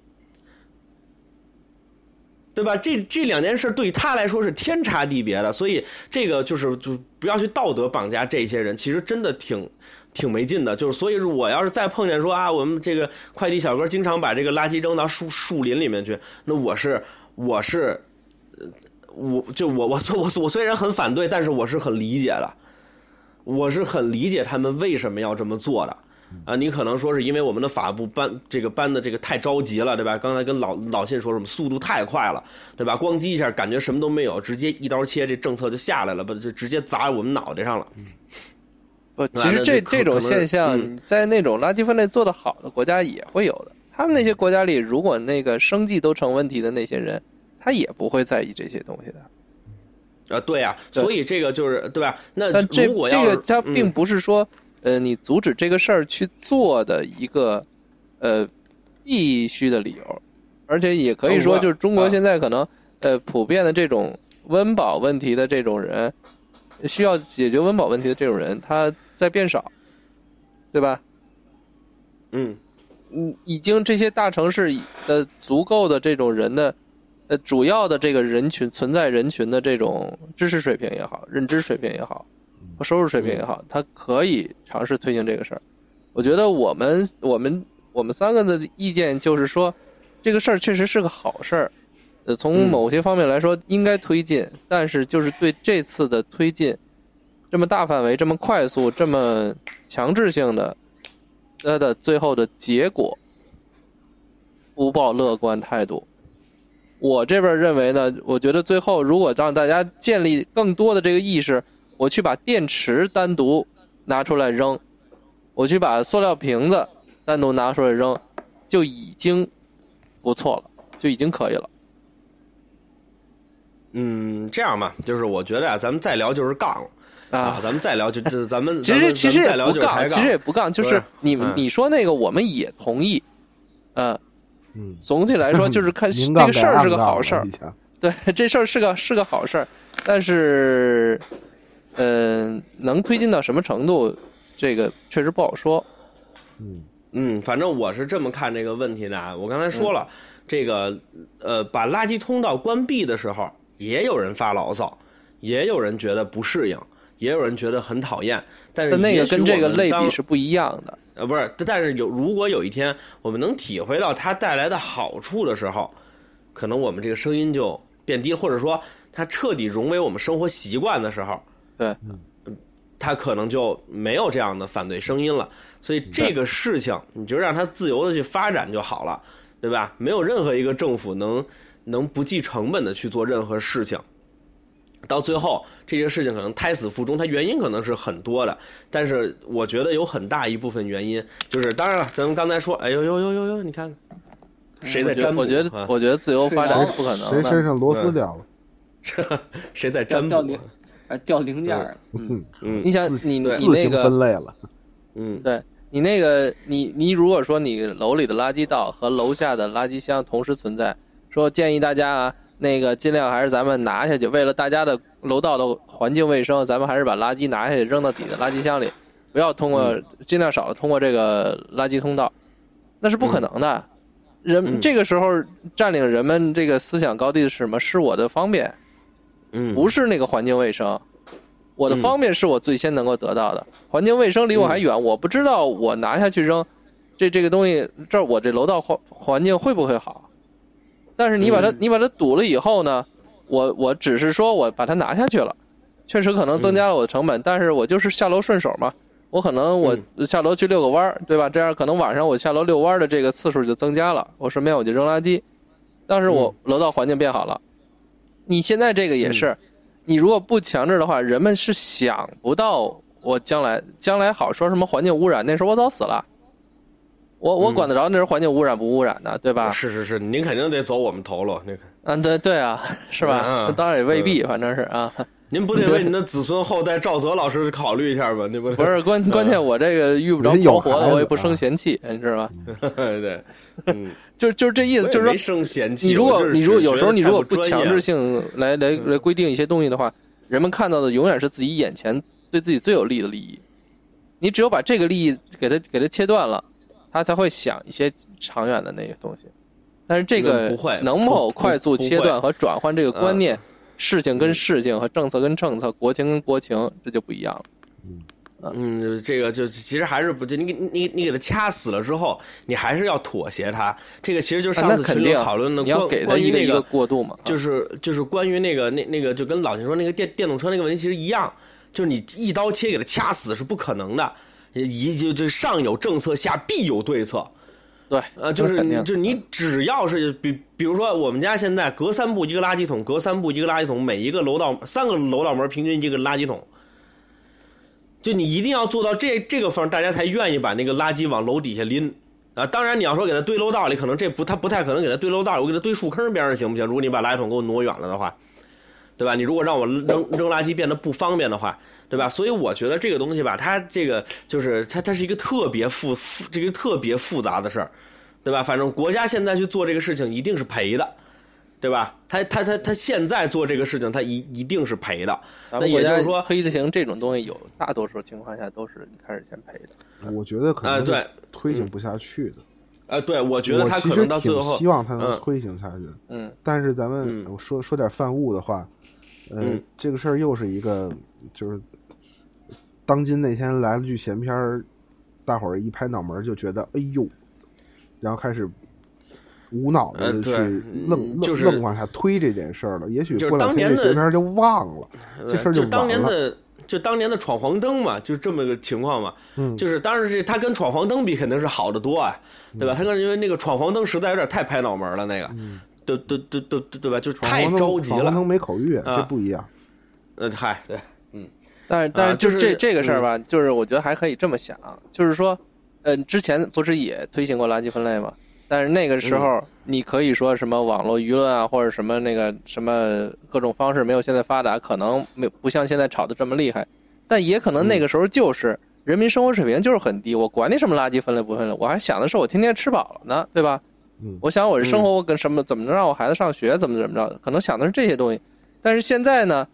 B: 对吧？这这两件事对他来说是天差地别的，所以这个就是就不要去道德绑架这些人，其实真的挺挺没劲的。就是所以，我要是再碰见说啊，我们这个快递小哥经常把这个垃圾扔到树树林里面去，那我是我是。呃我就我我虽我我虽然很反对，但是我是很理解的，我是很理解他们为什么要这么做的。啊，你可能说是因为我们的法部搬这个搬的这个太着急了，对吧？刚才跟老老信说什么速度太快了，对吧？咣叽一下，感觉什么都没有，直接一刀切，这政策就下来了，不就直接砸我们脑袋上了？
D: 不，呃其
B: 完
D: 实
B: 了
D: 这
B: 就可
D: 这种
B: 可能
D: 现象
B: 嗯，
D: 在那种垃圾分类做得好的国家也会有的。他们那
B: 嗯
D: 些国家里，如果那个生计都成问题的那些人，他也不会在意这些东西的。
B: 啊，对呀、
D: 对
B: 所以这个就是对吧？那
D: 但这
B: 呃如果要
D: 这
B: 是
D: 个它
B: 嗯
D: 并不是说，呃，你阻止这个事儿去做的一个呃必须的理由，而且也可以说，
B: 我
D: 就是中国
B: 啊
D: 现在可能、呃普遍的这种温饱问题的这种人，需要解决温饱问题的这种人，他在变少，对吧？
B: 嗯
D: 嗯，已经这些大城市的足够的这种人的，呃，主要的这个人群存在人群的这种知识水平也好，认知水平也好，和收入水平也好，他可以尝试推行这个事儿。我觉得我们我们我们三个的意见就是说，这个事儿确实是个好事儿，呃，从
B: 嗯
D: 某些方面来说应该推进，但是就是对这次的推进，这么大范围、这么快速、这么强制性的，它呃的最后的结果不抱乐观态度。我这边认为呢，我觉得最后如果让大家建立更多的这个意识，我去把电池单独拿出来扔，我去把塑料瓶子单独拿出来扔，就已经不错了，就已经可以了。
B: 嗯，这样吧，就是我觉得啊，咱们再聊就是杠了啊，
D: 啊，
B: 咱们再聊就
D: [LAUGHS]
B: 就咱们
D: 其
B: 咱
D: 实
B: 们
D: 其
B: 咱
D: 实
B: 们再
D: 也
B: 聊
D: 不
B: 就是抬
D: 杠，其实也不杠，就
B: 不
D: 是
B: 是
D: 你
B: 嗯
D: 你说那个我们也同意，呃，
C: 嗯，
D: 总体来说
B: [LAUGHS]
D: 就是
C: [LAUGHS]
B: 嗯
D: 看
C: 明
D: 这
C: 杠
D: 个事
C: 改
D: 儿
C: 暗
D: 是个
C: 杠
D: 好
C: 了
D: 事儿
C: 以，前
D: [LAUGHS] 对，这事儿是个是个好事儿，但是，嗯、能推进到什么程度，这个确实不好说。
C: 嗯，
B: 嗯，反正我是这么看这个问题的啊。我刚才说
D: 嗯
B: 了，这个呃，把垃圾通道关闭的时候，也有人发牢骚，也有人觉得不适应，也有人觉得很讨厌。但是
D: 但那
B: 也
D: 个
B: 许
D: 跟这个
B: 我们
D: 类
B: 当
D: 比是不一样的。
B: 呃，不是，但是有如果有一天我们能体会到它带来的好处的时候，可能我们这个声音就变低，或者说它彻底融为我们生活习惯的时候，
D: 对，
B: 它可能就没有这样的反对声音了。所以这个事情，你就让它自由的去发展就好了，对吧？没有任何一个政府能能不计成本的去做任何事情。到最后，这件事情可能胎死腹中，它原因可能是很多的，但是我觉得有很大一部分原因就是，当然了，咱们刚才说，哎呦呦呦呦呦，你看看，谁在
D: 我觉得
B: 占卜？
D: 嗯我觉得
B: 啊
D: 我觉得自由发展是不可能
C: 谁身
D: 的。
C: 上螺丝
B: 对
C: 掉了？
B: [LAUGHS] 谁在
E: 掉
B: 占
E: 掉
B: 卜
E: 零？，呃，掉零件儿了。
C: 嗯，
B: 嗯
D: 你想
C: 自
D: 你
B: 对
D: 你
C: 自
D: 那
C: 行
D: 个
C: 分类了。
B: 嗯
D: 对你那个你你如果说你楼里的垃圾道和楼下的垃圾箱同时存在，说建议大家啊，那个尽量还是咱们拿下去，为了大家的楼道的环境卫生，咱们还是把垃圾拿下去扔到底的垃圾箱里，不要
B: 嗯
D: 通过、尽量少的通过这个垃圾通道，那是不可能的。人、
B: 嗯
D: 这个时候占领人们这个思想高地的是什么？是我的方便，
B: 嗯，
D: 不是那个环境卫生。我的
B: 嗯
D: 方便是我最先能够得到的，环境卫生离我还远，我不知道我拿下去扔，这这个东西，这儿我这楼道环环境会不会好？但是你把它、
E: 嗯
D: 你把它堵了以后呢，我我只是说我把它拿下去了，确实可能增加了我的成本，但是我就是下楼顺手嘛，我可能我下楼去遛个弯儿，对吧？这样可能晚上我下楼遛弯儿的这个次数就增加了，我顺便我就扔垃圾，但是我楼道环境变好了。你现在这个也是，你如果不强制的话，人们是想不到我将来将来好说什么环境污染，那时候我早死了，我我
B: 嗯
D: 管得着那时候环境污染不污染呢，对吧？
B: 是是是，您肯定得走我们头路，那个
D: 嗯，对对啊，是吧？
B: 嗯嗯
D: 那当然也未必，反正是啊，
B: 您不得为您的子孙后代赵泽老师考虑一下
D: [LAUGHS]
B: 吗？那不
D: 不是关关
B: 嗯
D: 键，我这个遇不着
C: 人有
D: 活活
C: 孩
D: 的，
C: 子
D: 我也不
C: 啊
D: 生嫌弃，你知道吧？
B: [LAUGHS] 对，嗯，
D: 就就是这意思，
B: 我也
D: 就是说
B: 没生嫌弃。
D: 你如
B: 我
D: 果
B: 就是
D: 你如果
B: 只
D: 有时候
B: 觉得
D: 你
B: 太
D: 如果
B: 不
D: 不
B: 专
D: 强
B: 业
D: 制
B: 了，嗯
D: 性来来来规定一些东西的话，人们看到的永远是自己眼前对自己最有利的利益。你只有把这个利益给它给它切断了，他才会想一些长远的那些东西。但是这
B: 嗯
D: 个
B: 不会
D: 能
B: 不
D: 否
B: 不
D: 快速
B: 不
D: 切
B: 会
D: 断和转换这个观
B: 嗯
D: 念，事情跟事情和政策跟政策，国情跟国情，这就不一样了。
B: 嗯，这个就其实还是不就你你你给他掐死了之后，你还是要妥协他。这个其实就是
D: 啊那
B: 上次
D: 肯
B: 群里
D: 定
B: 讨论的
D: 你要
B: 关
D: 给他
B: 关于
D: 一个
B: 那
D: 一个过渡嘛，
B: 就是就是关于那个那那个就跟老秦说那个电电动车那个问题其实一样，就是你一刀切给他掐死是不可能的，一就就上有政策下必有对策。
D: 对，
B: 呃，就是
D: 那肯定
B: 就是你只要是比比如说我们家现在隔三步一个垃圾桶，隔三步一个垃圾桶，每一个楼道三个楼道门平均一个垃圾桶，就你一定要做到这这个份儿，大家才愿意把那个垃圾往楼底下拎。啊，当然你要说给它堆楼道里，可能这不他不太可能给它堆楼道里，我给它堆树坑边上行不行？如果你把垃圾桶给我挪远了的话，对吧？你如果让我扔扔垃圾变得不方便的话，对吧？所以我觉得这个东西吧，它这个就是它它是一个特别复复这个特别复杂的事儿，对吧？反正国家现在去做这个事情一定是赔的，对吧？他他他他现在做这个事情，他一一定是赔的。
D: 咱
B: 那
D: 们
B: 也
D: 国
B: 就
D: 家
B: 是说，
D: 推行这种东西有，大多数情况下都是一开始先赔的。
C: 我觉得可
B: 啊
D: 呃
C: 能
B: 对
C: 是推行不下去的。
B: 呃，对我觉得
C: 我
B: 他
C: 其
B: 可
C: 实
B: 能到
C: 挺
B: 最后，
C: 希望他
B: 嗯
C: 能推行下去。
D: 嗯，
C: 但是咱们
B: 嗯
C: 我说说点犯误的话，呃，
B: 嗯
C: 这个事儿又是一个，就是当今那天来了句闲篇儿，大伙儿一拍脑门儿就觉得哎呦，然后开始无脑
B: 呃
C: 的去
B: 对
C: 愣
B: 嗯就
C: 愣
B: 是
C: 愣往下推这件事儿了。也许
B: 就是
C: 过两
B: 当
C: 天
B: 年
C: 这
B: 的
C: 闲篇儿就忘了，
B: 呃
C: 这事儿
B: 就
C: 完
B: 当年
C: 了。
B: 的就当年的闯黄灯嘛，就这么个情况嘛。
C: 嗯
B: 就是当然这他跟闯黄灯比肯定是好得多啊，
C: 嗯
B: 对吧？他跟因为那个闯黄灯实在有点太拍脑门了，那个，对对对对对对吧？就是
C: 嗯闯
B: 太
C: 黄灯
B: 着急
C: 闯黄
B: 了
C: 灯。没口欲，
B: 啊
C: 这
B: [LAUGHS]
C: 不一样。
B: 呃，嗨，对，
D: 但是但
B: 啊
D: 是
B: 就
D: 就
B: 是
D: 这这个
C: 嗯
D: 事儿吧，就是我觉得还可以这么想，就是说，呃，之前不是也推行过垃圾分类吗？但是那个
C: 嗯
D: 时候，你可以说什么网络舆论啊，或者什么那个什么各种方式没有现在发达，可能没有不像现在吵得这么厉害，但也可
C: 嗯
D: 能那个时候就是人民生活水平就是很低，我管你什么垃圾分类不分类，我还想的是我天天吃饱了呢，对吧？
C: 嗯
D: 我想我的生活我跟什么怎么能让我孩子上学，怎么怎么着，可能想的是这些东西。但是现在呢，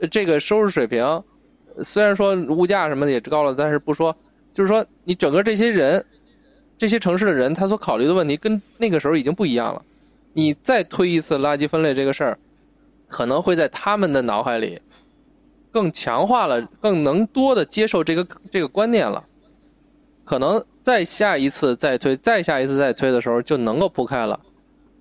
D: 呃这个收入水平呃虽然说物价什么的也高了，但是不说，就是说你整个这些人，这些城市的人，他所考虑的问题跟那个时候已经不一样了。你再推一次垃圾分类这个事儿，可能会在他们的脑海里更强化了，更能多的接受这个这个观念了。可能再下一次再推，再下一次再推的时候就能够铺开了。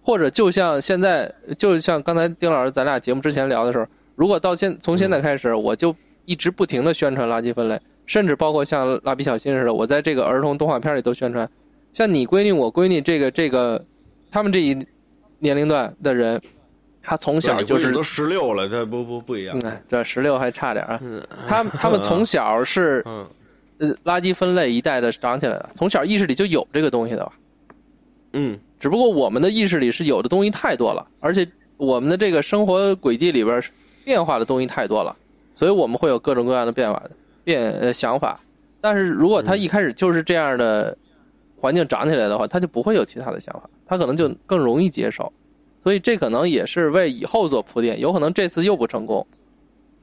D: 或者就像现在，就像刚才丁老师咱俩节目之前聊的时候，如果到现从现在开始，我就一直不停的宣传垃圾分类，甚至包括像蜡笔小新似的，我在这个儿童动画片里都宣传，像你闺女我闺女这个这个，他们这一年龄段的人，他从小
B: 对
D: 就
B: 你
D: 是
B: 都十六了，这不不不一样。
D: 嗯，这十六还差点啊。他们他们从小是
B: 嗯，
D: 呃垃圾分类一代的长起来的，从小意识里就有这个东西的吧。
B: 嗯，
D: 只不过我们的意识里是有的东西太多了，而且我们的这个生活轨迹里边儿变化的东西太多了，所以我们会有各种各样的变化变呃想法。但是如果他一开始就是这样的环境长起来的话，他就不会有其他的想法，他可能就更容易接受。所以这可能也是为以后做铺垫，有可能这次又不成功，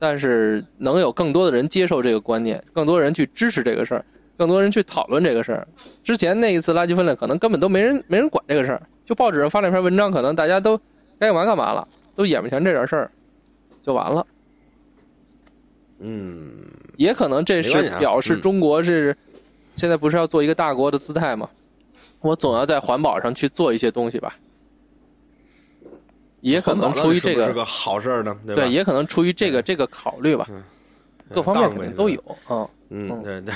D: 但是能有更多的人接受这个观念，更多人去支持这个事儿，更多人去讨论这个事儿。之前那一次垃圾分类，可能根本都没人没人管这个事儿，就报纸上发了一篇文章，可能大家都该干嘛干嘛了，都眼不前这点事儿，就完了。
B: 嗯，
D: 也可能这
B: 没关
D: 是
B: 系啊
D: 表示
B: 嗯
D: 中国是、现在不是要做一个大国的姿态吗？我总要在环保上去做一些东西吧。也可能
B: 环保
D: 出于这
B: 是不是
D: 个
B: 个好事儿呢，对吧？嗯
D: 对，也可能出于这个这个考虑吧，各方面
B: 当
D: 肯
B: 呗
D: 定都有。嗯，
B: 嗯，对
D: [LAUGHS]
B: 对。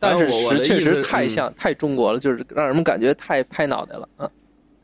D: 但是
B: 然后我我
D: 实
B: 的
D: 确
B: 意思
D: 实
B: 是
D: 太
B: 嗯
D: 像太中国了，就是让人们感觉太拍脑袋了。嗯，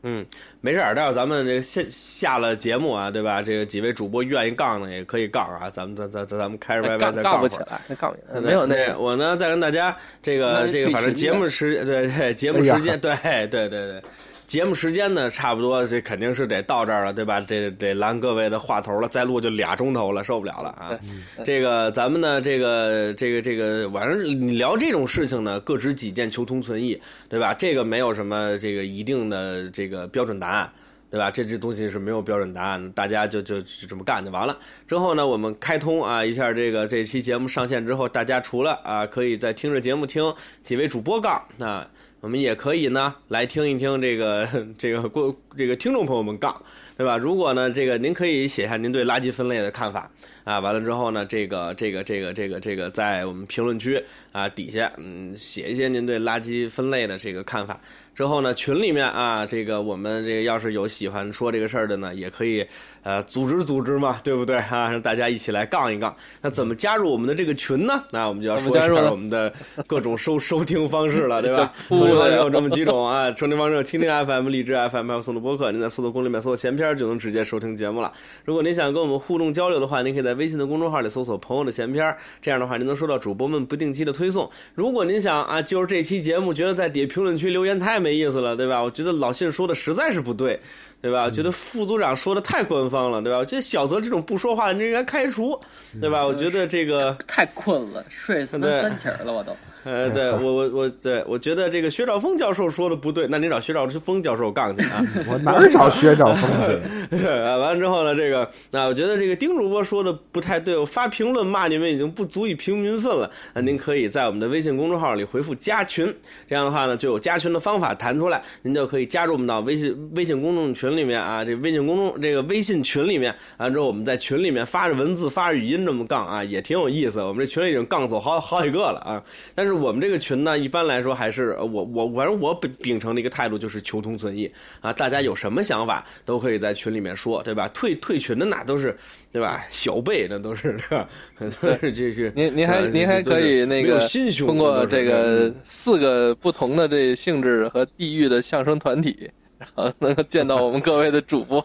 B: 嗯，没事儿，待会儿咱们这个下下了节目啊，对吧？这个几位主播愿意杠的也可以杠啊，咱们咱咱咱咱们开着 YY
D: 哎杠
B: 再
D: 杠
B: 杠
D: 不
B: 会
D: 起
B: 儿。
D: 来，杠不起来，
B: 嗯
D: 没有那
B: 对
D: 个。
B: 我呢再跟大家这
D: 那
B: 个
D: 就
B: 这个，
D: 退
B: 反正
D: 群
B: 节
D: 呗
B: 目时对对节目
C: 哎呀
B: 时间对对对对，节目时间呢差不多，这肯定是得到这儿了，对吧？这得拦各位的话头了，再录就俩钟头了，受不了了啊
D: 对！
B: 这个咱们呢，这个这个这个，反正你聊这种事情呢，各执己见，求同存异，对吧？这个没有什么这个一定的这个标准答案。对吧？这这东西是没有标准答案的，大家就就就这么干就完了。之后呢，我们开通啊一下这个这期节目上线之后，大家除了啊可以在听着节目听几位主播杠啊，我们也可以呢来听一听这个这个过这个听众朋友们杠，对吧？如果呢这个您可以写下您对垃圾分类的看法啊，完了之后呢这个这个这个这个这个在我们评论区啊底下嗯写一些您对垃圾分类的这个看法。之后呢，群里面啊，这个我们这个要是有喜欢说这个事儿的呢，也可以呃组织组织嘛，对不对啊？让大家一起来杠一杠。那怎么加入我们的这个群呢？那我们就要说一下
D: 怎么加入呢
B: 我们的各种收收听方式了，对
D: [LAUGHS]
B: 吧？ [LAUGHS]
D: 这
B: 收
D: 个
B: 听方式
D: 哎呦
B: 有这么几种啊，收听方式有蜻蜓 FM、荔枝 FM 还有送的播客。您在搜索功里面搜索“闲篇儿”就能直接收听节目了。如果您想跟我们互动交流的话，您可以在微信的公众号里搜索“朋友的闲篇儿”，这样的话您能收到主播们不定期的推送。如果您想啊，就是这期节目觉得在底下评论区留言太没意思了，对吧？我觉得老信说的实在是不对，对吧？我觉得副组长说的太官方了，对吧？我觉得小泽这种不说话的人应该开除，对吧？我觉得这个。
E: 太困了，睡死
B: 对
E: 三起儿了，我都。
B: 呃，对我我我对我觉得这个薛兆丰教授说的不对，那您找薛兆丰教授杠去啊。
C: 我哪儿找学长风去？
B: [LAUGHS] 对，啊完了之后呢，这个啊，我觉得这个丁主播说的不太对，我发评论骂你们已经不足以平民愤了。那您可以在我们的微信公众号里回复加群，这样的话呢，就有加群的方法弹出来，您就可以加入我们到微信微信公众群里面啊，这微信公众这个微信群里面，啊完之后我们在群里面发着文字发着语音这么杠啊，也挺有意思。我们这群里已经杠走好好几个了啊，但是我们这个群呢，一般来说还是呃我我反正我秉秉承的一个态度就是求同存异啊，大家有什么想法都可以在群里面说，对吧？退退群的那都是对吧？小辈那都是对吧？ [LAUGHS] 都是这是
D: 您您还
B: 呃
D: 您还
B: 都是
D: 可以那
B: 没有
D: 个
B: 心胸，
D: 通过
B: 都是嗯
D: 这个四个不同的这性质和地域的相声团体，然后能够见到我们各位的主
B: [LAUGHS]
D: 播，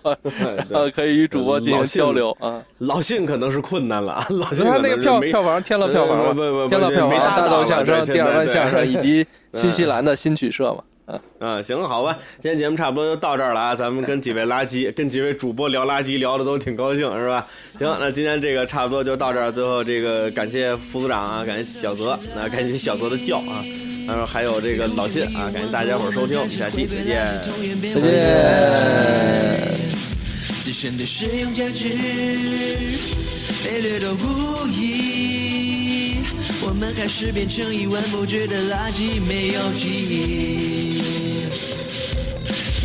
D: 然后可以与主播进行交流啊。
B: 老信可能是困难了 [LAUGHS] 啊，老
D: 你
B: 信
D: 看
B: 可能
D: 那
B: 是
D: 个票
B: 没
D: 票房添了票房
B: 呃
D: 嘛，
B: 不不不
D: 添了
B: 这
D: 票
B: 没
D: 房，
B: 搭
D: 大
B: 档
D: 豆
B: 了
D: 相
B: 这
D: 声、
B: 现
D: 第二
B: 在对嗯
D: 段相声以
B: [LAUGHS]
D: 及新西兰的新曲社嘛。啊，
B: 啊，行，好吧，今天节目差不多就到这儿了啊，咱们跟几位垃圾，跟几位主播聊垃圾，聊的都挺高兴，是吧？行，那今天这个差不多就到这儿，最后这个感谢副组长啊，感谢小泽，那、感谢小泽的叫啊，然后还有这个老信啊，感谢大家伙儿收听，我们下期再见。
A: 再见。自身的使用价值被掠夺无疑，我们还是变成一文不值的垃圾，没有记忆。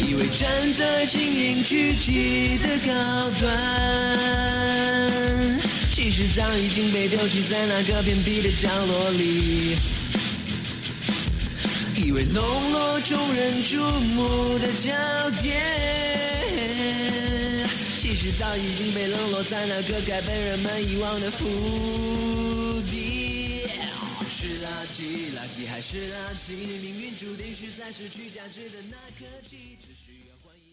A: 以为站在精英聚集的高端，其实早已经被丢弃在那个偏僻的角落里。以为笼络众人瞩目的焦点，其实早已经被冷落在那个该被人们遗忘的腹地。是垃圾，垃圾还是垃圾，命运注定是在失去价值的那颗棋，只需要换一。